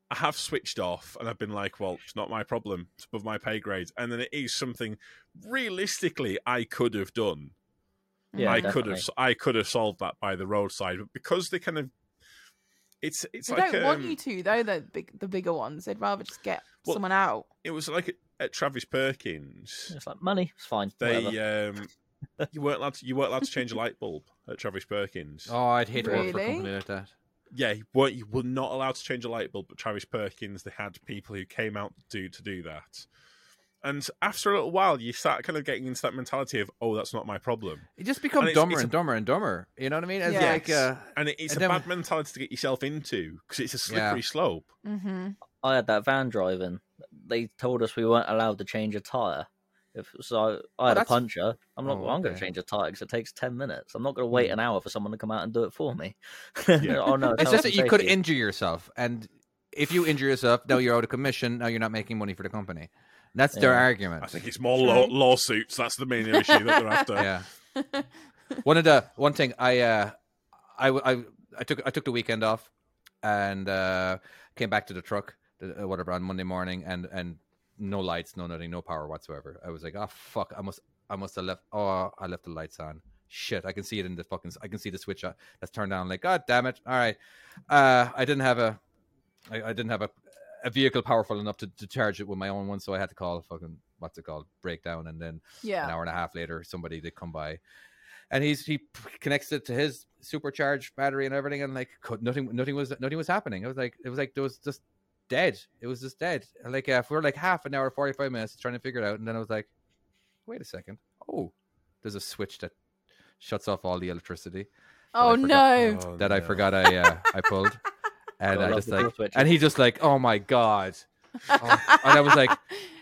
Speaker 1: I have switched off and I've been like, well, it's not my problem. It's above my pay grade. And then it is something realistically I could have done.
Speaker 5: yeah,
Speaker 1: I could
Speaker 5: definitely.
Speaker 1: have I could have solved that by the roadside, but because they kind of it's it's
Speaker 4: They
Speaker 1: like
Speaker 4: don't want
Speaker 1: um,
Speaker 4: you to though. The big, the bigger ones. They'd rather just get
Speaker 1: Well,
Speaker 4: someone out.
Speaker 1: it was like at Travis Perkins.
Speaker 5: It's like money. It's fine. whatever.
Speaker 1: They um, you weren't allowed to, you weren't allowed to change a light bulb at Travis Perkins.
Speaker 3: Oh, I'd hate to work for a
Speaker 4: Really?
Speaker 3: company like that.
Speaker 1: Yeah, you weren't you were not allowed to change a light bulb at Travis Perkins. They had people who came out to to do that. And after a little while, you start kind of getting into that mentality of, "Oh, that's not my problem,"
Speaker 3: It just becomes
Speaker 1: it's-
Speaker 3: dumber
Speaker 1: it's a-
Speaker 3: and dumber and dumber. You know what I mean? It's
Speaker 4: Yeah.
Speaker 3: like uh,
Speaker 1: and it, it's
Speaker 3: And
Speaker 1: a
Speaker 3: then-
Speaker 1: bad mentality to get yourself into because it's a
Speaker 3: Yeah.
Speaker 1: slippery slope.
Speaker 4: Mm-hmm.
Speaker 5: I had that van driving. They told us we weren't allowed to change a tire. If so, I, I had a
Speaker 3: Oh, that's-
Speaker 5: puncher. I'm not.
Speaker 3: Oh,
Speaker 5: well, I'm going
Speaker 3: okay.
Speaker 5: to
Speaker 3: Hmm.
Speaker 5: change a tire because it takes ten minutes. I'm not going to wait an hour for someone to come out and do it for me. oh no!
Speaker 3: it's just that you could
Speaker 5: injure.
Speaker 3: injure yourself, and if you injure yourself, now you're out of commission. Now you're not making money for the company. That's their
Speaker 5: Yeah.
Speaker 3: argument.
Speaker 1: I think it's more law- lawsuits. That's the main issue that they're after.
Speaker 3: yeah. one of the one thing I uh I w- I I took I took the weekend off and uh came back to the truck uh, whatever on Monday morning and and no lights, no nothing, no power whatsoever. I was like, "Oh "Ah, fuck, I must I must have left. Oh, I left the lights on. Shit, I can see it in the fucking. I can see the switch uh, that's turned on. Like, god damn it! All right, uh, I didn't have a, I, I didn't have a, a vehicle powerful enough to, to charge it with my own one, so I had to call a fucking what's it called breakdown, and then
Speaker 4: Yeah.
Speaker 3: an hour and a half later, somebody did come by, and he's he p- connects it to his supercharged battery and everything, and like could, nothing, nothing was nothing was happening. It was like it was like there was just dead. It was just dead. And, Like uh, for like half an hour, forty five minutes trying to figure it out, and then I was like, wait a second, oh, there's a switch that shuts off all the electricity that I
Speaker 4: Oh
Speaker 3: forgot-
Speaker 4: no.
Speaker 3: that I forgot I uh, I pulled, and
Speaker 5: Gotta
Speaker 3: I
Speaker 5: love
Speaker 3: just
Speaker 5: the
Speaker 3: like,
Speaker 5: door switch.
Speaker 3: and he just like, oh my god, Oh, and I was like,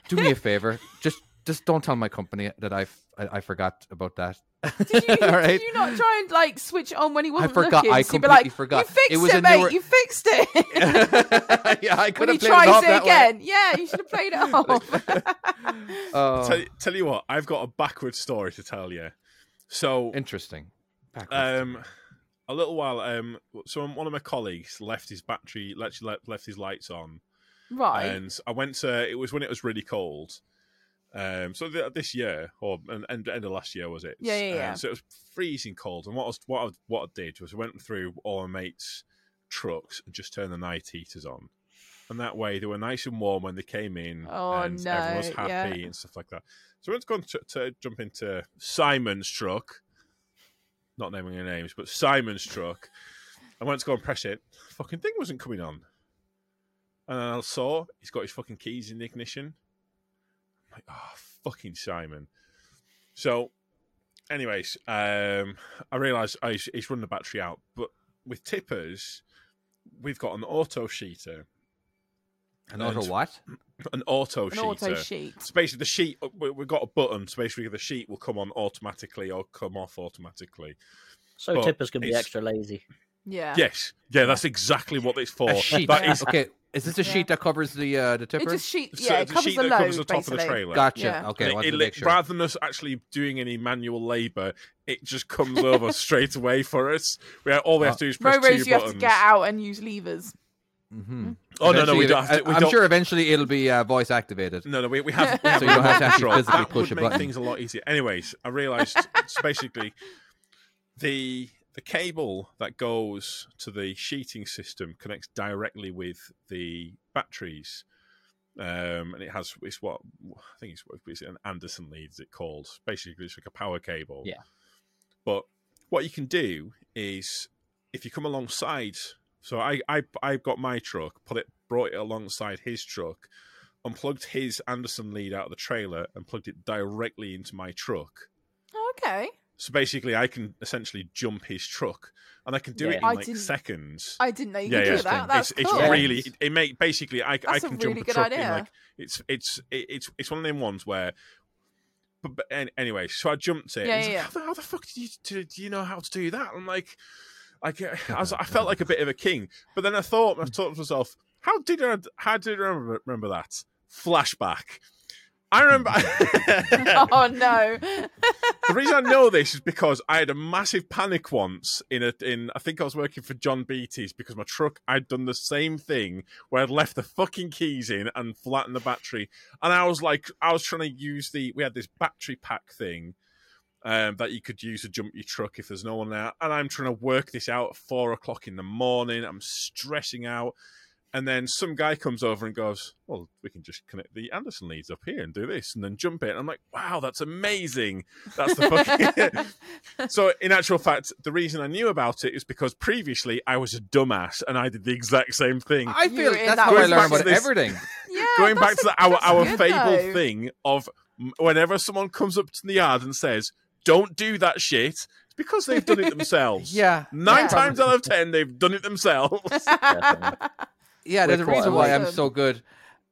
Speaker 3: do me a favor, just just don't tell my company that I've I, I forgot about that.
Speaker 4: Did you,
Speaker 3: All right.
Speaker 4: did you not try and like switch it on when he wasn't
Speaker 3: forgot-
Speaker 4: looking?
Speaker 3: I
Speaker 4: So you'd be
Speaker 3: completely
Speaker 4: like,
Speaker 3: forgot.
Speaker 4: You fixed
Speaker 3: It was a
Speaker 4: it, mate.
Speaker 3: newer-
Speaker 4: You fixed it.
Speaker 3: yeah, I could
Speaker 4: when
Speaker 3: have played it
Speaker 4: he tries
Speaker 3: off
Speaker 4: it
Speaker 3: that way.
Speaker 4: again, yeah, you should have played it off.
Speaker 3: Oh,
Speaker 1: tell, tell you what, I've got a backward story to tell you. So,
Speaker 3: interesting. Backwards.
Speaker 1: um, a little while, um, so one of my colleagues left his battery, left, left his lights on,
Speaker 4: right.
Speaker 1: and I went to. It was when it was really cold. Um, so th- this year, or and end, end of last year, was it?
Speaker 4: Yeah, yeah,
Speaker 1: Uh,
Speaker 4: yeah.
Speaker 1: so it was freezing cold, and what I was, what I, what I did was I went through all my mates' trucks and just turned the night heaters on, and that way they were nice and warm when they came in,
Speaker 4: Oh,
Speaker 1: and everyone was
Speaker 4: no, yeah.
Speaker 1: happy and stuff like that. So I went to, go and t- to jump into Simon's truck, not naming their names, but Simon's truck. I went to go and press it. Fucking thing wasn't coming on. And then I saw he's got his fucking keys in the ignition. I'm like, oh, fucking Simon. So, anyways, um, I realised oh, he's, he's run the battery out. But with tippers, we've got an auto sheeter.
Speaker 3: an auto what?
Speaker 1: An auto
Speaker 4: An
Speaker 1: sheeter.
Speaker 4: auto sheet.
Speaker 1: So basically, the sheet uh, we- we've got a button. So basically, the sheet will come on automatically or come off automatically.
Speaker 5: So
Speaker 1: But
Speaker 5: tippers can be
Speaker 1: it's-
Speaker 5: extra lazy.
Speaker 4: Yeah.
Speaker 1: Yes, yeah, that's exactly what it's for.
Speaker 3: A sheet.
Speaker 1: That is
Speaker 3: okay, is this a sheet that covers the uh, the
Speaker 4: It
Speaker 3: tipper?
Speaker 4: just sheet.
Speaker 1: so
Speaker 4: Yeah, it
Speaker 1: the
Speaker 4: covers
Speaker 1: sheet
Speaker 4: the
Speaker 1: that
Speaker 4: load
Speaker 1: covers the top
Speaker 4: basically.
Speaker 1: of the trailer.
Speaker 3: Gotcha.
Speaker 4: Yeah.
Speaker 3: Okay,
Speaker 1: And
Speaker 3: I
Speaker 1: it-
Speaker 3: wanted
Speaker 1: it
Speaker 3: to
Speaker 1: li-
Speaker 3: make sure.
Speaker 1: Rather than us actually doing any manual labour, it just comes over straight away for us. We all we have to do is press
Speaker 4: Roros, you
Speaker 1: two
Speaker 4: have
Speaker 1: buttons.
Speaker 4: to get out and use levers.
Speaker 3: Mhm.
Speaker 1: Oh no, no,
Speaker 3: Eventually
Speaker 1: we
Speaker 3: it-
Speaker 1: don't. Have to,
Speaker 3: I-
Speaker 1: we
Speaker 3: I'm
Speaker 1: don't,
Speaker 3: sure eventually it'll be uh, voice activated.
Speaker 1: No, no, we, we have. We
Speaker 3: So
Speaker 1: have
Speaker 3: you don't have to actually
Speaker 1: control.
Speaker 3: physically
Speaker 1: that
Speaker 3: push
Speaker 1: would
Speaker 3: a
Speaker 1: make
Speaker 3: button.
Speaker 1: things a lot easier. Anyways, I realised so basically the the cable that goes to the sheeting system connects directly with the batteries, um, and it has it's what I think it's what is it an Anderson lead is it called? Basically, it's like a power cable.
Speaker 5: Yeah.
Speaker 1: But what you can do is if you come alongside, so I I I got my truck, put it brought it alongside his truck, unplugged his Anderson lead out of the trailer and plugged it directly into my truck.
Speaker 4: Oh, okay.
Speaker 1: So basically, I can essentially jump his truck, and I can do
Speaker 5: Yeah.
Speaker 1: it in
Speaker 4: I
Speaker 1: like
Speaker 4: didn't-
Speaker 1: seconds.
Speaker 4: I didn't know you
Speaker 1: Yeah,
Speaker 4: could
Speaker 1: yeah.
Speaker 4: do that. That's
Speaker 1: it's
Speaker 4: cool.
Speaker 1: it's really it, it make basically I, I
Speaker 4: That's a
Speaker 1: can
Speaker 4: really
Speaker 1: jump a
Speaker 4: good
Speaker 1: truck in
Speaker 4: idea.
Speaker 1: like it's it's it- it's it's one of them ones where. But, but an- anyway, so I jumped it.
Speaker 4: Yeah,
Speaker 1: He's like,
Speaker 4: yeah, yeah.
Speaker 1: How, the, how the fuck do you do, do you know how to do that? I'm like, like I was I felt like a bit of a king, but then I thought I thought to myself, how did I how did I remember, remember that flashback? I remember.
Speaker 4: oh no.
Speaker 1: the reason I know this is because I had a massive panic once in a in I think I was working for John Beatty's because my truck I'd done the same thing where I'd left the fucking keys in and flattened the battery and I was like I was trying to use the we had this battery pack thing um, that you could use to jump your truck if there's no one there and I'm trying to work this out at four o'clock in the morning I'm stressing out and then some guy comes over and goes, "Well, we can just connect the Anderson leads up here and do this, and then jump it." And I'm like, "Wow, that's amazing! That's the fucking." so, in actual fact, the reason I knew about it is because previously I was a dumbass and I did the exact same thing.
Speaker 3: I
Speaker 4: You
Speaker 3: feel
Speaker 4: were in
Speaker 3: that's
Speaker 4: that
Speaker 3: how I
Speaker 1: one.
Speaker 3: learned
Speaker 1: Back
Speaker 3: about
Speaker 1: to this-
Speaker 3: everything.
Speaker 4: yeah,
Speaker 1: Going back
Speaker 4: that's
Speaker 1: to the,
Speaker 4: a-
Speaker 1: our
Speaker 4: that's
Speaker 1: our
Speaker 4: good,
Speaker 1: fabled
Speaker 4: though.
Speaker 1: thing of m- whenever someone comes up to the yard and says, "Don't do that shit," it's because they've done it themselves.
Speaker 3: Yeah.
Speaker 1: Nine
Speaker 4: Yeah.
Speaker 1: times out of ten, they've done it themselves.
Speaker 5: Definitely.
Speaker 3: Yeah, there's a
Speaker 5: quite
Speaker 3: reason why I'm
Speaker 4: awesome.
Speaker 3: so good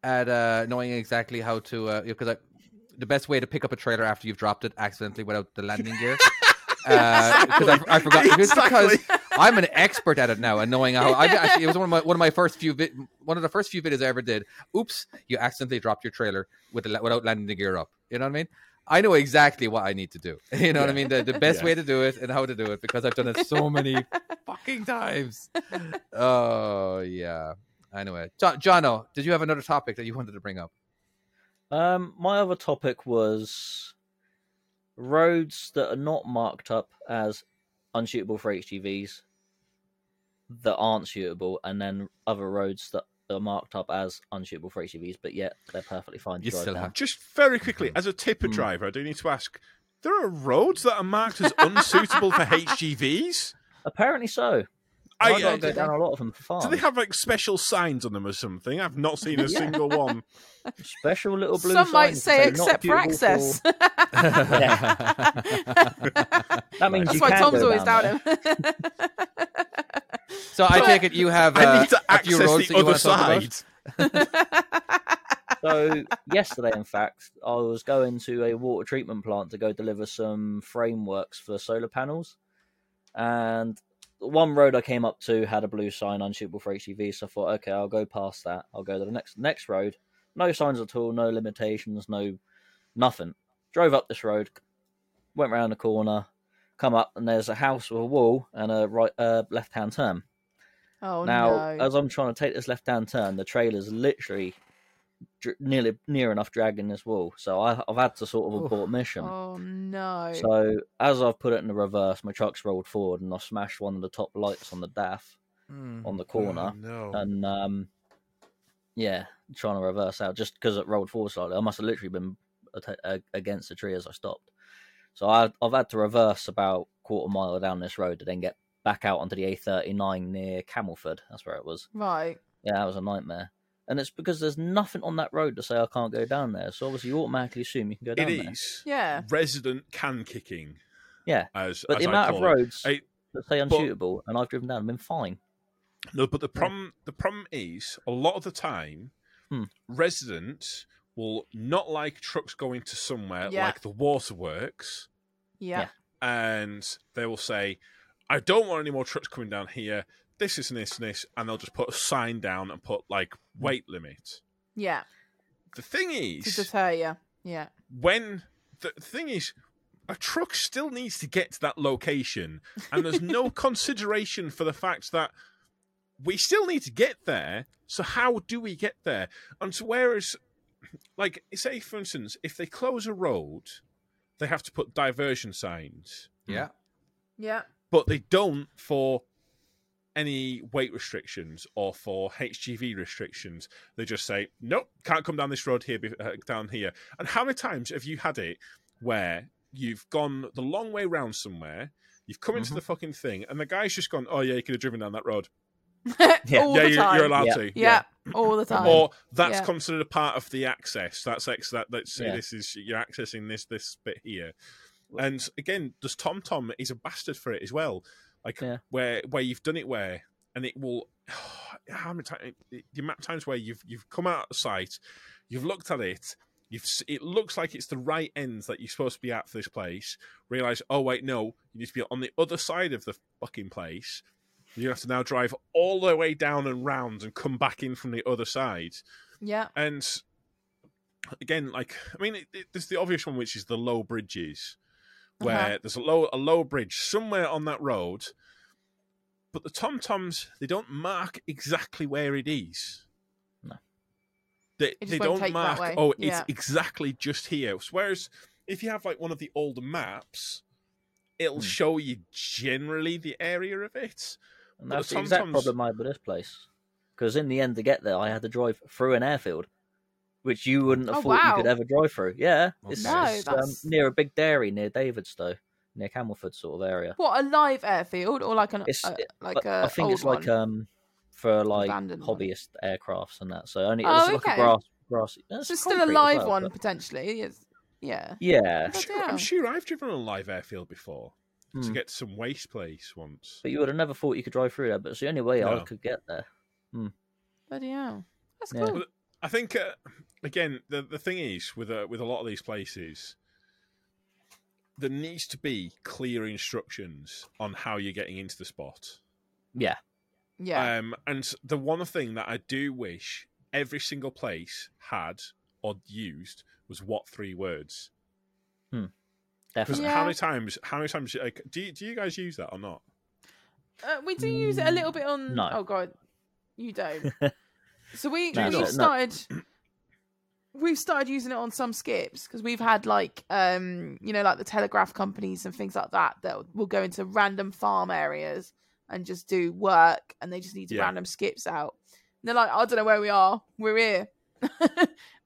Speaker 3: at uh, knowing exactly how to uh, because I the best way to pick up a trailer after you've dropped it accidentally without the landing gear. uh, Because I, I forgot. It's
Speaker 1: Exactly.
Speaker 3: because I'm an expert at it now, and knowing how I actually it was one of my one of my first few vi- one of the first few videos I ever did. Oops, you accidentally dropped your trailer with the, la- without landing the gear up. You know what I mean? I know exactly what I need to do. You know what I mean? The, the best
Speaker 1: Yeah.
Speaker 3: way to do it and how to do it because I've done it so many fucking times. Oh yeah. Anyway, John, Jono, did you have another topic that you wanted to bring up?
Speaker 5: Um, my other topic was roads that are not marked up as unsuitable for HGVs that aren't suitable, and then other roads that are marked up as unsuitable for HGVs, but yet they're perfectly fine to
Speaker 3: You
Speaker 5: drive
Speaker 3: still
Speaker 5: down.
Speaker 3: have-
Speaker 1: Just very quickly, as a tipper
Speaker 5: Mm.
Speaker 1: driver, I do need to ask: there are roads that are marked as unsuitable for HGVs.
Speaker 5: Apparently so.
Speaker 1: I,
Speaker 5: I,
Speaker 1: I- uh,
Speaker 5: gotta go down a lot of them for farms.
Speaker 1: do they have like special signs on them or something? I've not seen a single one.
Speaker 5: Special little blue
Speaker 4: Some might
Speaker 5: signs that
Speaker 4: say
Speaker 5: "Not
Speaker 4: except for
Speaker 5: suitable
Speaker 4: access.
Speaker 5: That means
Speaker 4: That's
Speaker 5: you
Speaker 4: why
Speaker 5: can
Speaker 4: Tom's
Speaker 5: go
Speaker 4: always
Speaker 5: down
Speaker 4: down him.
Speaker 3: So I take it you have
Speaker 1: I
Speaker 3: uh,
Speaker 1: need to
Speaker 3: a few
Speaker 1: access
Speaker 3: roads
Speaker 1: the
Speaker 3: that you want
Speaker 1: other
Speaker 3: to talk about?
Speaker 1: side.
Speaker 5: So yesterday, in fact, I was going to a water treatment plant to go deliver some frameworks for solar panels, and one road I came up to had a blue sign unsuitable for HGV. So I thought, okay, I'll go past that. I'll go to the next next road. No signs at all. No limitations. No nothing. Drove up this road, went round the corner, come up, and there's a house with a wall and a right uh, left hand turn
Speaker 4: oh
Speaker 5: now,
Speaker 4: no!
Speaker 5: as I'm trying to take this left hand turn, the trailer's literally dr- nearly near enough dragging this wall. So I, I've had to sort of
Speaker 3: Oof.
Speaker 5: abort mission.
Speaker 4: Oh no!
Speaker 5: So as I've put it in the reverse, my truck's rolled forward and I smashed one of the top lights on the DAF
Speaker 4: Hmm.
Speaker 5: on the corner.
Speaker 1: Oh, no.
Speaker 5: And um, yeah, trying to reverse out just because it rolled forward slightly. I must have literally been at- a- against the tree as I stopped. So I, I've had to reverse about quarter mile down this road to then get back out onto the A39 near Camelford. That's where it was.
Speaker 4: right.
Speaker 5: Yeah, that was a nightmare. And it's because there's nothing on that road to say I can't go down there. So obviously you automatically assume you can go down
Speaker 1: It
Speaker 5: there.
Speaker 1: is
Speaker 4: Yeah.
Speaker 1: resident can kicking.
Speaker 5: Yeah.
Speaker 1: as,
Speaker 5: But
Speaker 1: as
Speaker 5: the
Speaker 1: I
Speaker 5: amount of
Speaker 1: call it.
Speaker 5: roads
Speaker 1: I-
Speaker 5: that say unsuitable and I've driven down and been fine.
Speaker 1: No, but
Speaker 4: Hmm.
Speaker 1: the problem the problem is a lot of the time
Speaker 5: Hmm.
Speaker 1: residents will not like trucks going to somewhere
Speaker 4: Yeah.
Speaker 1: like the waterworks
Speaker 4: Yeah.
Speaker 5: Yeah.
Speaker 1: and they will say, I don't want any more trucks coming down here. This is and this and this and they'll just put a sign down and put like weight limit.
Speaker 4: Yeah.
Speaker 1: The thing
Speaker 4: Hmm. To
Speaker 1: is
Speaker 4: deter you. Yeah.
Speaker 1: when the thing is a truck still needs to get to that location and there's no consideration for the fact that we still need to get there so how do we get there and so whereas like say for instance if they close a road they have to put diversion signs
Speaker 3: Yeah.
Speaker 4: Yeah.
Speaker 1: but they don't for any weight restrictions or for HGV restrictions. They just say, nope, can't come down this road here, be- uh, down here. And how many times have you had it where you've gone the long way round somewhere, you've come
Speaker 4: Mm-hmm.
Speaker 1: into the fucking thing, and the guy's just gone, oh yeah, you could have driven down that road.
Speaker 5: Yeah.
Speaker 4: All
Speaker 1: yeah,
Speaker 4: the
Speaker 1: you,
Speaker 4: time.
Speaker 1: you're allowed
Speaker 5: Yeah.
Speaker 1: to.
Speaker 4: Yeah. All the time.
Speaker 1: Or that's
Speaker 4: Yeah.
Speaker 1: considered a part of the access. That's ex- that that's
Speaker 5: Yeah.
Speaker 1: this is you're accessing this this bit here. And again, does Tom Tom is a bastard for it as well. Like
Speaker 5: Yeah.
Speaker 1: where where you've done it where and it will how many times the amount of times where you've you've come out of sight, you've looked at it, you've s- it looks like it's the right end that you're supposed to be at for this place. Realize, oh wait, no, you need to be on the other side of the fucking place. You have to now drive all the way down and round and come back in from the other side.
Speaker 4: yeah.
Speaker 1: And again, like I mean, it, it, there's the obvious one, which is the low bridges, where
Speaker 4: Uh-huh.
Speaker 1: there's a low a low bridge somewhere on that road, but the tom toms they don't mark exactly where it is.
Speaker 5: No.
Speaker 1: They,
Speaker 4: just
Speaker 1: they
Speaker 4: won't
Speaker 1: don't
Speaker 4: take that
Speaker 1: mark.
Speaker 4: way.
Speaker 1: Oh,
Speaker 4: Yeah.
Speaker 1: it's exactly just here. Whereas if you have like one of the older maps, it'll
Speaker 5: Hmm.
Speaker 1: show you generally the area of it.
Speaker 5: And
Speaker 1: But
Speaker 5: that's
Speaker 1: the
Speaker 5: the exact
Speaker 1: sometimes-
Speaker 5: problem I had with this place. Because in the end, to get there, I had to drive through an airfield, which you wouldn't have
Speaker 4: Oh,
Speaker 5: thought
Speaker 4: wow.
Speaker 5: you could ever drive through. Yeah. It's,
Speaker 3: No,
Speaker 5: it's, um,
Speaker 4: that's-
Speaker 5: near a big dairy near Davidstow, near Camelford sort of area.
Speaker 4: What a live airfield or like an
Speaker 5: It's-
Speaker 4: uh,
Speaker 5: it-
Speaker 4: like
Speaker 5: But
Speaker 4: a
Speaker 5: I think it's
Speaker 4: old
Speaker 5: like
Speaker 4: one?
Speaker 5: um for like
Speaker 4: abandoned one.
Speaker 5: hobbyist aircrafts and that. So only it
Speaker 4: Oh,
Speaker 5: was like
Speaker 4: okay.
Speaker 5: a grass grassy.
Speaker 4: So it's still a live one potentially. It's, yeah.
Speaker 5: Yeah,
Speaker 4: Bloody
Speaker 1: Sure, I'm
Speaker 4: hell.
Speaker 1: sure I've driven on a live airfield before to
Speaker 5: Hmm.
Speaker 1: get to some waste place once.
Speaker 5: but you would have never thought you could drive through there. But it's the only way I
Speaker 1: No.
Speaker 5: could get there.
Speaker 4: Bloody hell. That's
Speaker 5: Yeah.
Speaker 4: cool.
Speaker 1: I think uh, again the the thing is with uh, with a lot of these places, there needs to be clear instructions on how you're getting into the spot.
Speaker 5: Yeah,
Speaker 4: Yeah.
Speaker 1: Um, and the one thing that I do wish every single place had or used was what three words. Because
Speaker 5: definitely.
Speaker 4: Yeah.
Speaker 1: how many times? How many times? Like, do you, do you guys use that or not?
Speaker 4: Uh, we do use it a little bit on.
Speaker 5: mm, No.
Speaker 4: Oh god, you don't. so we
Speaker 5: No,
Speaker 4: we
Speaker 5: no, no.
Speaker 4: started. we've started using it on some skips because we've had like um you know like the telegraph companies and things like that that will go into random farm areas and just do work and they just need
Speaker 1: Yeah.
Speaker 4: random skips out and they're like i don't know where we are we're here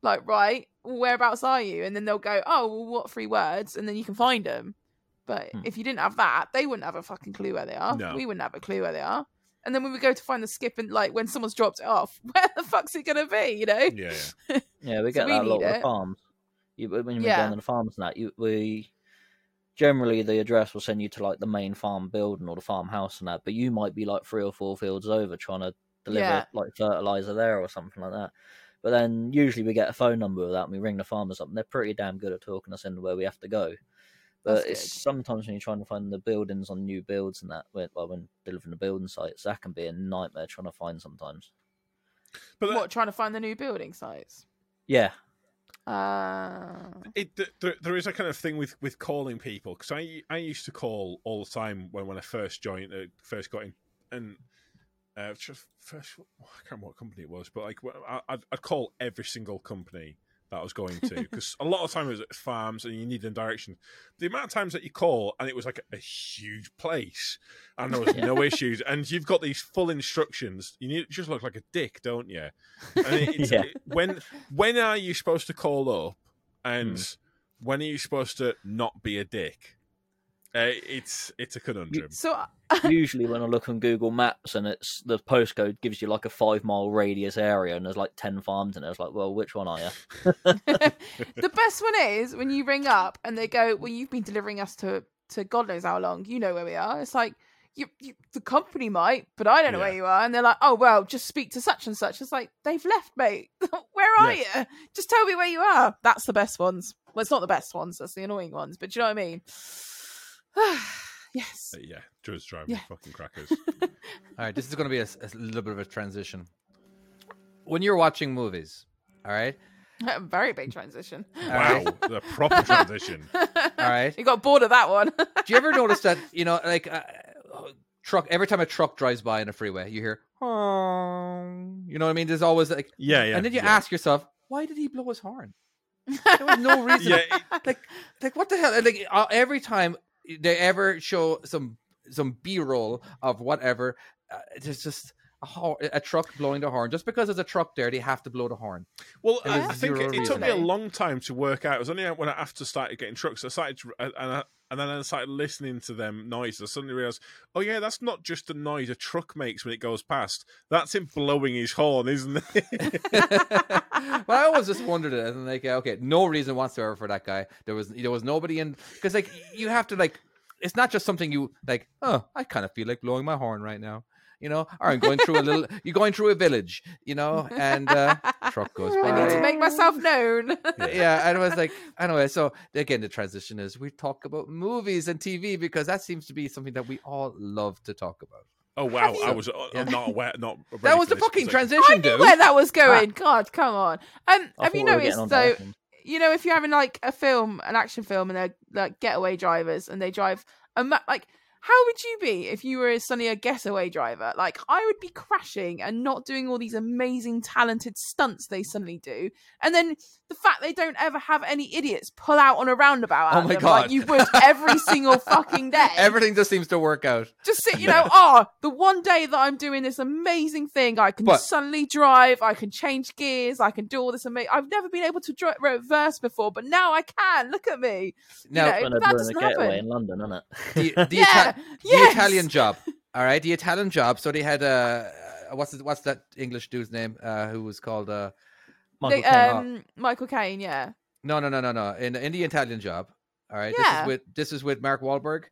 Speaker 4: like right whereabouts are you and then they'll go oh well, what three words and then you can find them but
Speaker 3: Hmm.
Speaker 4: if you didn't have that they wouldn't have a fucking clue where they are
Speaker 1: No.
Speaker 4: we wouldn't have a clue where they are and then when we go to find the skip and like when someone's dropped it off where the fuck's it gonna be you know
Speaker 1: Yeah, yeah.
Speaker 5: Yeah, we
Speaker 4: So
Speaker 5: get
Speaker 4: we
Speaker 5: that a lot
Speaker 4: need
Speaker 5: with
Speaker 4: it.
Speaker 5: the farms. You, when you are
Speaker 4: Yeah.
Speaker 5: down to the farms and that, you, we generally the address will send you to like the main farm building or the farmhouse and that, but you might be like three or four fields over trying to deliver
Speaker 4: Yeah.
Speaker 5: like fertilizer there or something like that. But then usually we get a phone number of that and we ring the farmers up and they're pretty damn good at talking us into where we have to go. But
Speaker 4: That's
Speaker 5: it's
Speaker 4: good.
Speaker 5: sometimes when you're trying to find the buildings on new builds and that, when, well, when delivering the building sites, that can be a nightmare trying to find sometimes.
Speaker 1: But uh, that-
Speaker 4: what trying to find the new building sites
Speaker 5: Yeah,
Speaker 4: uh
Speaker 1: it th- there, there is a kind of thing with with calling people because I I used to call all the time when when I first joined uh, first got in and uh, just first I can't remember what company it was but like wh- I, I'd, I'd call every single company that I was going to because a lot of time it was at farms and you need them direction. The amount of times that you call and it was like a, huge place and there was
Speaker 5: Yeah.
Speaker 1: no issues and you've got these full instructions. You need, just look like a dick, don't you? And it- it's,
Speaker 5: Yeah.
Speaker 1: it- when when are you supposed to call up, and when are you supposed to not be a dick? Uh, it's it's a conundrum.
Speaker 4: so I-
Speaker 5: usually when I look on Google Maps and it's the postcode gives you like a five mile radius area and there's like ten farms in it. It's like, well, which one are you?
Speaker 4: the best one is when you ring up and they go well you've been delivering us to to god knows how long you know where we are it's like you, you the company might but i don't know where
Speaker 1: Yeah.
Speaker 4: you are and they're like oh well just speak to such and such it's like they've left mate where are you just tell me where you are that's the best ones well it's not the best ones that's the annoying ones but do you know what i mean yes
Speaker 1: Uh, yeah, just driving
Speaker 4: Yeah.
Speaker 1: fucking crackers.
Speaker 3: All right, this is going to be a, s- a s- little bit of a transition. When you're watching movies, all right,
Speaker 4: very big transition
Speaker 1: wow, the proper transition.
Speaker 3: all right.
Speaker 4: you got bored of that one
Speaker 3: Do you ever notice that you know, like uh, truck? Every time a truck drives by in a freeway, you hear, "Honk." you know what I mean? There's always like,
Speaker 1: Yeah, yeah.
Speaker 3: and then you
Speaker 1: yeah.
Speaker 3: ask yourself, why did he blow his horn? There was no reason.
Speaker 1: Yeah, it-
Speaker 3: like, like what the hell? And, Like uh, every time they ever show some some B roll of whatever, uh, there's just a, hor- a truck blowing the horn. Just because there's a truck there, they have to blow the horn.
Speaker 1: well,
Speaker 3: There
Speaker 1: I,
Speaker 3: was
Speaker 1: I think
Speaker 3: zero
Speaker 1: it, it took me a
Speaker 4: reason.
Speaker 1: long time to work out. It was only when I after started getting trucks, I started to, and I, and then I started listening to them noises. I suddenly realized, oh yeah, that's not just the noise a truck makes when it goes past. That's him blowing his horn, isn't it?
Speaker 3: but I always just wondered it, and like, okay, no reason whatsoever for that guy. There was there was nobody in because like you have to like, it's not just something you like. Oh, I kind of feel like blowing my horn right now. You know, or I'm going through a little. You're going through a village, you know, and uh, truck goes by.
Speaker 4: i need to make myself known
Speaker 3: yeah, and it was like, anyway, so again, the transition is we talk about movies and TV because that seems to be something that we all love to talk about.
Speaker 1: Oh wow, I
Speaker 4: you-
Speaker 1: was uh, I'm not aware. Not ready
Speaker 3: That
Speaker 1: for
Speaker 3: was the
Speaker 1: this
Speaker 3: fucking
Speaker 1: conversation.
Speaker 4: I
Speaker 3: transition,
Speaker 4: knew
Speaker 3: dude.
Speaker 4: where that was going. God, come on. Um,
Speaker 5: I
Speaker 4: have you
Speaker 5: thought we were getting
Speaker 4: noticed
Speaker 5: on to
Speaker 4: though?
Speaker 5: Athens.
Speaker 4: You know, if you're having like a film, an action film, and they're like getaway drivers, and they drive a ma- like. How would you be if you were suddenly a getaway driver? Like I would be crashing and not doing all these amazing, talented stunts they suddenly do, and then the fact they don't ever have any idiots pull out on a roundabout.
Speaker 3: Oh
Speaker 4: at
Speaker 3: my
Speaker 4: them,
Speaker 3: God.
Speaker 4: Like you would every single fucking day
Speaker 3: Everything just seems to work out.
Speaker 4: just sit, you know, oh, the one day that I'm doing this amazing thing, I can
Speaker 3: But-
Speaker 4: suddenly drive, I can change gears, I can do all this amazing. I've never been able to dri reverse before, but now I can. Look at me.
Speaker 3: Now,
Speaker 4: know,
Speaker 5: when they're
Speaker 4: uh, that
Speaker 5: doing a
Speaker 4: doesn't
Speaker 5: getaway
Speaker 4: happen.
Speaker 5: in London, isn't it?
Speaker 3: the, the,
Speaker 4: yeah.
Speaker 3: Ita-
Speaker 4: yes.
Speaker 3: the Italian job. All right, the Italian job. So they had uh, uh, what's his, what's that English dude's name uh, who was called uh,
Speaker 5: Michael
Speaker 4: They,
Speaker 5: Caine.
Speaker 4: um, Michael Caine, yeah.
Speaker 3: no no no no no in in the Italian job. All right, this
Speaker 4: Yeah.
Speaker 3: is with this is with Mark Wahlberg.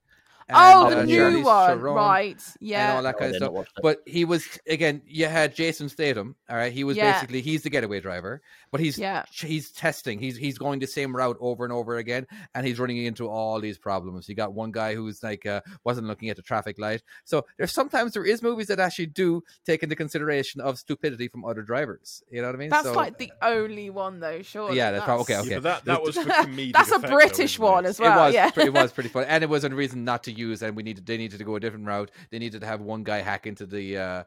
Speaker 4: oh,
Speaker 3: and,
Speaker 4: the
Speaker 3: uh,
Speaker 4: new
Speaker 3: Charlize
Speaker 4: one,
Speaker 3: Theron
Speaker 4: right?
Speaker 3: And all
Speaker 4: Yeah.
Speaker 3: that
Speaker 5: Oh,
Speaker 3: kind of
Speaker 5: they're
Speaker 3: stuff.
Speaker 5: not watching it.
Speaker 3: But he was again. You had Jason Statham. All right, he was
Speaker 4: Yeah.
Speaker 3: basically he's the getaway driver, but he's
Speaker 4: Yeah.
Speaker 3: he's testing. He's he's going the same route over and over again, and he's running into all these problems. You got one guy who's like uh, wasn't looking at the traffic light. So there's sometimes there is movies that actually do take into consideration of stupidity from other drivers. You know what I mean?
Speaker 4: That's
Speaker 3: so, uh,
Speaker 4: like the only one though. Sure.
Speaker 3: Yeah, that's prob- okay, okay.
Speaker 1: Yeah, but that, that was for comedic
Speaker 4: That's a
Speaker 1: effect, though,
Speaker 4: British
Speaker 1: isn't
Speaker 4: one
Speaker 1: it?
Speaker 4: as well.
Speaker 3: it was
Speaker 4: yeah.
Speaker 3: pre- it was pretty fun, and it was a reason not to use, and we needed they needed to go a different route. They needed to have one guy hack into the uh,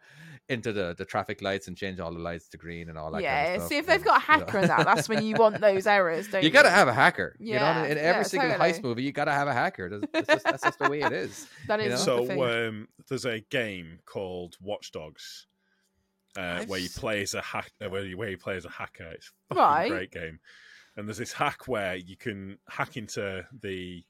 Speaker 3: into the, the traffic lights and change all the lights to green and all that.
Speaker 4: yeah,
Speaker 3: kind of stuff.
Speaker 4: see
Speaker 3: and,
Speaker 4: if they've got a
Speaker 3: you know.
Speaker 4: hacker in that. That's when you want those errors, don't you?
Speaker 3: You gotta have a hacker. you
Speaker 4: Yeah,
Speaker 3: know, in- in
Speaker 4: yeah,
Speaker 3: every single heist
Speaker 4: totally.
Speaker 3: movie, you gotta have a hacker. That's, that's, just, that's just the way it is.
Speaker 4: That
Speaker 3: you
Speaker 4: is
Speaker 3: know?
Speaker 1: So
Speaker 4: the thing.
Speaker 1: um, there's a game called Watch Dogs uh,
Speaker 4: I've
Speaker 1: where you
Speaker 4: s-
Speaker 1: play as a hack, uh, where you, where you play as a hacker. It's a fucking
Speaker 4: Right.
Speaker 1: great game. And there's this hack where you can hack into the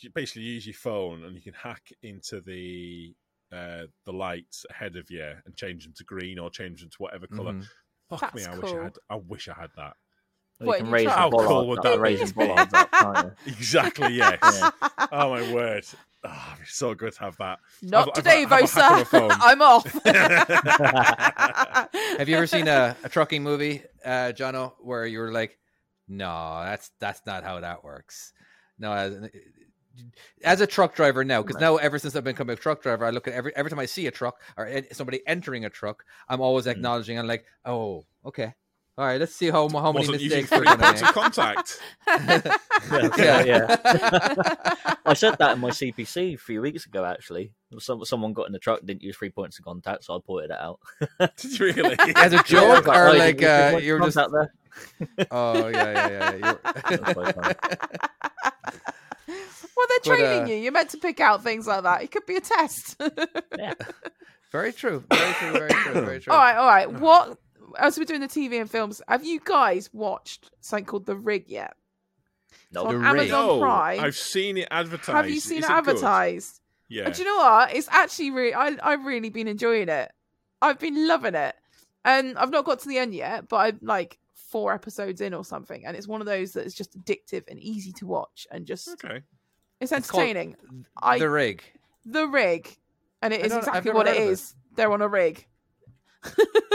Speaker 1: you basically use your phone and you can hack into the uh, the lights ahead of you and change them to green or change them to whatever color.
Speaker 3: Mhm.
Speaker 1: Fuck me, I
Speaker 4: Mm-hmm. That's
Speaker 1: wish I
Speaker 4: cool.
Speaker 1: had. I wish I had that.
Speaker 5: You
Speaker 4: What,
Speaker 5: can
Speaker 4: you
Speaker 5: raise
Speaker 4: try-
Speaker 1: How
Speaker 5: the bollard,
Speaker 1: cool would that be?
Speaker 5: raising bollards up, can't you?
Speaker 1: Exactly. Yes.
Speaker 5: Yeah.
Speaker 1: Oh my word! Oh, it'd be so good to have that.
Speaker 4: Not
Speaker 1: I've- I've-
Speaker 4: today,
Speaker 1: I've a hack on a
Speaker 4: Vosa.
Speaker 1: phone.
Speaker 4: I'm off.
Speaker 3: Have you ever seen a, a trucking movie, uh, Jono, where you were like, "No, that's that's not how that works." No, as, as a truck driver now, because now ever since I've become a truck driver, I look at every every time I see a truck or en- somebody entering a truck, I'm always
Speaker 5: Mm.
Speaker 3: acknowledging and like, "Oh, okay, all right, let's see how m- how many
Speaker 1: Wasn't using
Speaker 3: mistakes
Speaker 1: three
Speaker 3: we're gonna
Speaker 1: points
Speaker 3: make."
Speaker 1: of contact.
Speaker 5: Yeah, yeah, yeah. I said that in my CPC a few weeks ago. Actually, Some, someone got in the truck, didn't use three points of contact, so I pointed it out.
Speaker 1: Did you really?
Speaker 3: As a
Speaker 5: I was
Speaker 3: joke,
Speaker 5: "Oh,
Speaker 3: or
Speaker 5: you
Speaker 3: like
Speaker 5: didn't use three
Speaker 3: uh,
Speaker 5: points of
Speaker 3: you're just,
Speaker 5: contact there.
Speaker 3: oh yeah, yeah, yeah. yeah. you're-
Speaker 5: That's quite funny.
Speaker 4: well, they're
Speaker 3: But,
Speaker 4: training
Speaker 3: uh,
Speaker 4: you. You're meant to pick out things like that. It could be a test.
Speaker 3: Very true. Very true. Very true. Very true.
Speaker 4: All right, all right.
Speaker 1: Mm.
Speaker 4: What as we're doing the TV and films, have you guys watched something called The Rig yet?
Speaker 5: No,
Speaker 4: on
Speaker 3: The Rig.
Speaker 4: Amazon
Speaker 1: no,
Speaker 4: Prime.
Speaker 1: I've seen it advertised.
Speaker 4: Have you seen
Speaker 1: Is
Speaker 4: it
Speaker 1: good?
Speaker 4: advertised?
Speaker 1: Yeah.
Speaker 4: And do you know what? It's actually really I I've really been enjoying it. I've been loving it. And I've not got to the end yet, but I'm like four episodes in or something. And it's one of those that is just addictive and easy to watch and just
Speaker 1: okay.
Speaker 4: it's
Speaker 3: It's called
Speaker 4: entertaining. I-
Speaker 3: the rig.
Speaker 4: The rig. And it
Speaker 3: I
Speaker 4: is
Speaker 3: don't- I've
Speaker 4: exactly
Speaker 3: never
Speaker 4: what it
Speaker 3: heard of
Speaker 4: is. They're on a rig.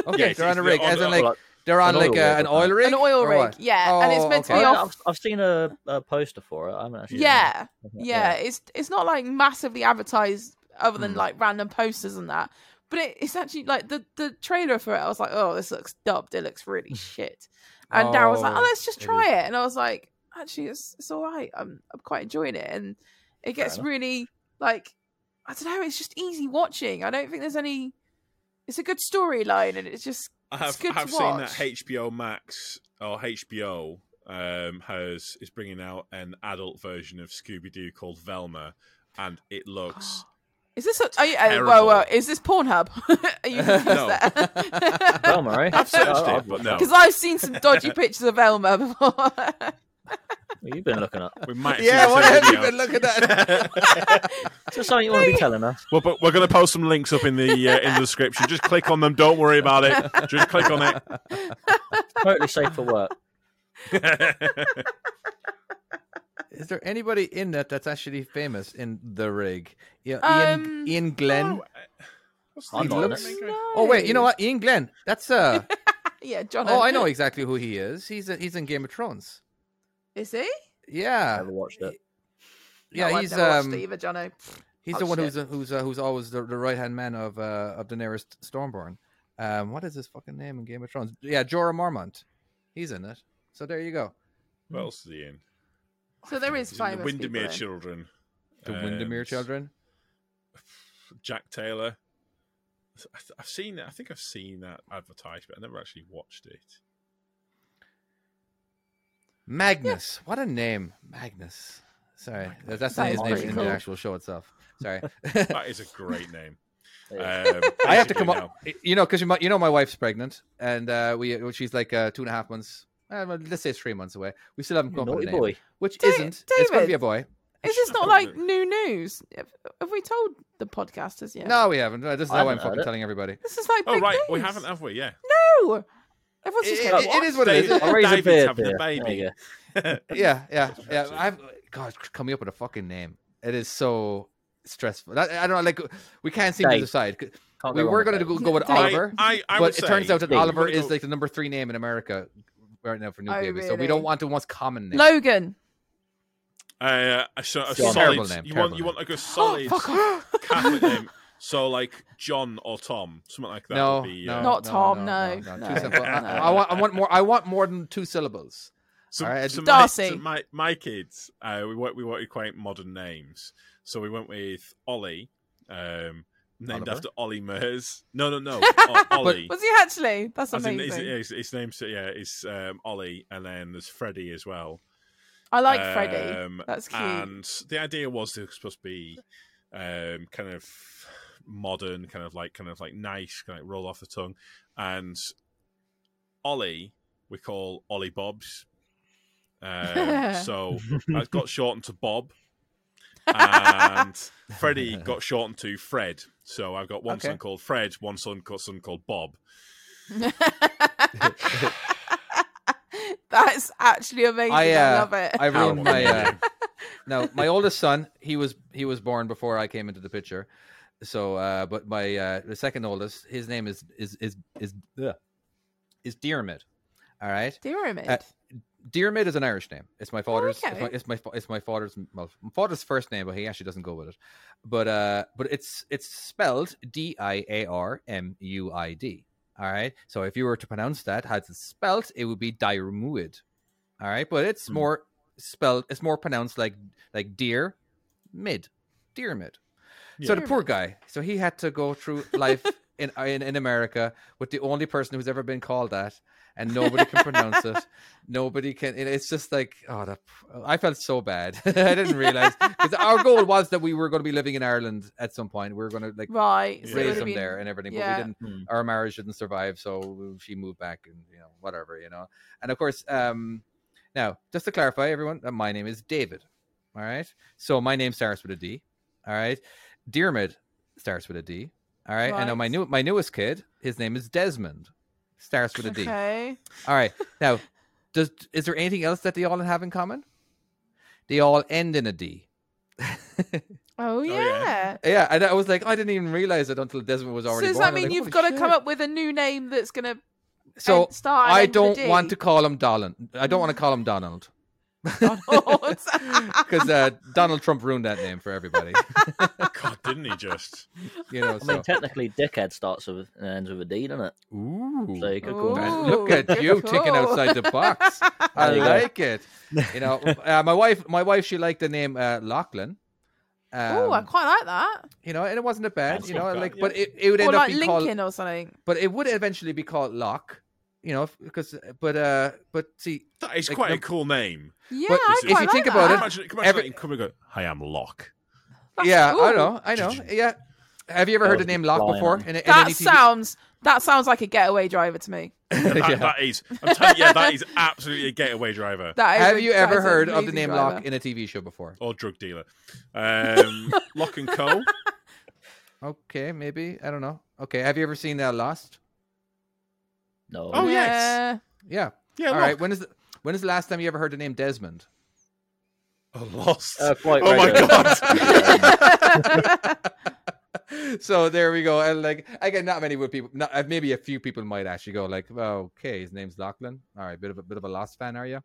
Speaker 3: Okay,
Speaker 1: it's-
Speaker 3: they're on
Speaker 1: it's
Speaker 3: a
Speaker 1: the
Speaker 3: rig,
Speaker 1: on-
Speaker 3: as in
Speaker 1: on-
Speaker 3: like
Speaker 5: like,
Speaker 3: they're on
Speaker 5: an
Speaker 3: like a,
Speaker 5: oil rig
Speaker 3: an
Speaker 5: or
Speaker 3: oil rig,
Speaker 4: An oil
Speaker 3: or
Speaker 4: rig.
Speaker 3: what?
Speaker 4: Yeah. and it's
Speaker 3: Oh,
Speaker 4: meant to
Speaker 3: okay.
Speaker 4: be
Speaker 5: Oh,
Speaker 4: off
Speaker 5: I've, I've seen a, a poster for it. I haven't actually.
Speaker 4: Yeah.
Speaker 5: Yeah.
Speaker 4: yeah, It's it's not like massively advertised other
Speaker 1: Mm.
Speaker 4: than like random posters and that. But it, it's actually like the the trailer for it. I was like, oh, this looks dubbed. It looks really shit. And Darren was like,
Speaker 3: Oh,
Speaker 4: oh, let's just
Speaker 3: it
Speaker 4: try it. And I was like, actually, it's it's all right. I'm I'm quite enjoying it, and it gets
Speaker 5: enough.
Speaker 4: really like I don't know. It's just easy watching. I don't think there's any. It's a good storyline, and it's just
Speaker 1: I have,
Speaker 4: It's good
Speaker 1: I have
Speaker 4: to
Speaker 1: seen
Speaker 4: watch.
Speaker 1: that HBO Max or HBO um, has is bringing out an adult version of Scooby Doo called Velma, and it looks.
Speaker 4: is this a, are you, uh, whoa, whoa,
Speaker 1: Terrible.
Speaker 4: is this Pornhub? are you confused
Speaker 1: No.
Speaker 4: there?
Speaker 5: Velma, right?
Speaker 1: I've searched
Speaker 5: Oh,
Speaker 1: it, but no,
Speaker 4: Because I've seen some dodgy pictures of Elmer before.
Speaker 5: What you've been looking at.
Speaker 1: we might. Have
Speaker 3: Yeah,
Speaker 1: seen
Speaker 3: what
Speaker 1: the same
Speaker 3: have you
Speaker 1: video.
Speaker 3: been looking at?
Speaker 5: Is there something you want to be telling us?
Speaker 1: Well, but we're going to post some links up in the uh, in the description. Just click on them. Don't worry about it. Just click on it.
Speaker 5: Totally safe for work.
Speaker 3: Is there anybody in that that's actually famous in the rig? Yeah,
Speaker 4: Um,
Speaker 3: Ian, Ian Glenn.
Speaker 1: Oh,
Speaker 3: Oh,
Speaker 1: uh, what's
Speaker 5: I'm
Speaker 1: the
Speaker 5: not in
Speaker 1: looks-
Speaker 5: it.
Speaker 3: wait, you know what? Ian Glenn. That's uh.
Speaker 4: Yeah, John.
Speaker 3: oh, I know exactly who he is. He's a, he's in Game of Thrones.
Speaker 4: Is he?
Speaker 3: Yeah,
Speaker 5: Never watched it.
Speaker 3: yeah.
Speaker 4: no,
Speaker 3: he's
Speaker 4: I've never watched
Speaker 3: um.
Speaker 4: it either, Jono.
Speaker 3: He's
Speaker 4: Oh,
Speaker 3: the one
Speaker 4: shit.
Speaker 3: who's who's uh, who's always the, the right hand man of uh, of Daenerys Stormborn. Um, what is his fucking name in Game of Thrones? Yeah, Jorah Mormont. He's in it. So there you go.
Speaker 1: What else is he in?
Speaker 4: So there is
Speaker 1: He's in
Speaker 4: famous
Speaker 1: the Windermere
Speaker 3: eh?
Speaker 4: people.
Speaker 1: Children.
Speaker 3: The
Speaker 1: Um,
Speaker 3: Windermere Children.
Speaker 1: Jack Taylor. I th- I've seen that. I think I've seen that advertised, but I never actually watched it.
Speaker 3: Magnus. What a name, Magnus. Sorry, that- that's not
Speaker 4: That
Speaker 3: his
Speaker 4: is
Speaker 3: name
Speaker 4: pretty
Speaker 3: in
Speaker 4: cool.
Speaker 3: the actual show itself. Sorry,
Speaker 1: That is a great name.
Speaker 5: It
Speaker 1: Um,
Speaker 5: is.
Speaker 3: I have to
Speaker 1: basically
Speaker 3: come
Speaker 1: now-
Speaker 3: up. You know, because you, mi- you know my wife's pregnant, and uh, we well, she's like uh, two and a half months. Uh, well, let's say it's three months away. We still haven't come up with
Speaker 5: Naughty
Speaker 3: a name,
Speaker 5: boy.
Speaker 3: which
Speaker 4: Da-
Speaker 3: isn't. It's going to be
Speaker 4: David.
Speaker 3: a boy.
Speaker 4: Is this not like new news? Have, have we told the podcasters yet?
Speaker 3: No, we haven't. Uh, This is
Speaker 5: I
Speaker 3: how
Speaker 5: haven't
Speaker 3: I'm fucking
Speaker 5: heard it.
Speaker 3: telling everybody.
Speaker 4: This is like
Speaker 1: Oh
Speaker 4: big
Speaker 1: right, we
Speaker 4: news.
Speaker 1: haven't, have we? Yeah.
Speaker 4: No. Everyone's just
Speaker 3: It-
Speaker 4: going,
Speaker 3: it-
Speaker 4: what?
Speaker 3: it is what it is.
Speaker 5: I'll raise a
Speaker 1: David's
Speaker 5: beard
Speaker 1: having
Speaker 5: here.
Speaker 1: a baby.
Speaker 5: There you go.
Speaker 3: Yeah, yeah, yeah.
Speaker 1: impressive.
Speaker 3: I've God, coming up with a fucking name. It is so stressful. That- I, don't know. Like we can't seem to
Speaker 5: Dave.
Speaker 3: decide.
Speaker 5: Can't
Speaker 3: we
Speaker 5: go wrong
Speaker 3: were
Speaker 5: with
Speaker 3: going to go,
Speaker 5: that.
Speaker 3: go with
Speaker 4: Dave.
Speaker 3: Oliver,
Speaker 1: I, I, I would
Speaker 3: but it turns
Speaker 1: say-
Speaker 3: out that
Speaker 5: Dave.
Speaker 3: Oliver
Speaker 1: I'm gonna
Speaker 3: is
Speaker 1: go-
Speaker 3: like the number three name in America right now for new
Speaker 4: Oh,
Speaker 3: babies. So we don't
Speaker 4: really?
Speaker 3: want the one's common name.
Speaker 4: Logan.
Speaker 1: Uh, a, so- a solid.
Speaker 5: John.
Speaker 3: Terrible name,
Speaker 1: you
Speaker 3: terrible
Speaker 1: want you
Speaker 3: name.
Speaker 1: want like a solid
Speaker 4: Oh, fuck off.
Speaker 1: Catholic name. So like John or Tom, something like that.
Speaker 3: no,
Speaker 1: would be,
Speaker 3: no,
Speaker 1: uh,
Speaker 4: Not
Speaker 3: no,
Speaker 4: Tom,
Speaker 3: No,
Speaker 4: no.
Speaker 3: no,
Speaker 4: No,
Speaker 3: Too simple. I,
Speaker 4: no.
Speaker 3: I want, I want more. I want more than two syllables.
Speaker 1: So,
Speaker 3: All right.
Speaker 1: so my,
Speaker 4: Darcy.
Speaker 1: so my my kids, uh, we wa- we wanted quite modern names. So we went with Ollie, um, named
Speaker 3: Oliver?
Speaker 1: after Ollie Mers. No, no, no, o- Ollie.
Speaker 4: Was he actually? That's
Speaker 1: As in,
Speaker 4: amazing.
Speaker 1: his, his, his name's yeah, it's um, Ollie, and then there's Freddie as well.
Speaker 4: I like Freddy.
Speaker 1: Um,
Speaker 4: That's cute.
Speaker 1: And the idea was they were supposed to be um, kind of modern, kind of like kind of like nice, kind of roll off the tongue. And Ollie, we call Ollie Bobs. Um, so I got shortened to Bob, and Freddie got shortened to Fred. So I've got one
Speaker 3: Okay.
Speaker 1: son called Fred, one son called, son called Bob.
Speaker 4: That's actually amazing. I,
Speaker 3: uh,
Speaker 4: love it.
Speaker 3: I ruined
Speaker 1: Horrible.
Speaker 3: my. Uh, no, my oldest son. He was he was born before I came into the picture. So, uh, but my uh, the second oldest, his name is is is is ugh, is Diarmid. All right,
Speaker 4: Pyramid.
Speaker 3: uh, Diarmid is an Irish name. It's my father's.
Speaker 4: okay.
Speaker 3: It's, my, it's my it's my father's well, my father's first name, but he actually doesn't go with it. But uh, but it's it's spelled D I A R M U I D. All right. So if you were to pronounce that as it's spelled, it would be Diarmuid. All right, but it's
Speaker 1: Hmm.
Speaker 3: more spelled. It's more pronounced like like deer, mid, deer mid. So the
Speaker 4: Yeah.
Speaker 3: poor guy. So he had to go through life in, in in America with the only person who's ever been called that, and nobody can pronounce it. Nobody can. it- It's just like oh, the, I felt so bad. I didn't realize because our goal was that we were going to be living in Ireland at some point. We were going to like
Speaker 4: right. So it
Speaker 1: Yeah.
Speaker 4: would
Speaker 3: raise
Speaker 4: have
Speaker 3: them
Speaker 4: been-
Speaker 3: there and everything, but
Speaker 4: yeah.
Speaker 3: we didn't.
Speaker 5: Hmm.
Speaker 3: Our marriage didn't survive, so she moved back and you know whatever you know. And of course, um, now just to clarify, everyone, uh, my name is David. All right, so my name starts with a D. All right, Diarmid starts with a D. All right, and now my
Speaker 4: Right.
Speaker 3: new my newest kid, his name is Desmond, starts with a D.
Speaker 4: Okay.
Speaker 3: All right, now does is there anything else that they all have in common? They all end in a D.
Speaker 4: Oh yeah.
Speaker 1: yeah.
Speaker 3: Yeah, and I was like, "Oh, I didn't even realize it until Desmond was
Speaker 4: So
Speaker 3: already.
Speaker 4: does
Speaker 3: born.
Speaker 4: that
Speaker 3: I'm
Speaker 4: mean
Speaker 3: like,
Speaker 4: you've
Speaker 3: "Holy
Speaker 4: got to
Speaker 3: shit."
Speaker 4: come up with a new name that's gonna
Speaker 3: So
Speaker 4: end, start? and
Speaker 3: I
Speaker 4: end with a
Speaker 3: don't want
Speaker 4: D?
Speaker 3: to call him Donald. I don't want to call him Donald.
Speaker 4: Donald.
Speaker 3: Because uh, Donald Trump ruined that name for everybody.
Speaker 1: God, didn't he just?
Speaker 3: You know,
Speaker 5: I mean,
Speaker 3: so.
Speaker 5: technically, dickhead starts with and ends with a D, doesn't it?
Speaker 3: Ooh.
Speaker 5: So you could call
Speaker 4: Ooh.
Speaker 5: him.
Speaker 3: Look at
Speaker 4: good
Speaker 3: you thinking
Speaker 4: call.
Speaker 3: outside the box. I
Speaker 5: There you go.
Speaker 3: like it. You know, uh, my wife, my wife, she liked the name uh, Lachlan. Um,
Speaker 4: oh, I quite like that.
Speaker 3: you know, and it wasn't a bad,
Speaker 1: That's
Speaker 3: you know,
Speaker 1: not bad,
Speaker 3: like,
Speaker 1: yeah.
Speaker 3: but it, it would
Speaker 4: Or
Speaker 3: end up
Speaker 4: like
Speaker 3: being
Speaker 4: Lincoln
Speaker 3: called
Speaker 4: or something.
Speaker 3: but it would eventually be called Lock, you know, because but uh but see
Speaker 1: That is
Speaker 3: Like,
Speaker 1: quite a
Speaker 3: no-
Speaker 1: cool name.
Speaker 4: Yeah,
Speaker 3: But
Speaker 4: I
Speaker 1: if
Speaker 4: quite
Speaker 1: you
Speaker 4: like
Speaker 3: think
Speaker 4: that.
Speaker 3: about it-
Speaker 1: Imagine, imagine
Speaker 3: Oh, every-
Speaker 1: him coming and go, "Hi, I'm Locke."
Speaker 4: That's
Speaker 3: yeah, I
Speaker 4: cool.
Speaker 3: know, I know. Yeah. Have you ever
Speaker 5: That
Speaker 3: heard the
Speaker 5: was
Speaker 3: name
Speaker 5: just
Speaker 3: Lock
Speaker 5: flying
Speaker 3: before?
Speaker 5: on.
Speaker 3: In, a- in
Speaker 4: That
Speaker 3: any TV
Speaker 4: sounds that sounds like a getaway driver to me.
Speaker 1: And that,
Speaker 3: Yeah.
Speaker 1: that is, I'm telling you, yeah, that is absolutely a getaway driver
Speaker 4: That is
Speaker 3: Have
Speaker 4: a-
Speaker 3: you
Speaker 4: that
Speaker 3: ever
Speaker 4: is an
Speaker 3: heard of the
Speaker 4: amazing
Speaker 3: name
Speaker 4: driver.
Speaker 3: Locke in a TV show before?
Speaker 1: or drug dealer. Um, Lock and Co.
Speaker 3: Okay, maybe I don't know. Okay, have you ever seen uh, Lost?
Speaker 5: No.
Speaker 1: Oh,
Speaker 4: yeah.
Speaker 1: yes.
Speaker 3: Yeah.
Speaker 1: Yeah,
Speaker 3: All right.
Speaker 1: Locke.
Speaker 3: When is the, when is the last time you ever heard the name Desmond?
Speaker 1: Oh, lost.
Speaker 5: Uh, quite
Speaker 1: oh my
Speaker 5: regular.
Speaker 1: god.
Speaker 3: so there we go. And like again, not many would people. Not, uh, maybe a few people might actually go like, well, "Okay, his name's Lachlan. All right, bit of a bit of a Lost fan, are you?"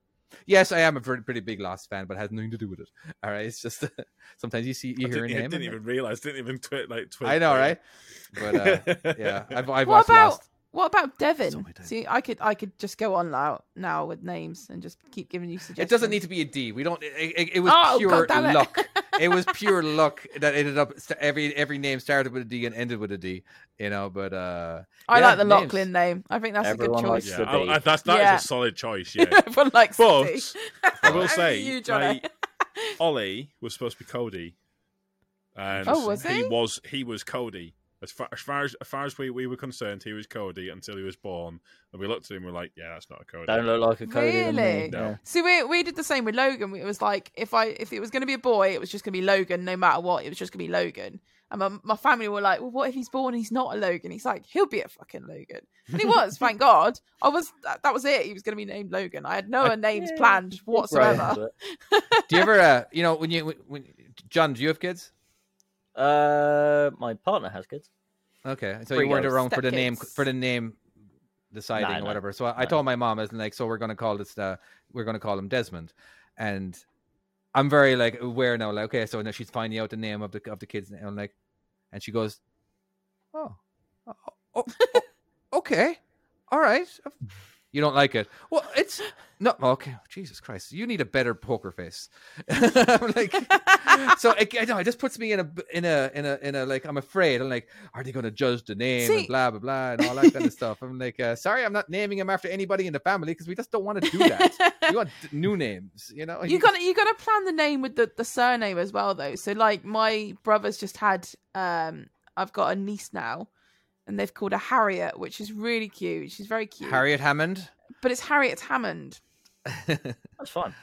Speaker 3: Yes, I am a pretty, pretty big Lost fan, but it has nothing to do with it. All right, it's just sometimes you see
Speaker 1: I
Speaker 3: you hear a
Speaker 1: didn't, I
Speaker 3: name.
Speaker 1: didn't
Speaker 3: and-
Speaker 1: even realize. Didn't even tweet like tweet.
Speaker 3: I know, right? But uh, yeah, I've, I've watched
Speaker 4: What about
Speaker 3: Lost.
Speaker 4: what about Devon?
Speaker 3: Sorry, Dave.
Speaker 4: See, I could I could just go on now now with names and just keep giving you
Speaker 3: It
Speaker 4: suggestions.
Speaker 3: doesn't need to be a D. We don't. It, it, it was
Speaker 4: Oh,
Speaker 3: pure
Speaker 4: God damn it.
Speaker 3: luck. It was pure luck that ended up st- every every name started with a D and ended with a D. You know, but uh
Speaker 4: I
Speaker 3: yeah,
Speaker 4: like the
Speaker 3: names.
Speaker 4: Lachlan name. I think that's a
Speaker 5: Everyone
Speaker 4: good
Speaker 5: likes
Speaker 4: choice.
Speaker 1: Yeah,
Speaker 5: Should
Speaker 1: I-
Speaker 5: be.
Speaker 1: I- that's that is
Speaker 4: Yeah.
Speaker 1: a solid choice. Yeah,
Speaker 4: Everyone likes
Speaker 1: but
Speaker 4: it.
Speaker 1: I will
Speaker 4: Only
Speaker 1: say,
Speaker 4: you, Johnny.
Speaker 1: my- Ollie was supposed to be Cody, and
Speaker 4: Oh, was
Speaker 1: he
Speaker 4: he?
Speaker 1: was he was Cody. As far, as far as as far as we, we were concerned, he was Cody until he was born, and we looked at him. and We're like, yeah, that's not a Cody.
Speaker 5: Don't look like a Cody to me.
Speaker 4: Really?
Speaker 1: No.
Speaker 5: Yeah.
Speaker 4: See, we we did the same with Logan. It was like if I if it was going to be a boy, it was just going to be Logan, no matter what. It was just going to be Logan. And my, my family were like, "Well, what if he's born? and He's not a Logan. He's like, he'll be a fucking Logan." And he was, thank God. I was. That, that was it. He was going to be named Logan. I had no names planned
Speaker 5: Right.
Speaker 4: whatsoever.
Speaker 3: Do you ever, uh, you know, when you when, when John, do you have kids?
Speaker 5: Uh, my partner has kids.
Speaker 3: Okay, so
Speaker 5: Three
Speaker 3: you weren't
Speaker 5: girls.
Speaker 3: around for the name
Speaker 4: Stepkids.
Speaker 3: for the name deciding
Speaker 5: Nah,
Speaker 3: or
Speaker 5: nah,
Speaker 3: whatever. So I, I
Speaker 5: nah.
Speaker 3: told my mom, I was like, so we're gonna call this, uh, we're gonna call him Desmond, and I'm very like aware now, like okay, so now she's finding out the name of the of the kids, and I'm like, and she goes, oh, oh, oh, oh, okay, all right, You don't like it. Well, it's no. Okay, Jesus Christ, you need a better poker face. like, so I, I know it just puts me in a in a in a in a like I'm afraid. I'm like, are they going to judge the name
Speaker 4: See-
Speaker 3: and blah blah blah and all that kind of stuff. I'm like, uh, sorry, I'm not naming him after anybody in the family because we just don't want to do that. we want d- new names, you know.
Speaker 4: you gotta you gotta plan the name with the, the surname as well though so like my brother's just had um i've got a niece now and they've called her harriet which is really cute she's very cute
Speaker 3: Harriet Hammond.
Speaker 4: but it's harriet hammond
Speaker 5: That's fine.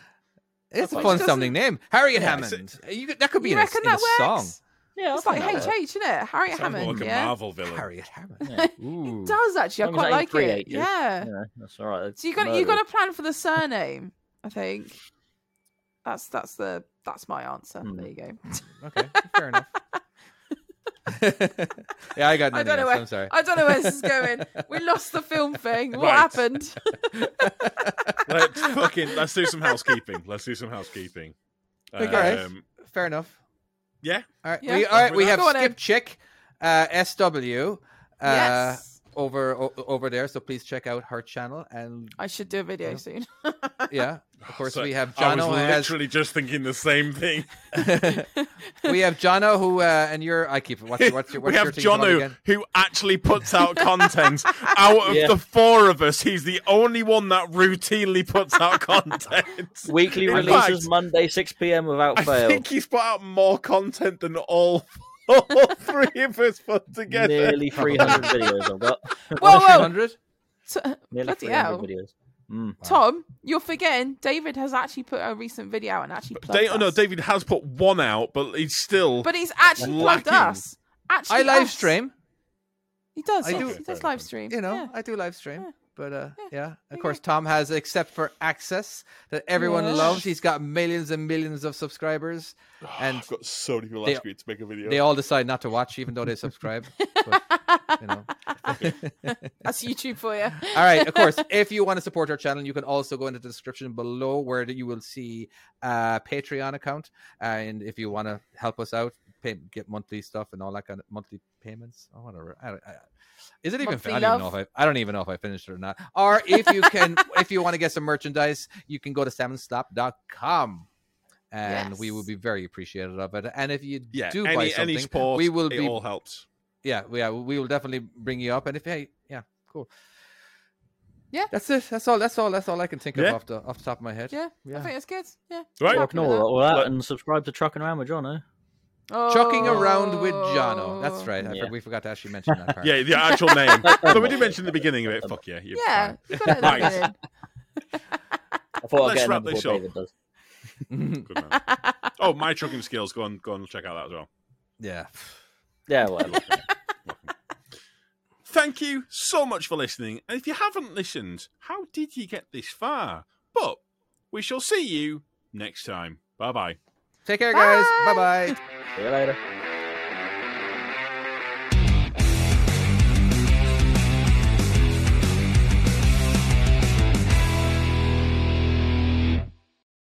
Speaker 3: It's a
Speaker 4: Which
Speaker 3: fun sounding name, Harriet
Speaker 1: Yeah, it's a-
Speaker 3: Hammond. Uh, You, could- that could be
Speaker 4: you
Speaker 3: in a, s-
Speaker 4: reckon
Speaker 3: in a
Speaker 4: that works
Speaker 3: song.
Speaker 5: Yeah,
Speaker 4: it's like
Speaker 5: hey,
Speaker 4: hh isn't it harriet
Speaker 1: Sounds more
Speaker 4: hammond
Speaker 1: like a
Speaker 4: yeah
Speaker 1: Marvel villain.
Speaker 3: Harriet Hammond.
Speaker 5: Yeah.
Speaker 3: Ooh.
Speaker 4: it does actually i
Speaker 5: As long as
Speaker 4: quite
Speaker 5: it
Speaker 4: like
Speaker 5: ain't three
Speaker 4: it
Speaker 5: H's.
Speaker 4: yeah
Speaker 5: that's all right.
Speaker 4: so you gotta you gotta plan for the surname i think that's that's the that's my answer
Speaker 5: Hmm.
Speaker 4: there you go
Speaker 3: Okay, fair enough. yeah, I got
Speaker 4: I
Speaker 3: nothing
Speaker 4: don't know
Speaker 3: else.
Speaker 4: where-
Speaker 3: I'm sorry.
Speaker 4: i don't know where this is going we lost the film thing what
Speaker 1: Right.
Speaker 4: happened
Speaker 1: Let's fucking let's do some housekeeping. Let's do some housekeeping. Um,
Speaker 3: Okay. Alright. fair enough.
Speaker 1: yeah.
Speaker 3: All right,
Speaker 4: Yeah.
Speaker 3: we, all right, we
Speaker 1: Go
Speaker 3: have
Speaker 4: on, Em.
Speaker 3: Skip Chick, uh, SW, uh,
Speaker 4: yes
Speaker 3: over o- over there. So please check out her channel. And
Speaker 4: I should do a video
Speaker 3: Yeah.
Speaker 4: soon.
Speaker 3: yeah, of course
Speaker 1: So
Speaker 3: we have
Speaker 1: I
Speaker 3: Jono.
Speaker 1: was
Speaker 3: who has
Speaker 1: literally just thinking the same thing.
Speaker 3: we have Jono who uh, and your I keep what's your what's your what's
Speaker 1: we have
Speaker 3: your team's name
Speaker 1: Jono,
Speaker 3: again?
Speaker 1: who actually puts out content. out of
Speaker 5: Yeah.
Speaker 1: the four of us, he's the only one that routinely puts out content.
Speaker 5: Weekly
Speaker 1: In
Speaker 5: releases
Speaker 1: fact,
Speaker 5: Monday, 6 p.m. without
Speaker 1: I
Speaker 5: fail.
Speaker 1: think he's put out more content than all, all three of us put together.
Speaker 5: Nearly 300 videos I've got.
Speaker 4: Whoa, whoa,
Speaker 3: 300?
Speaker 4: T-
Speaker 5: Nearly
Speaker 4: Bloody
Speaker 5: 300
Speaker 4: hell.
Speaker 5: videos. Mm.
Speaker 4: Tom, you're forgetting David has actually put a recent video out and actually plugged
Speaker 1: Da- oh,
Speaker 4: us.
Speaker 1: no, David has put one out, but he's still.
Speaker 4: but he's actually plugged
Speaker 1: Lacking.
Speaker 4: us. Actually,
Speaker 3: I live
Speaker 4: us.
Speaker 3: stream.
Speaker 4: He does.
Speaker 3: I
Speaker 4: yes,
Speaker 3: do.
Speaker 4: He does live stream.
Speaker 3: you know
Speaker 4: yeah.
Speaker 3: i do live stream
Speaker 4: Yeah.
Speaker 3: but uh
Speaker 4: Yeah.
Speaker 3: yeah,
Speaker 4: you
Speaker 3: of course
Speaker 4: go.
Speaker 3: tom has except for access that everyone
Speaker 4: Yeah.
Speaker 3: loves he's got millions and millions of subscribers and
Speaker 1: I've got so many people
Speaker 3: They-
Speaker 1: asking me to make a video.
Speaker 3: they all decide not to watch even though they subscribe but, you know
Speaker 4: That's YouTube for you.
Speaker 3: all right of course if you want to support our channel you can also go into the description below where that you will see a patreon account and if you want to help us out pay, get monthly stuff and all that kind of monthly payments or whatever I don't, I, is it even
Speaker 4: Monthly
Speaker 3: I don't even know if I, I don't even know if I finished it or not or if you can if you want to get some merchandise you can go to salmonstop.com and we will
Speaker 4: Yes.
Speaker 3: be very appreciative of it and if you
Speaker 1: yeah,
Speaker 3: do
Speaker 1: any,
Speaker 3: buy
Speaker 1: any
Speaker 3: something
Speaker 1: support,
Speaker 3: we will
Speaker 1: it
Speaker 3: be
Speaker 1: all helps.
Speaker 3: yeah, we- yeah, we will definitely bring you up. And if hey, yeah, cool.
Speaker 4: Yeah.
Speaker 3: that's it. That's all. That's all. That's all I can think
Speaker 1: Yeah.
Speaker 3: of off the off the top of my head.
Speaker 4: Yeah, I
Speaker 3: Yeah.
Speaker 4: think that's good. Yeah.
Speaker 1: Right.
Speaker 4: I'm
Speaker 5: Or
Speaker 4: happy with
Speaker 5: ignore all that
Speaker 1: Look.
Speaker 5: and subscribe to Trucking Around with John, eh?
Speaker 4: that.
Speaker 3: Chucking around with Jono. That's
Speaker 4: Oh.
Speaker 3: right. I
Speaker 5: Yeah.
Speaker 3: for- we forgot to actually mention that part.
Speaker 1: Yeah, the actual name.
Speaker 5: Don't
Speaker 1: but we did
Speaker 5: worry.
Speaker 1: mention at the beginning of it. Fuck yeah. you're
Speaker 4: Yeah,
Speaker 1: fine.
Speaker 4: you got it that
Speaker 1: Right.
Speaker 4: bit in.
Speaker 5: I thought I'd
Speaker 1: Let's
Speaker 5: get
Speaker 1: wrap
Speaker 5: in before
Speaker 1: this up.
Speaker 5: David does.
Speaker 1: Good man. Oh, my trucking skills. Go on, go on, check out that as well.
Speaker 3: yeah.
Speaker 5: Yeah, whatever.
Speaker 1: Thank you so much for listening. And if you haven't listened, how did you get this far? But we shall see you next time. Bye bye.
Speaker 3: Take care, guys.
Speaker 4: Bye.
Speaker 3: Bye bye.
Speaker 5: See you later.